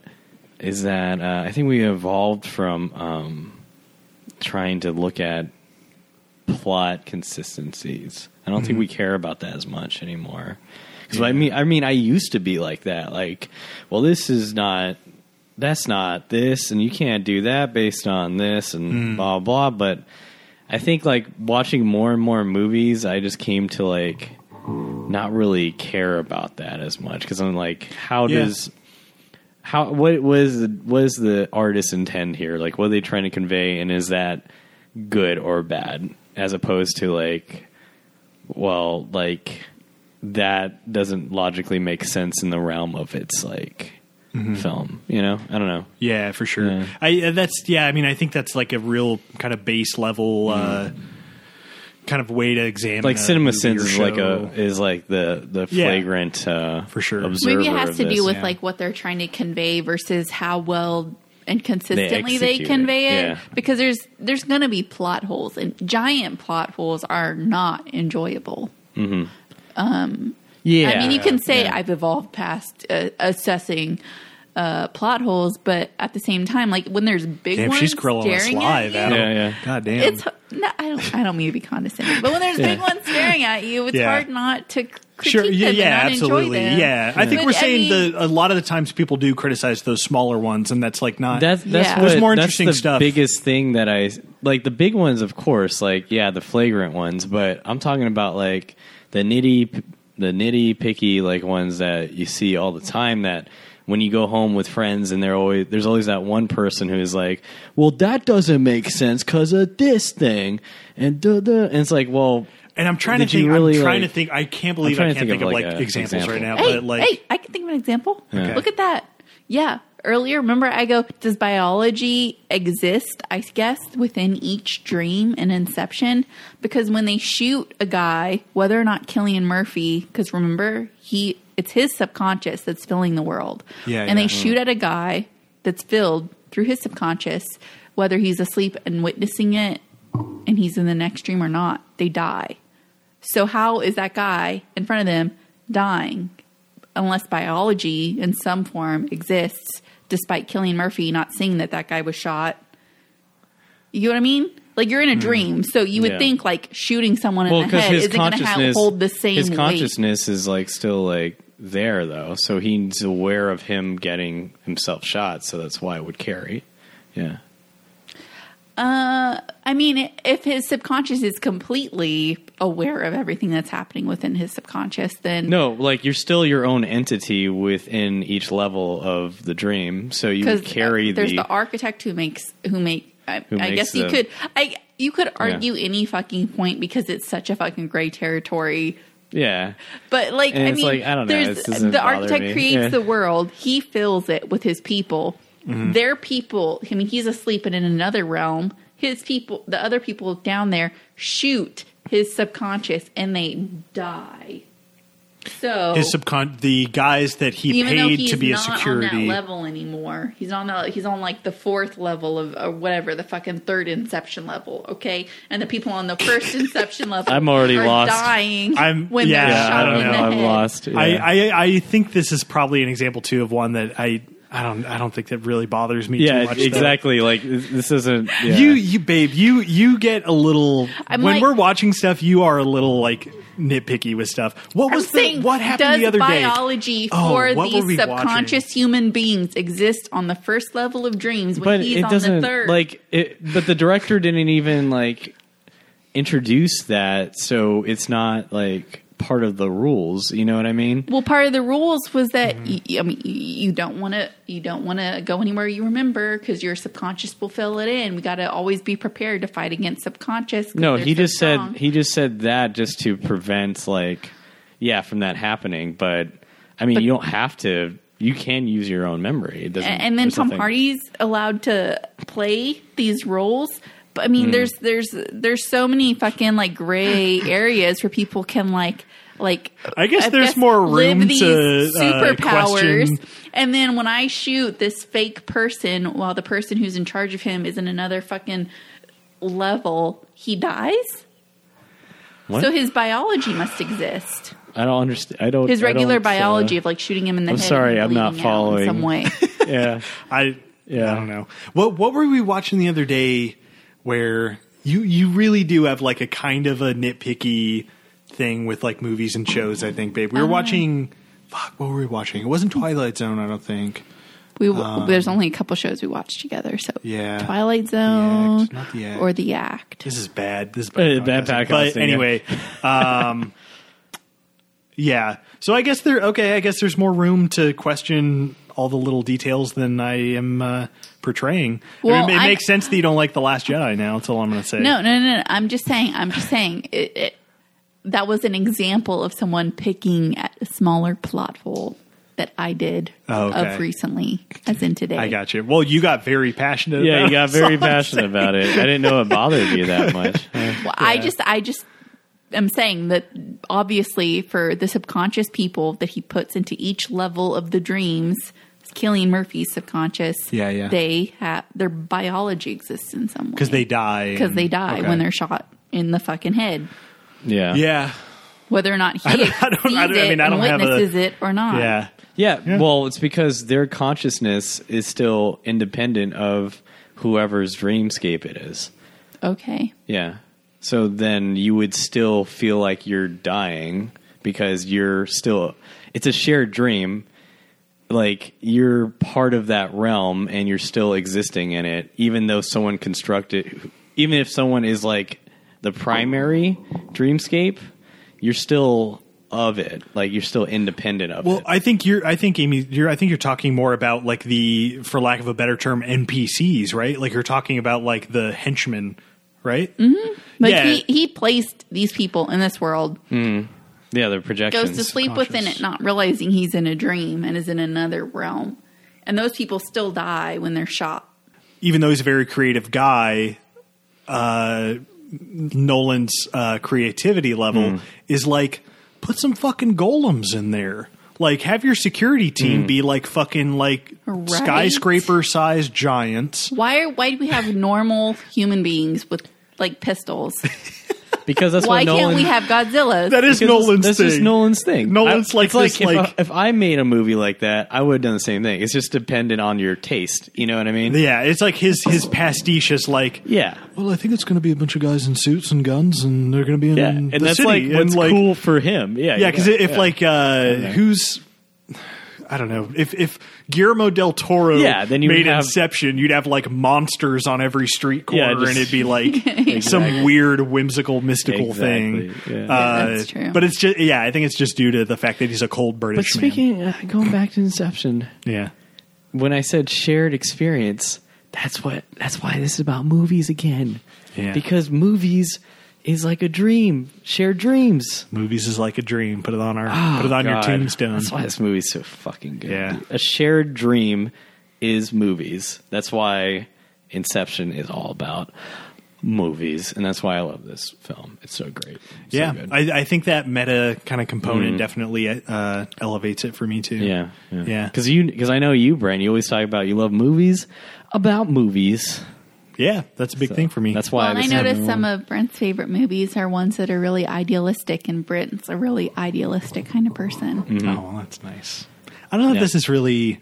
Is that uh, I think we evolved from um, trying to look at plot consistencies. I don't think we
Mm-hmm.
care about that as much anymore. Because I mean, I mean, I used to be like that. Like, well, this is not, that's not this, and you can't do that based on this, and blah blah. But I think like watching more and more movies, I just came to like not really care about that as much because I'm like, how
Yeah.
does how what was the, what is the artist intend here? Like, what are they trying to convey, and is that good or bad? As opposed to like, well, like that doesn't logically make sense in the realm of its like Hmm. film. You know, I don't know.
Yeah, for sure.
Yeah.
I uh, that's yeah. I mean, I think that's like a real kind of base level uh, kind of way to examine
Like
a
cinema
movie
sins
or
is like
show.
a is like the the
Yeah.
flagrant uh,
For sure.
observer.
Maybe it has
of
to
this.
do with
yeah.
like what they're trying to convey versus how well and consistently they,
execute it,
convey it.
yeah.
Because there's there's going to be plot holes, and giant plot holes are not enjoyable.
Mm-hmm. yeah.
I mean, you can say
Yeah.
I've evolved past uh, assessing uh, plot holes, but at the same time, like when there's big
Damn,
ones
she's grilling us
staring
live.
at you,
Adam.
Yeah, yeah.
God damn.
it's no, I don't I don't mean to be condescending, but when there's big ones staring at you, it's
Yeah.
hard not to critique
sure. Yeah,
them
yeah,
and not
absolutely.
enjoy them.
Yeah, I think
But,
we're saying
mean,
that a lot of the times people do criticize those smaller ones, and that's like not
That's that's
Yeah.
what,
There's
more
that's
interesting
the
stuff.
Biggest thing that I like the big ones, of course, like yeah, the flagrant ones. But I'm talking about like the nitty the nitty picky like ones that you see all the time. That when you go home with friends and they're always there's always that one person who's like, well, that doesn't make sense because of this thing, and duh, duh. and it's like, well,
And I'm trying
Did
to
you
think.
really,
I'm trying
like-
to think. I can't
I'm
believe
trying
I
to
can't
think
think
of,
of
like,
like
a
examples
example.
right now,
hey,
but like
hey, I can think of an example.
Yeah.
Look at that. Yeah. Earlier, remember I go, does biology exist, I guess, within each dream in Inception? Because when they shoot a guy, whether or not Killian Murphy, because remember, he it's his subconscious that's filling the world.
Yeah,
And
yeah.
they shoot at a guy that's filled through his subconscious, whether he's asleep and witnessing it and he's in the next dream or not, they die. So how is that guy in front of them dying unless biology in some form exists despite Killian Murphy not seeing that that guy was shot? You know what I mean? Like you're in a dream, so you would
Hmm. Yeah.
think like shooting someone
well,
in the
because
head
his
isn't going to
consciousness
hold the same
his
weight.
consciousness is like still like there though, so he's aware of him getting himself shot, so that's why it would carry. Yeah.
I mean, if his subconscious is completely aware of everything that's happening within his subconscious, then
No, like you're still your own entity within each level of the dream, so you would carry
uh, there's
the,
the architect who makes who make I,
Who
I
makes
guess you
the-
could I you could argue any fucking point because it's such a fucking gray territory.
yeah.
But like
And
I
it's
mean
like, I don't know,
there's
this doesn't
the
bother
architect
me.
creates
Yeah.
the world, he fills it with his people.
Mm-hmm.
Their people, I mean, he's asleep and in another realm. His people, the other people down there, shoot his subconscious and they die. So
His subcon the guys that he
even though
paid
he's
to be a
not on
security.
that level anymore. He's on the, he's on like the fourth level of or whatever the fucking third inception level. Okay, and the people on the first inception level,
I'm already
are
lost.
Dying.
I'm-
when
yeah,
they're
yeah,
shot
I don't
in
know.
The
I'm
head.
lost. Yeah.
I, I I think this is probably an example too of one that I I don't I don't think that really bothers me
yeah,
too much. though.
exactly. Like this this isn't. Yeah.
You you babe, you you get a little
I'm
when
like-
we're watching stuff, you are a little like nitpicky with stuff. What
I'm
was the
saying,
what happened
does
the other day?
biology
Oh,
for
what were we
these subconscious human beings exist on the first level of dreams when
but
he's
it
on
doesn't
the third?
like it. But the director didn't even like introduce that, so it's not like part of the rules. You know what I mean?
Well, part of the rules was that y- I mean you, you don't want to you don't want to go anywhere you remember because your subconscious will fill it in. We got to always be prepared to fight against subconscious. 'cause
No,
they're
he
so
just
strong.
said he just said that just to prevent like yeah from that happening. But I mean, you don't have to. You can use your own memory. It doesn't.
A- and then
there's
Tom
nothing-
Hardy's allowed to play these roles. But I
Hmm.
mean, there's there's there's so many fucking like gray areas where people can like like.
I guess there's more
live
room
these
to, uh,
superpowers.
question-
and then when I shoot this fake person, while the person who's in charge of him is in another fucking level, he dies.
What?
So his biology must exist.
I don't understand. I don't.
His
I
regular
don't, uh,
biology of like shooting him in the
I'm
head. and
sorry, I'm not
bleeding out in Some
following.
way.
yeah.
I
Yeah.
I don't know. What what were we watching the other day where you you really do have like a kind of a nitpicky thing with like movies and shows, I think, babe. We
Uh-huh.
were watching fuck, what were we watching? It wasn't Twilight Zone, I don't think.
We there's only a couple shows we watched together. So
Um, Yeah.
Twilight Zone
Act, not The Act.
or The Act.
This is bad. This is
Uh, bad podcasting,
But
yeah.
anyway, um, yeah. So I guess there. Okay, I guess there's more room to question all the little details than I am uh, portraying. I mean,
Well,
it
I-
makes sense that you don't like the Last Jedi now. That's all I'm going to say.
No, no, no, no. I'm just saying. I'm just saying. It, it, that was an example of someone picking at a smaller plot hole that I did
Oh, okay.
of recently, as in today.
I got you. Well, you got very passionate.
Yeah,
about
you got
it, so
very
I'm
passionate
saying.
about it. I didn't know it bothered you that much.
Well, I just, I just am saying that obviously for the subconscious people that he puts into each level of the dreams, Killian Murphy's subconscious.
Yeah, yeah.
They have their biology exists in some way
because they die.
because
and-
they die
Mm, okay.
when they're shot in the fucking head,
Yeah.
Yeah,
whether or not he
don't- I don't-
sees
I don't- I
it
mean, I
and
don't have a-
witnesses it or not.
yeah.
Yeah, well, it's because their consciousness is still independent of whoever's dreamscape it is.
Okay.
Yeah. So then you would still feel like you're dying because you're still it's a shared dream. Like you're part of that realm and you're still existing in it even though someone constructed even if someone is like the primary dreamscape, you're still of it. Like you're still independent of
Well,
it.
I think you're. I think Amy, you're. I think you're talking more about like the, for lack of a better term, NPCs, right? Like you're talking about like the henchmen, right? Mm-hmm.
Like
yeah, Hmm.
he, he placed these people in this world,
Yeah, the projections.
goes to sleep within
Subconscious.
it, not realizing he's in a dream and is in another realm. And those people still die when they're shot.
even though he's a very creative guy, uh, Nolan's uh, creativity level
Hmm.
is like put some fucking golems in there. Like have your security team
Hmm.
be like fucking like
Right.
skyscraper sized giants.
Why are why do we have normal human beings with like pistols?
because that's
Why
what Nolan
can't we have Godzillas?
That is
Because
Nolan's
that's
thing.
just Nolan's thing.
Nolan's
I-
like
it's like,
this,
if,
like-
I, if I made a movie like that, I would have done the same thing. It's just dependent on your taste. You know what I mean?
Yeah, it's like his his pastiche is like
yeah.
Well, I think it's going to be a bunch of guys in suits and guns, and they're going to be in
Yeah, and
Mm, the
that's
city,
like what's
and, like,
cool for him. Yeah,
Yeah, because
yeah,
if
yeah.
like uh, who's I don't know if if Guillermo del Toro
Yeah, then you would
made
have-
Inception, you'd have like monsters on every street corner,
Yeah, just-
and it'd be like some weird whimsical mystical
Exactly,
thing. Uh,
yeah.
Yeah, that's true.
But it's just yeah, I think it's just due to the fact that he's a cold
But
British
speaking, uh, going back to Inception,
man. Yeah.
when I said shared experience, that's what. That's why this is about movies again.
Yeah.
Because movies is like a dream, shared dreams.
Movies is like a dream. Put it on our put it
Oh,
on
God.
your tombstone.
That's why this movie's so fucking good.
Yeah.
dude. A shared dream is movies. That's why Inception is all about movies, and that's why I love this film. It's so great. It's so
yeah,
good. Mm.
I, I think that meta kind of component definitely uh, elevates it for me too.
yeah,
yeah,
Because you, because I know you, Brent. You always talk about you love movies about movies.
yeah. That's a big thing for me.
That's
Well,
why
and I
this
noticed
happened.
some of Brent's favorite movies are ones that are really idealistic, and Brent's a really idealistic kind of person.
Oh, well, that's nice. I don't know
Mm. Yeah.
if this is really.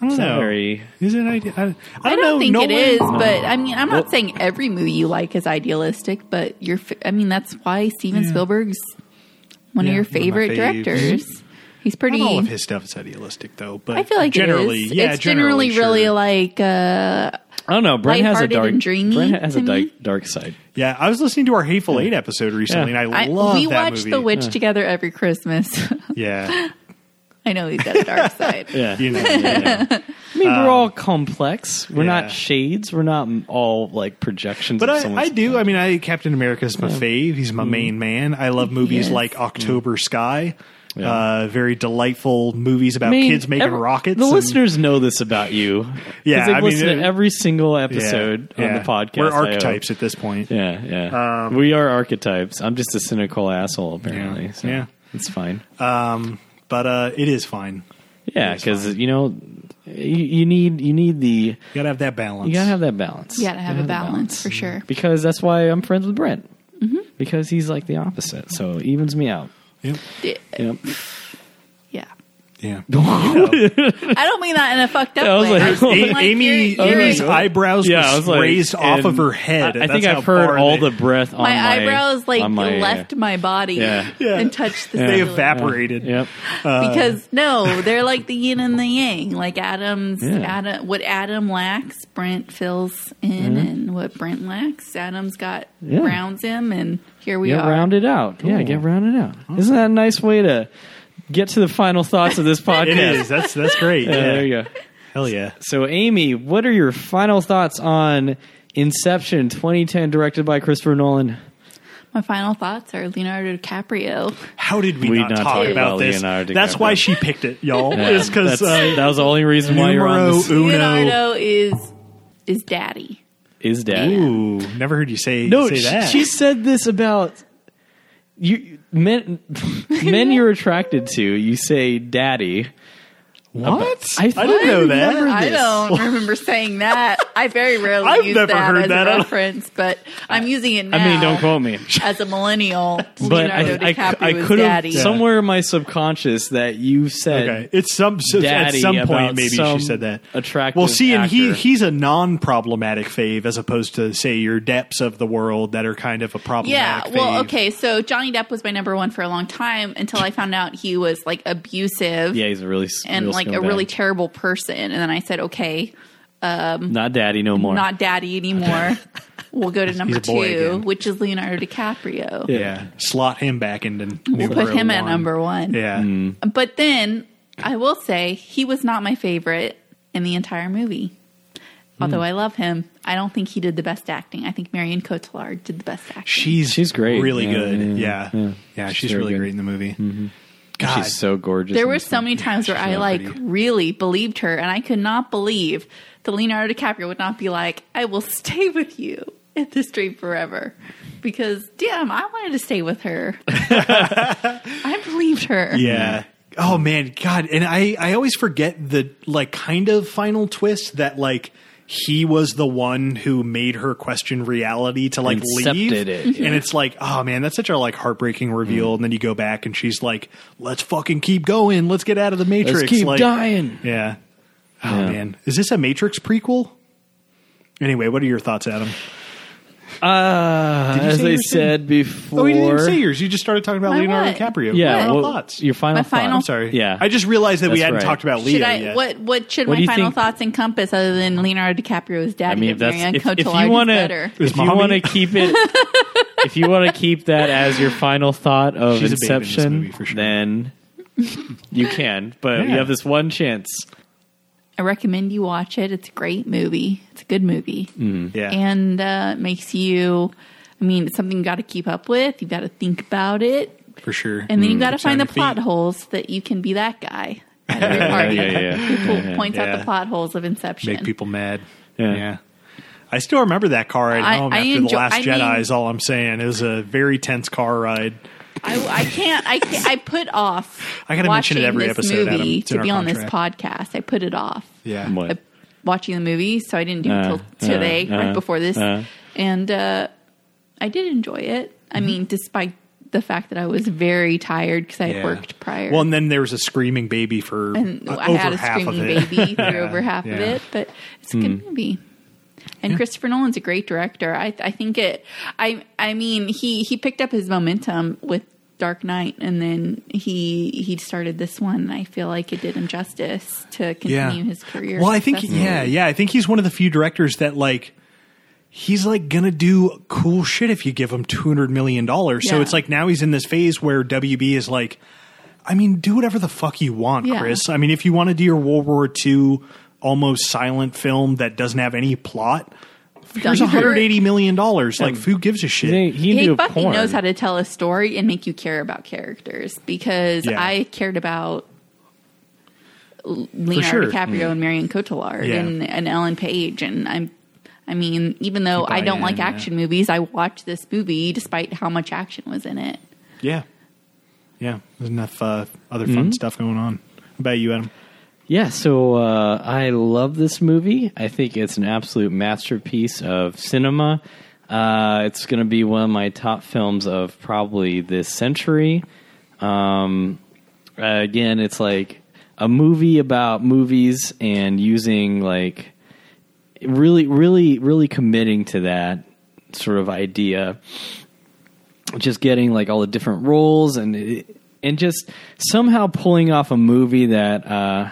I don't
It's not
know.
very-
Is it? Idea? I, I don't,
I don't
know.
think
no
it
one-
is, but I mean, I'm not
Well-
saying every movie you like is idealistic, but your, fa- I mean, that's why Steven
Yeah.
Spielberg's one of
Yeah,
your
one of my
favorite
faves.
directors. He's pretty.
Not all of his stuff is idealistic, though. But
I feel like
generally,
it is.
yeah,
it's generally, really
sure.
like uh,
I don't know. Brent has a
lighthearted
dark.
and dreamy
Brent has a
to
dark,
me.
dark side.
Yeah, I was listening to our Hateful Eight episode recently,
Yeah.
and I,
I,
love
we
that
watch
movie. Uh.
The Witch together every Christmas.
Yeah,
I know he's got a dark side.
Yeah.
you know, yeah.
I mean, we're all complex. We're
yeah.
not shades. We're not m- all like projections.
but
of
I,
someone's Mm-hmm.
I do. I mean, I Captain America's my fave. He's my main man. I love movies
Yes.
Mm.
like October Sky. Uh, very delightful movies about
I mean,
kids making
every-
rockets.
The
and-
listeners know this about you. 'Cause
Yeah,
they've
I mean,
listened
it-
to every single
Yeah,
episode on
yeah.
the podcast. I
We're
hope.
archetypes at this point.
Yeah, yeah. we are archetypes. I'm just a cynical asshole, apparently.
Yeah,
so
yeah. Uh,
it's fine.
but uh, it is fine.
yeah,
it's
because you know, you, you need you need the
You gotta have that balance.
you gotta have that balance.
You gotta have a
the
balance for sure. Mm-hmm.
Because that's why I'm friends with Brent. Because he's like the opposite, so it evens me out.
Yep.
Yep.
Yeah.
Yeah.
I don't mean that in a fucked up
I was
way.
like-
I just mean, like,
Amy,
you're- you're-
Amy's eyebrows
Yeah, I
was
was like,
raised off
and
of her head.
I, I
That's
think
how
I've heard
far
all the
they-
breath on
my, eyebrows like
on my-
left my body
Yeah.
Yeah.
and touched the
They
ceiling.
evaporated.
Yep. Uh,
because no, they're like the yin and the yang. Like Adam's
Yeah.
Adam, what Adam lacks, Brent fills in, and what Brent lacks, Adam's got
Mm-hmm. Yeah.
rounds him, and here we
Get
are.
rounded out. Yeah,
Cool.
get rounded out. Isn't that a nice way to get to the final thoughts of this podcast?
It is. That's that's great.
Yeah,
yeah.
There you go.
Hell yeah.
So, Amy, what are your final thoughts on Inception 2010, directed by Christopher Nolan?
My final thoughts are Leonardo DiCaprio.
How did we,
We
not, talk, about this?
Leonardo
That's
DiCaprio.
why she picked it, y'all. Is because
That's-
uh,
that was the only reason why you're on
numero
this.
uno.
Leonardo is is daddy.
Is dad?
uh, Ooh, never heard you say
No,
say
she,
that.
she said this about you men. men you're attracted to, you say daddy.
what?
I
I,
thought
didn't know that.
remember
I
this.
don't remember saying that. I very rarely
I've
use
never
that
heard
as
that.
a reference, but I'm using it now.
I mean, don't quote me.
As a millennial,
But
Leonardo
I, I,
DiCaprio
I
is
could have
daddy.
somewhere in my subconscious that you said
Okay, it's some so at
daddy
some
about
point maybe
some
she said that.
attractive
Well, see, and he
actor.
he's a non-problematic fave as opposed to say your depths of the world that are kind of a
Yeah,
problematic.
well,
fave.
okay, so Johnny Depp was my number one for a long time until I found out he was like abusive
Yeah, he's a really s-
and
real
like a
scumbag.
really terrible person. And then I said, okay,
not daddy no more.
not daddy anymore. we'll go to number
a boy
two,
again.
which is Leonardo DiCaprio.
Yeah, slot him back in. and
We'll put him at number one.
Yeah,
Hmm.
But then I will say he was not my favorite in the entire movie. Although
Hmm.
I love him, I don't think he did the best acting. I think Marion Cotillard did the best acting.
she's
She's great.
really
Yeah,
good.
yeah,
Yeah,
yeah.
yeah,
Yeah.
she's,
very
really
good. Mm-hmm.
great in the movie. God,
She's so gorgeous.
there
in
were
this
so
film.
many times where I
really
like
pretty.
really believed her, and I could not believe that Leonardo DiCaprio would not be like, "I will stay with you at this dream forever," because damn, I wanted to stay with her. I believed her.
Yeah. Oh man, God, and I I always forget the like kind of final twist that like he was the one who made her question reality to like leave,
Incepted it, Mhm.
and it's like, oh man, that's such a like heartbreaking reveal. And then you go back, and she's like, "Let's fucking keep going. Let's get out of the matrix.
Let's keep
like,
dying.
Yeah. Oh
Yeah.
man, is this a Matrix prequel? Anyway, what are your thoughts, Adam?
Uh,
you
as
say
I
yours?
said before.
Oh, you didn't even say yours. You just started talking about
My
Leonardo
what?
DiCaprio.
yeah,
Final
well,
thoughts.
Your final
My
thought.
final-
I'm sorry.
Yeah.
I just realized that we
That's
hadn't
right.
talked about Leo
Should I?
yet.
What? What should
What do
my
you
final
think-
thoughts encompass other than Leonardo DiCaprio's daddy?
I mean, if
that
that's
Marianne
if, if you
Cotillard is
want to,
better?
Is
if you
mommy-
want to keep it, if you want to keep that as your final thought of
She's a babe in this
Inception,
movie for sure.
then you can. But you
Yeah.
have this one chance.
I recommend you watch it. It's a great movie. It's a good movie.
Mm.
Yeah.
and uh, it makes you. I mean, it's something you got to keep up with. You've got to think about it,
for sure.
Mm,
and then you got to
Keeps you on
find the
your
plot
feet.
holes that you can be that guy. at every party.
yeah, yeah.
He po- points out
Yeah.
the plot holes of Inception.
make people made.
Yeah.
I still remember that car ride
I-
home
I
after the
enjoy-
Last
I
Jedi.
mean-
is all I'm saying. It was a very tense car ride.
I, I can't. I can't, I put off.
I gotta mention it
watching
every
this
episode, Adam.
movie
It's in
to
our
be on this podcast. I put it off.
Yeah,
What?
I- watching the movie, so I didn't do it
Uh,
until today,
uh, uh,
right before this,
uh.
and uh, I did enjoy it. I
Mm-hmm.
mean, despite the fact that I was very tired because I had
Yeah.
worked prior.
Well, and then there was a screaming baby for
and
uh,
I
over
had a
half of
screaming
it.
baby for
Yeah,
over half of
yeah. Hmm.
it, but it's a good movie. And Christopher Nolan's a great director. I I think it. I I mean he he picked up his momentum with Dark Knight, and then he he started this one. and I feel like it did him justice to continue his career.
Well, I think
successfully.
yeah, yeah, I think he's one of the few directors that like he's like gonna do cool shit if you give him two hundred million dollars. So
Yeah.
it's like now he's in this phase where WB is like, I mean, do whatever the fuck you want,
Yeah.
Chris. I mean, if you want to do your World War II almost silent film that doesn't have any plot. Here's
Done for it.
180 million dollars. Like, who gives a shit?
He, he
he
knew
fucking
porn.
knows how to tell a story and make you care about characters because
Yeah.
I cared about L- Leonardo
sure.
DiCaprio
Mm.
and Marion Cotillard
Yeah.
and, and Ellen Page and I'm I mean even though I don't like
Diane, yeah.
action movies I watched this movie despite how much action was in it.
Yeah, yeah. There's enough uh, other fun stuff going on. How about you, Adam?
Yeah, so uh, I love this movie. I think it's an absolute masterpiece of cinema. Uh, it's going to be one of my top films of probably this century. Um, uh, again, it's like a movie about movies and using like really, really, really committing to that sort of idea just getting like all the different roles and and just somehow pulling off a movie that uh,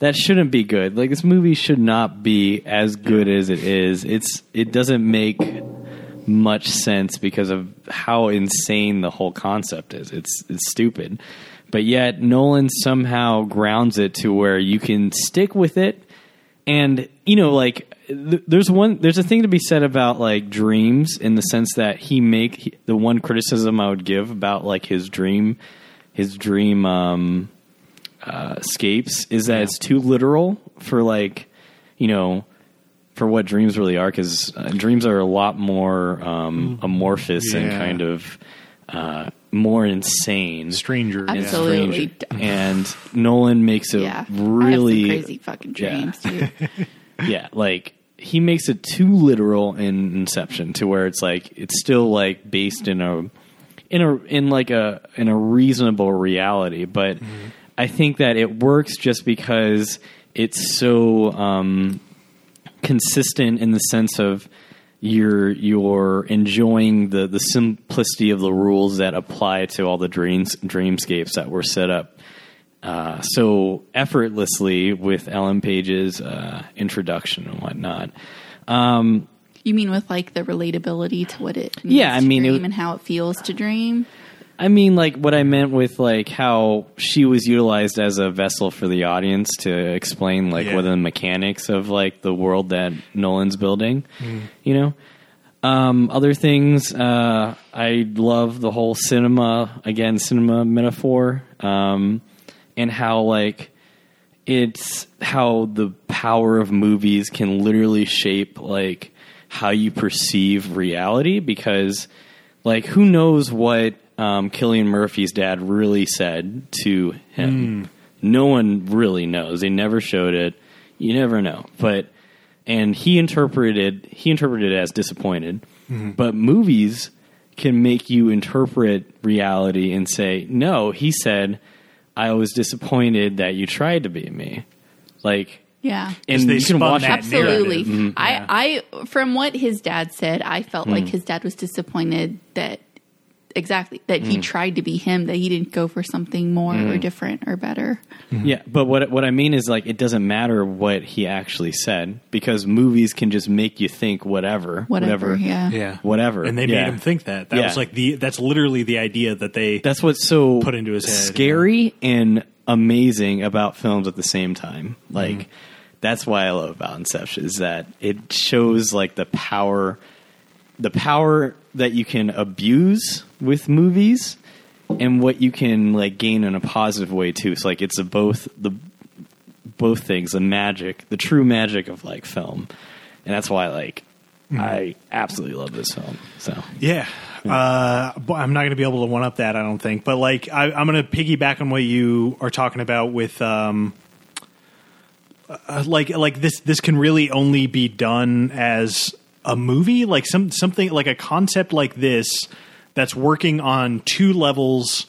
that shouldn't be good. Like this movie should not be as good as it is. It's it doesn't make much sense because of how insane the whole concept is. It's it's stupid. But yet Nolan somehow grounds it to where you can stick with it and you know like th- there's one there's a thing to be said about like dreams in the sense that he make he- the one criticism I would give about like his dream his dream um uh escapes is that it's too literal for like you know for what dreams really are cuz uh, dreams are a lot more um amorphous and
Mm-hmm. Yeah.
kind of uh more insane
Stranger. yeah.
and
Absolutely.
strange. and Nolan makes it
Yeah.
really
I have some crazy fucking
yeah
dreams dude.
yeah, like he makes it too literal in Inception to where it's like it's still like based in a in a in like a in a reasonable reality, but I think that it works just because it's so um consistent in the sense of you're you're enjoying the the simplicity of the rules that apply to all the dreams dreamscapes that were set up uh, so effortlessly with Ellen Page's uh, introduction and whatnot.
You mean with like the relatability to what it means
Yeah, I
to
mean, it-
dream and how it feels to dream.
I mean, like what I meant with like how she was utilized as a vessel for the audience to explain like
Yeah.
what are the mechanics of like the world that Nolan's building, you know. Um, other things, uh, I love the whole cinema again, cinema metaphor, um, and how like it's how the power of movies can literally shape like how you perceive reality because like who knows what um, Killian Murphy's dad really said to him. No one really knows. They never showed it. You never know. But and he interpreted he interpreted it as disappointed. But movies can make you interpret reality and say, "No, he said I was disappointed that you tried to be me." Like
Yeah.
and
they
you can
spun
watch
that
it.
narrative.
Absolutely. I, I, from what his dad said, I felt like his dad was disappointed that exactly that he tried to be him, that he didn't go for something more or different or better.
Yeah, but what what I mean is like it doesn't matter what he actually said because movies can just make you think whatever,
Whatever, yeah.
Yeah.
whatever.
And they
Yeah.
made him think that. That
Yeah.
was like the that's literally the idea that they
That's what's so
Put into his head,
scary and amazing about films at the same time. Like
Mm-hmm.
that's why I love about Inception is that it shows like the power, the power that you can abuse with movies, and what you can like gain in a positive way too. So like it's a both the both things, the magic, the true magic of like film, and that's why like
Mm-hmm.
I absolutely love this film. So
Yeah. Uh, but I'm not going to be able to one up that, I don't think. But like, I, I'm going to piggyback on what you are talking about with, um, uh, like, like this. This can really only be done as a movie, like some something like a concept like this that's working on two levels.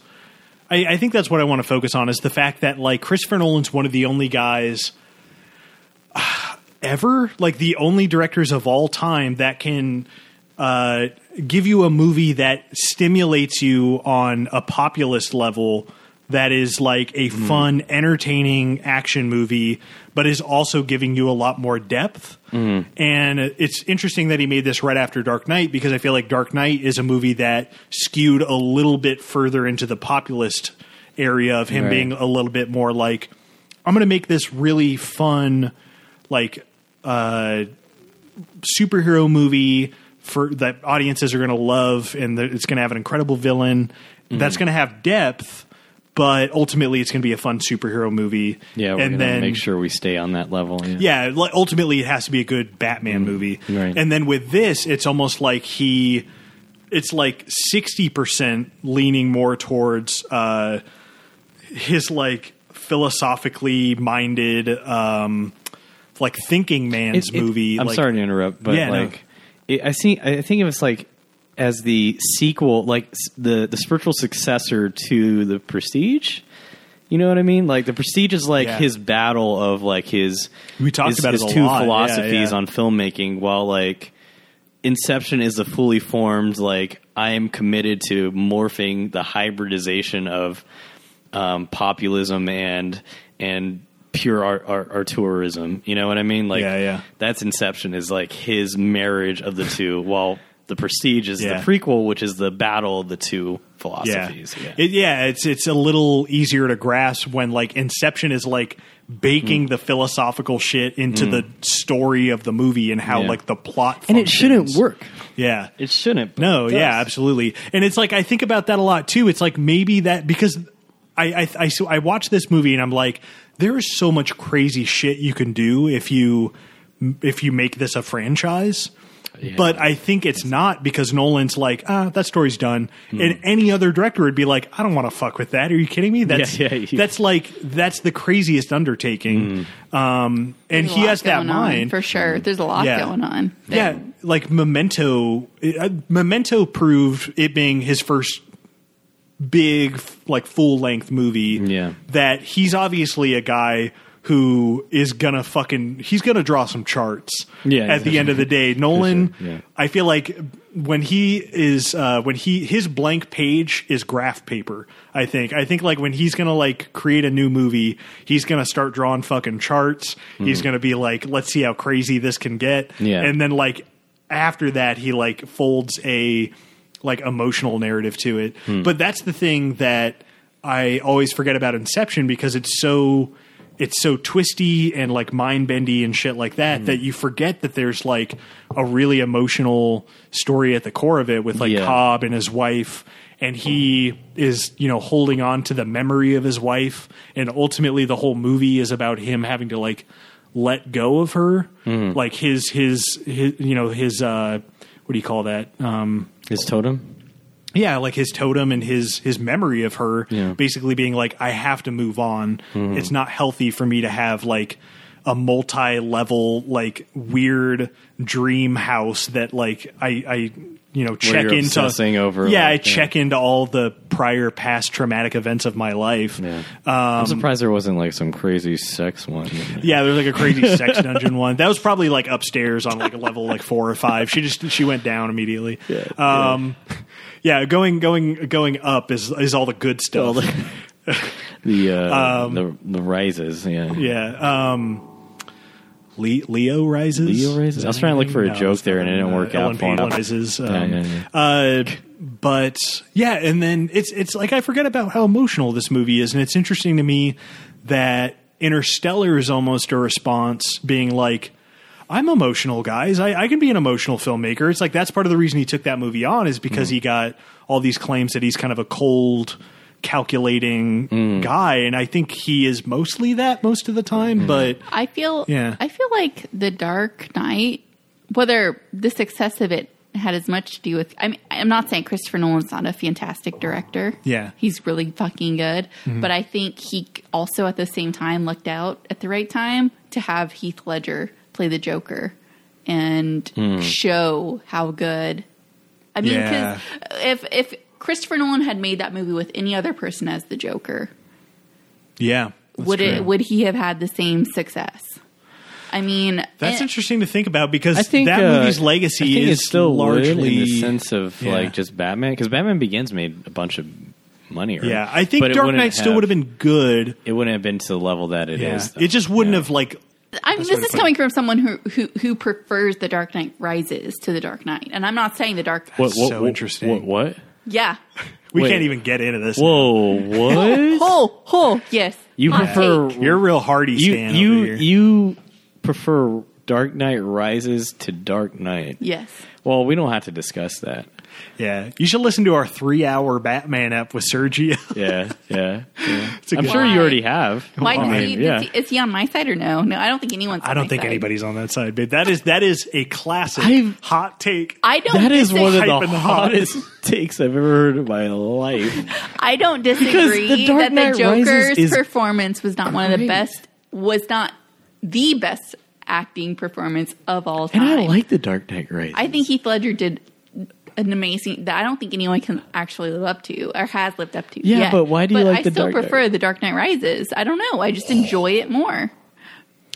I, I think that's what I want to focus on is the fact that like Christopher Nolan's one of the only guys ever, like the only directors of all time that can uh, give you a movie that stimulates you on a populist level that is like a fun, entertaining action movie, but is also giving you a lot more depth. And it's interesting that he made this right after Dark Knight because I feel like Dark Knight is a movie that skewed a little bit further into the populist area of him
Right.
being a little bit more like I'm going to make this really fun like uh superhero movie for that audiences are going to love and that it's going to have an incredible villain
Mm-hmm.
that's going to have depth but ultimately it's going to be a fun superhero movie
yeah, we're
and
gonna
then
make sure we stay on that level.
yeah like, ultimately it has to be a good batman movie
Mm-hmm. Right.
and then with this it's almost like he it's like 60% leaning more towards uh his like philosophically minded um like thinking man's
It- it-
movie
I'm
like,
sorry to interrupt, but
Yeah, no.
like it, I see, I think it was like as the sequel, like s- the the spiritual successor to the Prestige. You know what I mean? Like the Prestige is like
Yeah.
his battle of like his
We talked
his,
about it
his
a
two
lot. Yeah,
philosophies
yeah.
on filmmaking, while like Inception is a fully formed like I am committed to morphing the hybridization of um, populism and and pure art, art, art tourism. You know what I mean? Like
Yeah, yeah.
that's Inception is like his marriage of the two, while the Prestige is
Yeah.
the prequel, which is the battle of the two philosophies.
Yeah. It, yeah, it's it's a little easier to grasp when like Inception is like baking
Hmm.
the philosophical shit into the story of the movie and how
Yeah.
like the plot
and it shouldn't
functions.
work.
Yeah.
It shouldn't. but
No,
it
yeah,
does.
absolutely. And it's like I think about that a lot too. It's like maybe that because I I I, so I watch this movie and I'm like, there is so much crazy shit you can do if you if you make this a franchise. But I think it's not because Nolan's like, ah, that story's done.
Hmm.
And any other director would be like, I don't want to fuck with that. Are you kidding me? That's
Yeah, yeah, you- Hmm.
that's like that's the craziest undertaking. Um, and
There's a
he
lot
has that
going on,
mind
for sure. There's a lot
Yeah.
going on.
yeah, like Memento. uh, Memento proved it being his first big, f- like full length movie.
Yeah.
that he's obviously a guy who is gonna fucking he's gonna draw some charts.
Yeah,
at the
yeah.
end of the day, Nolan.
sure, yeah.
I feel like when he is uh, when he his blank page is graph paper. I think I think like when he's gonna like create a new movie, he's gonna start drawing fucking charts. He's gonna be like, let's see how crazy this can get.
Hmm. Yeah.
And then like after that he like folds a like emotional narrative to it. But that's the thing that I always forget about Inception because it's so it's so twisty and like mind bendy and shit like that that you forget that there's like a really emotional story at the core of it with like
Yeah.
Cobb and his wife and he is you know holding on to the memory of his wife and ultimately the whole movie is about him having to like let go of her
Mm-hmm.
like his, his his you know his uh what do you call that um
His totem.
yeah like his totem and his his memory of her
Yeah. Mm-hmm.
basically being like i have to move on it's not healthy for me to have like a multi-level like weird dream house that like i i you know check
you're
into
obsessing over,
yeah i
like, yeah.
check into all the prior past traumatic events of my life
Yeah.
um,
I'm surprised there wasn't like some crazy sex one.
yeah, there's like a crazy sex dungeon one. That was probably like upstairs on like a level like four or five. She just she went down immediately.
Yeah,
um, yeah. going going going up is is all the good stuff.
The uh, the the rises. Yeah.
Um, yeah. Um, Le- Leo rises.
Leo rises?
Is
I was
that
trying to look for a
anything?
joke
it's
there and it didn't
nothing,
work
uh,
out
LNP
for me.
rises. Um,
Yeah, yeah,
Uh, but yeah, and then it's it's like I forget about how emotional this movie is, and it's interesting to me that Interstellar is almost a response being like, I'm emotional, guys. I, I can be an emotional filmmaker. It's like that's part of the reason he took that movie on is
Mm.
because he got all these claims that he's kind of a cold, calculating
Mm.
guy, and I think he is mostly that most of the time.
Mm.
But
I feel
Yeah.
I feel like The Dark Knight, whether the success of it had as much to do with I mean, I'm not saying Christopher Nolan's not a fantastic director.
Yeah. Mm-hmm.
He's really fucking good, but I think he also at the same time lucked out at the right time to have Heath Ledger play the Joker and show how good I mean,
Yeah.
because if if Christopher Nolan had made that movie with any other person as the Joker,
yeah, that's
would
true.
it would he have had the same success? I mean, eh,
That's
and-
interesting to think about because
I think
that
uh,
movie's
I
legacy
think
is
it still would
largely
in the sense of
Yeah.
like just Batman because Batman Begins made a bunch of money. Right?
Yeah, I think
But it
Dark
wouldn't
Knight still would have been good.
It wouldn't have been to the level that it is.
Yeah.
though.
It just wouldn't
Yeah.
have like
I mean,
That's
this
what
is
I
coming from someone who, who who prefers the Dark Knight Rises to the Dark Knight, and I'm not saying the Dark.
What, what,
so
what-
interesting.
What? what?
Yeah.
we
Wait.
can't even get into this.
Whoa! What?
Ho ho. Yes.
You
Hot
prefer-
take.
You're a real Hardy
you
stan
you
over here.
you prefer Dark Knight Rises to Dark Knight?
Yes.
Well, we don't have to discuss that.
yeah, you should listen to our three-hour Batman app with Sergio.
Yeah, yeah. yeah.
It's a
I'm
good-
sure
Why?
you already have.
Why
I
does
mean,
he,
yeah.
is, he, is he on my side or no? No, I don't think anyone's.
I
on
don't
my
think
side.
anybody's on that side, babe. That is that is a classic
I've-
hot take.
I don't.
that is
disagree.
one of
Hype
the
and hot.
hottest takes I've ever heard in my life.
I don't
Because
disagree
The Dark
that the
Knight Rises
Joker's
is
performance was not one of the
great.
best. Was not the best acting performance of all time.
And I like the Dark Knight Rises.
I think Heath Ledger did an amazing that I don't think anyone can actually live up to or has lived up to.
Yeah,
yet.
but why do you like
I
The
still
Dark Knight?
prefer The Dark Knight Rises. I don't know. I just enjoy it more.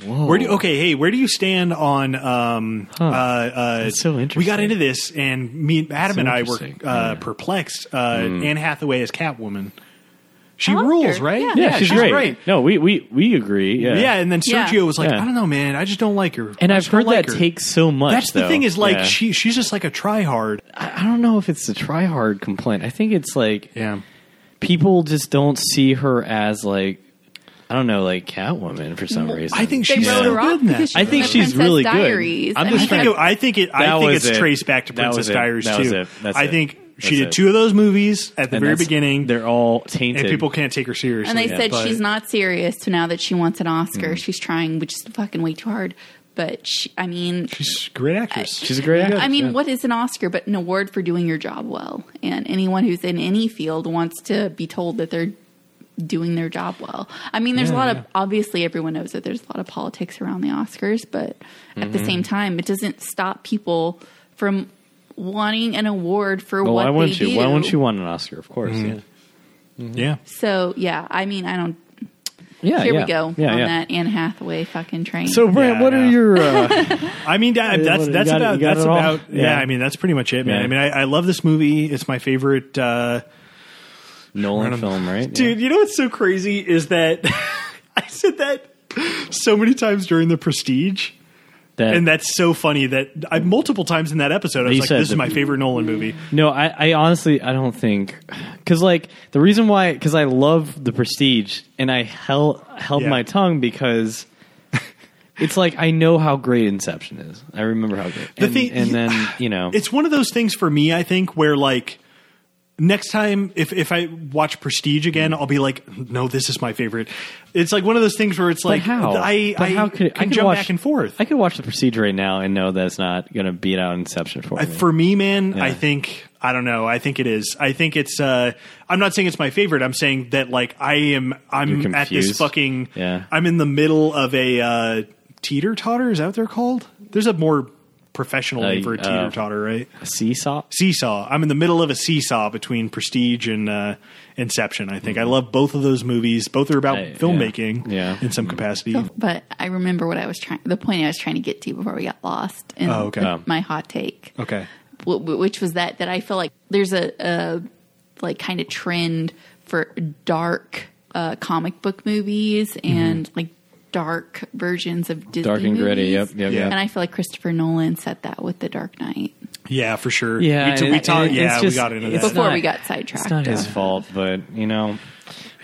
Where do you, okay? Hey, where do you stand on? Um, uh, uh,
That's so
We got
interesting.
into this, and me, Adam,
So
and I were uh,
interesting. Mm.
perplexed. Uh, Anne Hathaway as Catwoman. She
I liked
rules,
her.
right?
Yeah.
yeah, she's, great. No, we, we, we agree. Yeah.
Yeah. and then Sergio
Yeah.
was like,
Yeah.
I don't know, man. I just don't like her.
And
I
I've
just don't
heard
like
that
her."
take so much.
That's the
though.
thing is like
Yeah.
she she's just like a tryhard.
I I don't know if it's a try hard complaint. I think it's like
Yeah.
people just don't see her as like I don't know, like Catwoman for some reason.
I think
They
she's
Yeah.
wrote
so
her off
good in that.
because she
I
was
think
in
she's
Princess
really good.
Diaries.
I'm
I
just
I
mean,
think it, I think it I
That
think
was
it's
it.
traced back to
That
Princess
was it.
Diaries
That
too.
was it. That's
I
it.
think she
That's
did
it.
two of those movies at the
And
very
that's-
beginning,
They're all
and
tainted.
people can't take her seriously.
and they said
but-
she's not serious, so now that she wants an Oscar, she's trying, which is fucking way too hard. But she, I mean,
She's a great actress.
She's a great actress.
I mean,
yeah.
what is an Oscar but an award for doing your job well? And anyone who's in any field wants to be told that they're doing their job well. I mean, there's a
Yeah,
lot
yeah.
of obviously everyone knows that there's a lot of politics around the Oscars, but at
Mm-hmm.
the same time, it doesn't stop people from wanting an award for
Well,
what
why wouldn't
they
you?
do.
Why wouldn't you want an Oscar? Of course.
Mm-hmm. yeah.
So yeah, I mean, I don't.
Yeah. yeah
Here
yeah.
we go
Yeah,
on
yeah.
that Anne Hathaway fucking train.
So, Brent,
Yeah,
what
yeah.
are your? Uh,
I mean, that, that's
you
that's
got it-
about
you got
that's
it all?
about yeah.
Yeah.
I mean, that's pretty much it, man.
Yeah.
I mean, I, I love this movie. It's my favorite. Uh,
Nolan film, right? Yeah.
Dude, you know what's so crazy is that I said that so many times during the Prestige.
That-
And that's so funny that I multiple times in that episode I was
You
like,
said
"This is
the-
my favorite Nolan movie."
No, I, I honestly I don't think because like the reason why because I love the Prestige and I held held
Yeah.
my tongue because it's like I know how great Inception is. I remember how great.
The
and,
thing-
and then you know
It's one of those things for me, I think, where like next time if if I watch Prestige again, I'll be like, "No, this is my favorite." It's like one of those things where it's
but
like
how
I
But
I
how could
can
I could
jump
watch,
back and forth.
I could watch the Prestige right now and know that it's not going to beat out Inception for
I-
me.
for me, man, I
Yeah.
think I don't know. I think it is. I think it's. Uh, I'm not saying it's my favorite. I'm saying that like I am. I'm
You're
at this
confused?
fucking.
Yeah.
I'm in the middle of a uh, teeter totter. Is that what they're called? There's a more professional name
Uh,
for a
uh,
teeter totter, right?
Seesaw.
Seesaw. I'm in the middle of a seesaw between Prestige and uh, Inception. I think I love both of those movies. Both are about
Mm-hmm. I- yeah.
filmmaking,
Yeah. Mm-hmm.
in some capacity.
but I remember what I was trying. The point I was trying to get to before we got lost in
Oh, okay.
the-
Oh.
my hot take.
Okay.
wh- wh- which was that that I feel like there's a, a like kind of trend for dark uh, comic book movies and like dark versions of Disney
Mm-hmm. Dark and gritty, yep,
movies.
yep,
Yeah.
yep.
And I feel like Christopher Nolan said that with The Dark Knight.
Yeah, for sure.
Yeah,
we, t-
and-
we
and
talked.
it's
Yeah, we
just-
got into
it's
that.
Before
not-
we got sidetracked.
It's not his
Uh,
fault, but you know,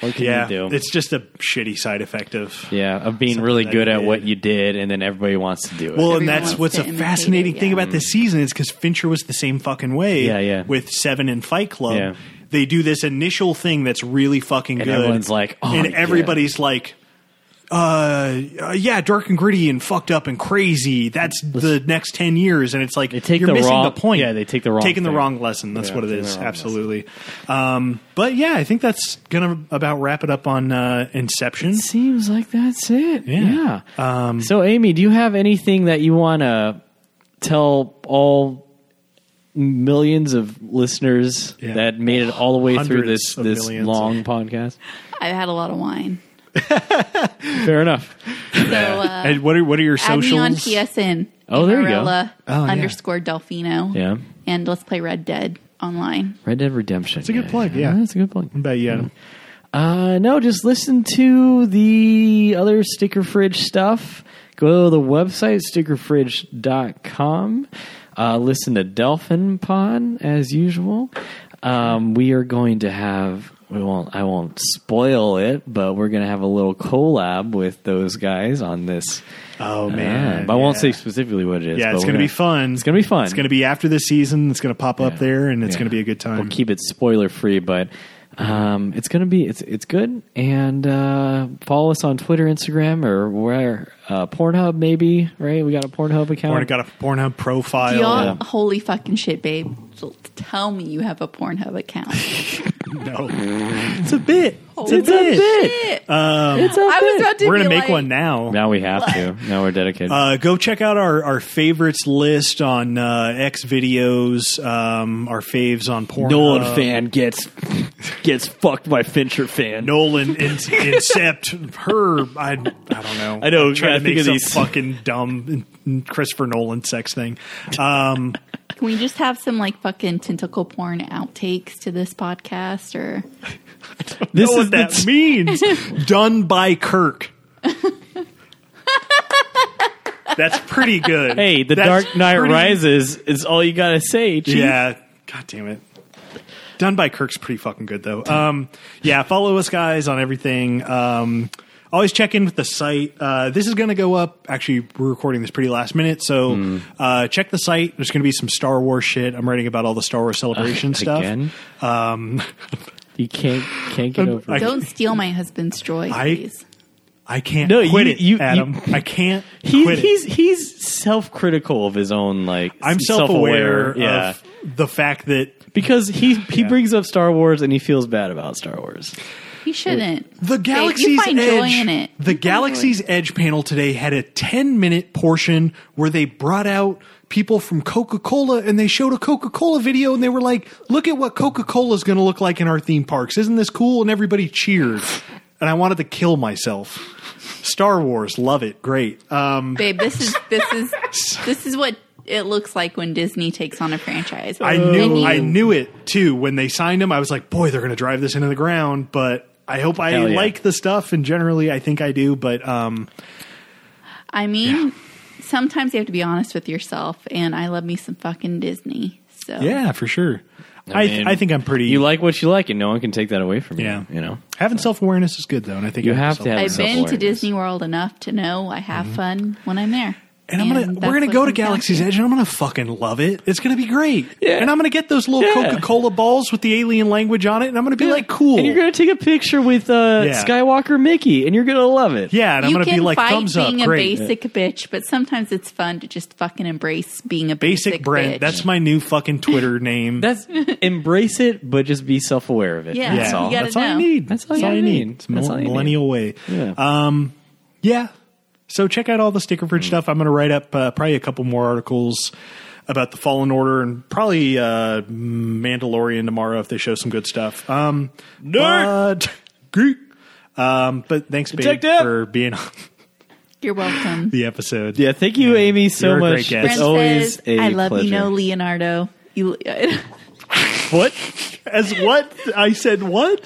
What can
yeah,
you do?
it's just a shitty side effect of
yeah, of being
something
really
that
good
you
at
did.
what you did, and then everybody wants to do it.
Well,
Everyone
and that's
wants
what's
to
a
imitate it,
fascinating thing
yeah.
about this season is because Fincher was the same fucking way.
Yeah, yeah.
With Seven and Fight Club,
Yeah.
they do this initial thing that's really fucking
And
good.
everyone's like, "Oh,
and
yeah."
everybody's like. Uh, uh, yeah, dark and gritty and fucked up and crazy. That's the next ten years, and it's like
They take
you're
the
missing
wrong-
the point.
yeah, they take the wrong
taking the
thing.
wrong lesson. That's
Yeah,
what it
taking the
is.
wrong lesson.
Absolutely. Um, but yeah, I think that's gonna about wrap it up on uh, Inception.
seems like that's it.
Yeah.
Um, so, Amy, do you have anything that you want to tell all millions of listeners
Yeah.
that made it all the way through
Hundreds
this
of
this
millions.
long podcast?
I've had a lot of wine.
Fair enough.
So uh,
And what are what are your
add me
socials?
on PSN.
Oh, there you go.
Amarella
Oh, yeah.
underscore Delfino.
Yeah.
And let's play Red Dead online.
Red Dead Redemption. It's
a good plug, yeah.
That's a good plug.
But yeah.
Uh, no, just listen to the other Sticker Fridge stuff. Go to the website, stickerfridge.com. Uh, listen to Delphin Pod as usual. Um, we are going to have, we won't, I won't spoil it, but we're going to have a little collab with those guys on this.
Oh
Uh,
man,
but I won't
yeah.
say specifically what it is.
Yeah,
but
it's
we're
gonna, be
gonna-
fun.
It's going to be fun.
It's gonna be after this season. It's gonna pop up
Yeah.
there, and it's
Yeah.
gonna be a good time.
We'll keep it spoiler free, but um, it's gonna be it's it's good. And uh, follow us on Twitter, Instagram, or where uh, Pornhub maybe. Right, we got a Pornhub account.
Porn got a Pornhub profile.
Y'all,
yeah.
holy fucking shit, babe. Tell me you have a Pornhub account.
No,
it's a bit. It's,
Holy
a bit. Um,
shit.
It's a
I was
bit.
about to
we're
be
gonna make
like,
one now.
Now we have to. Now we're dedicated.
Uh, go check out our, our favorites list on uh, X videos, um, our faves on Pornhub.
fan gets gets fucked by Fincher fan.
Nolan in- incept her. I, I don't know.
I know,
Trying
I
to
think
make
of
some
these.
fucking dumb Christopher Nolan sex thing. Um,
Can we just have some like fucking tentacle porn outtakes to this podcast or
This is
know what that
the
means. Done by Kirk. That's pretty good.
hey, the
That's
Dark Knight
pretty-
Rises is all you gotta say. Chief.
Yeah. God damn it. Done by Kirk's pretty fucking good though. Um, yeah, follow us guys on everything. Um, always check in with the site. Uh, this is going to go up. Actually, we're recording this pretty last minute, so uh, check the site. There's going to be some Star Wars shit. I'm writing about all the Star Wars celebration stuff.
Again,
Um,
you can't can't get over.
I-
it.
don't steal my husband's joy,
I-
please.
I can't
No,
quit
you-
it,
you- you-
Adam. I can't.
He,
quit it.
he's he's self critical of his own like
I'm
self-aware,
self-aware of the fact that
because he he
Yeah.
brings up Star Wars and he feels bad about Star Wars.
He shouldn't.
the
Babe, you
galaxy's
find
edge,
joy in it.
the
You find
galaxy's
joy.
edge panel today had a 10 minute portion where they brought out people from Coca-Cola and they showed a Coca-Cola video and they were like, "Look at what Coca-Cola's going to look like in our theme parks. Isn't this cool?" And everybody cheered. And I wanted to kill myself. Star Wars, love it. Great. Um,
Babe, this is this is this is what it looks like when Disney takes on a franchise.
I
And
knew
you-
I knew it too when they signed him. I was like, boy, they're going to drive this into the ground. But I hope I
Hell yeah.
like the stuff, and generally, I think I do. But um,
I mean, sometimes you have to be honest with yourself, and I love me some fucking Disney. So
yeah, for sure. I I,
mean,
think I'm pretty.
You like what you like, and no one can take that away from
Yeah.
you. You know,
having self awareness is good though, and I think
You
I
have to have
I've been
Self-awareness.
to Disney World enough to know I have fun when I'm there.
Mm-hmm. And I'm gonna
that's
we're gonna
what
go to
comes down
Galaxy's Edge, and I'm gonna fucking love it. It's gonna be great.
Yeah.
And I'm gonna get those little
Yeah.
Coca Cola balls with the alien language on it, and I'm gonna be like, cool.
And you're gonna take a picture with uh,
Yeah.
Skywalker Mickey, and you're gonna love it.
yeah, and I'm
you
gonna
can
be like,
fight
thumbs up,
being a
great.
basic bitch, but sometimes it's fun to just fucking embrace being a
Basic
basic,
Brent.
bitch.
That's my new fucking Twitter name.
that's embrace it, but just be self aware of it.
Yeah.
that's
Yeah.
all.
You gotta
That's all I
know.
need.
That's all you gotta need.
It's
That's
mil-
all you need.
millennial way.
Yeah.
Um, yeah. So check out all the sticker
Hmm.
fridge stuff. I'm going to write up uh, probably a couple more articles about the Fallen Order and probably uh, Mandalorian tomorrow if they show some good stuff. Um,
Nerd!
but- Geek. Um, but thanks, babe,
Detective!
for being on
You're welcome.
the episode.
Yeah, thank you, Amy, so
You're a great
much.
guest.
It's
Brent
always
says,
a
I love
pleasure.
you, no Leonardo. You,
What? As what? I said what?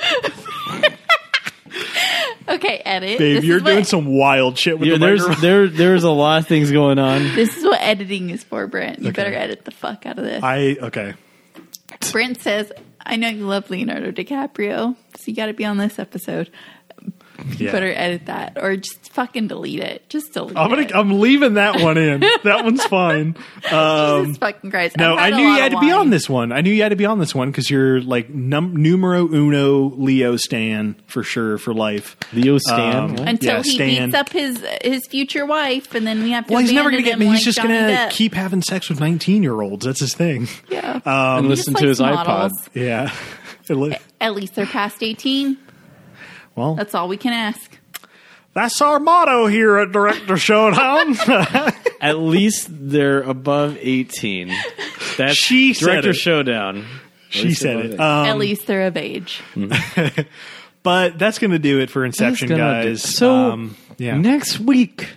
okay, edit.
Babe,
This
you're
is what-
doing some wild shit with
Yeah,
the
there's
microphone.
there there's a lot of things going on.
This is what editing is for, Brent. You better edit the fuck out of this.
I okay.
Brent says, I know you love Leonardo DiCaprio, so you got to be on this episode. You
Yeah.
better edit that or just fucking delete it. Just delete
I'm gonna.
it.
I'm leaving that one in. That one's fine. Um,
Jesus fucking Christ.
no,
I've had
I
a
knew you
lot
had
of
to be on
wine.
this one. I knew you had to be on this one because you're like num- numero uno Leo Stan for sure for life.
Leo Stan.
Um,
what?
and-
until
Yeah,
he
Stan.
beats up his his future wife, and then we have to.
Well, he's never gonna
abandon
get
him
me.
like
He's just
Johnny
gonna
Depp.
keep um, having sex with 19 year olds. That's his thing.
Yeah.
and
Just
listen
like
to his
models.
iPod.
Yeah. It li-
At least they're past eighteen.
well,
That's all we can ask.
that's our motto here at Director Showdown.
At least they're above 18. That's
She said
Director
it.
Showdown. At
she
least
said
above
it.
At least they're of age.
But that's going to do it for
That's
Inception,
gonna do-
guys.
So
um, yeah.
next week,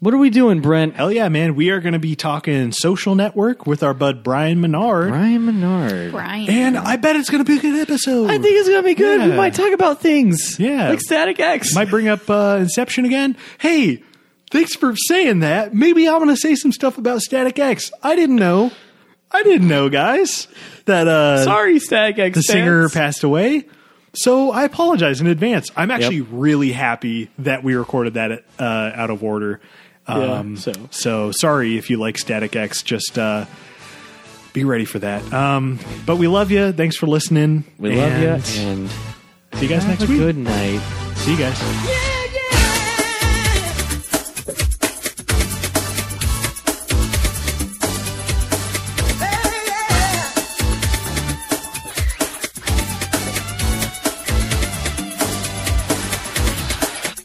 what are we doing, Brent?
Hell yeah, man. We are going to be talking social network with our bud Brian Menard.
Brian Menard.
Brian.
And I bet it's going to be a good episode.
I think it's gonna be good. We
Yeah.
might talk about things.
Yeah.
like Static X.
Might bring up uh, Inception again. Hey, thanks for saying that. Maybe I'm going to say some stuff about Static X. I didn't know. I didn't know, guys, that uh,
Sorry, Static X.
the singer
fans.
passed away. So I apologize in advance. I'm actually really happy that we recorded that uh, out of order.
Yeah,
Um,
so.
so. sorry if you like Static X. Just uh, be ready for that. Um, but we love you. Thanks for listening.
We love
And
you, and
See you guys
have
next
a
week.
good night.
See you guys.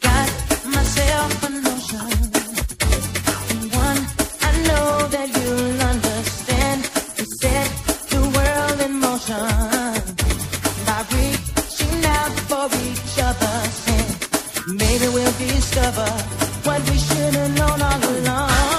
Got myself a notion, one I know that you'll understand. To set the world in motion by reaching out for each other's hand. Maybe we'll discover what we should have known all along. oh,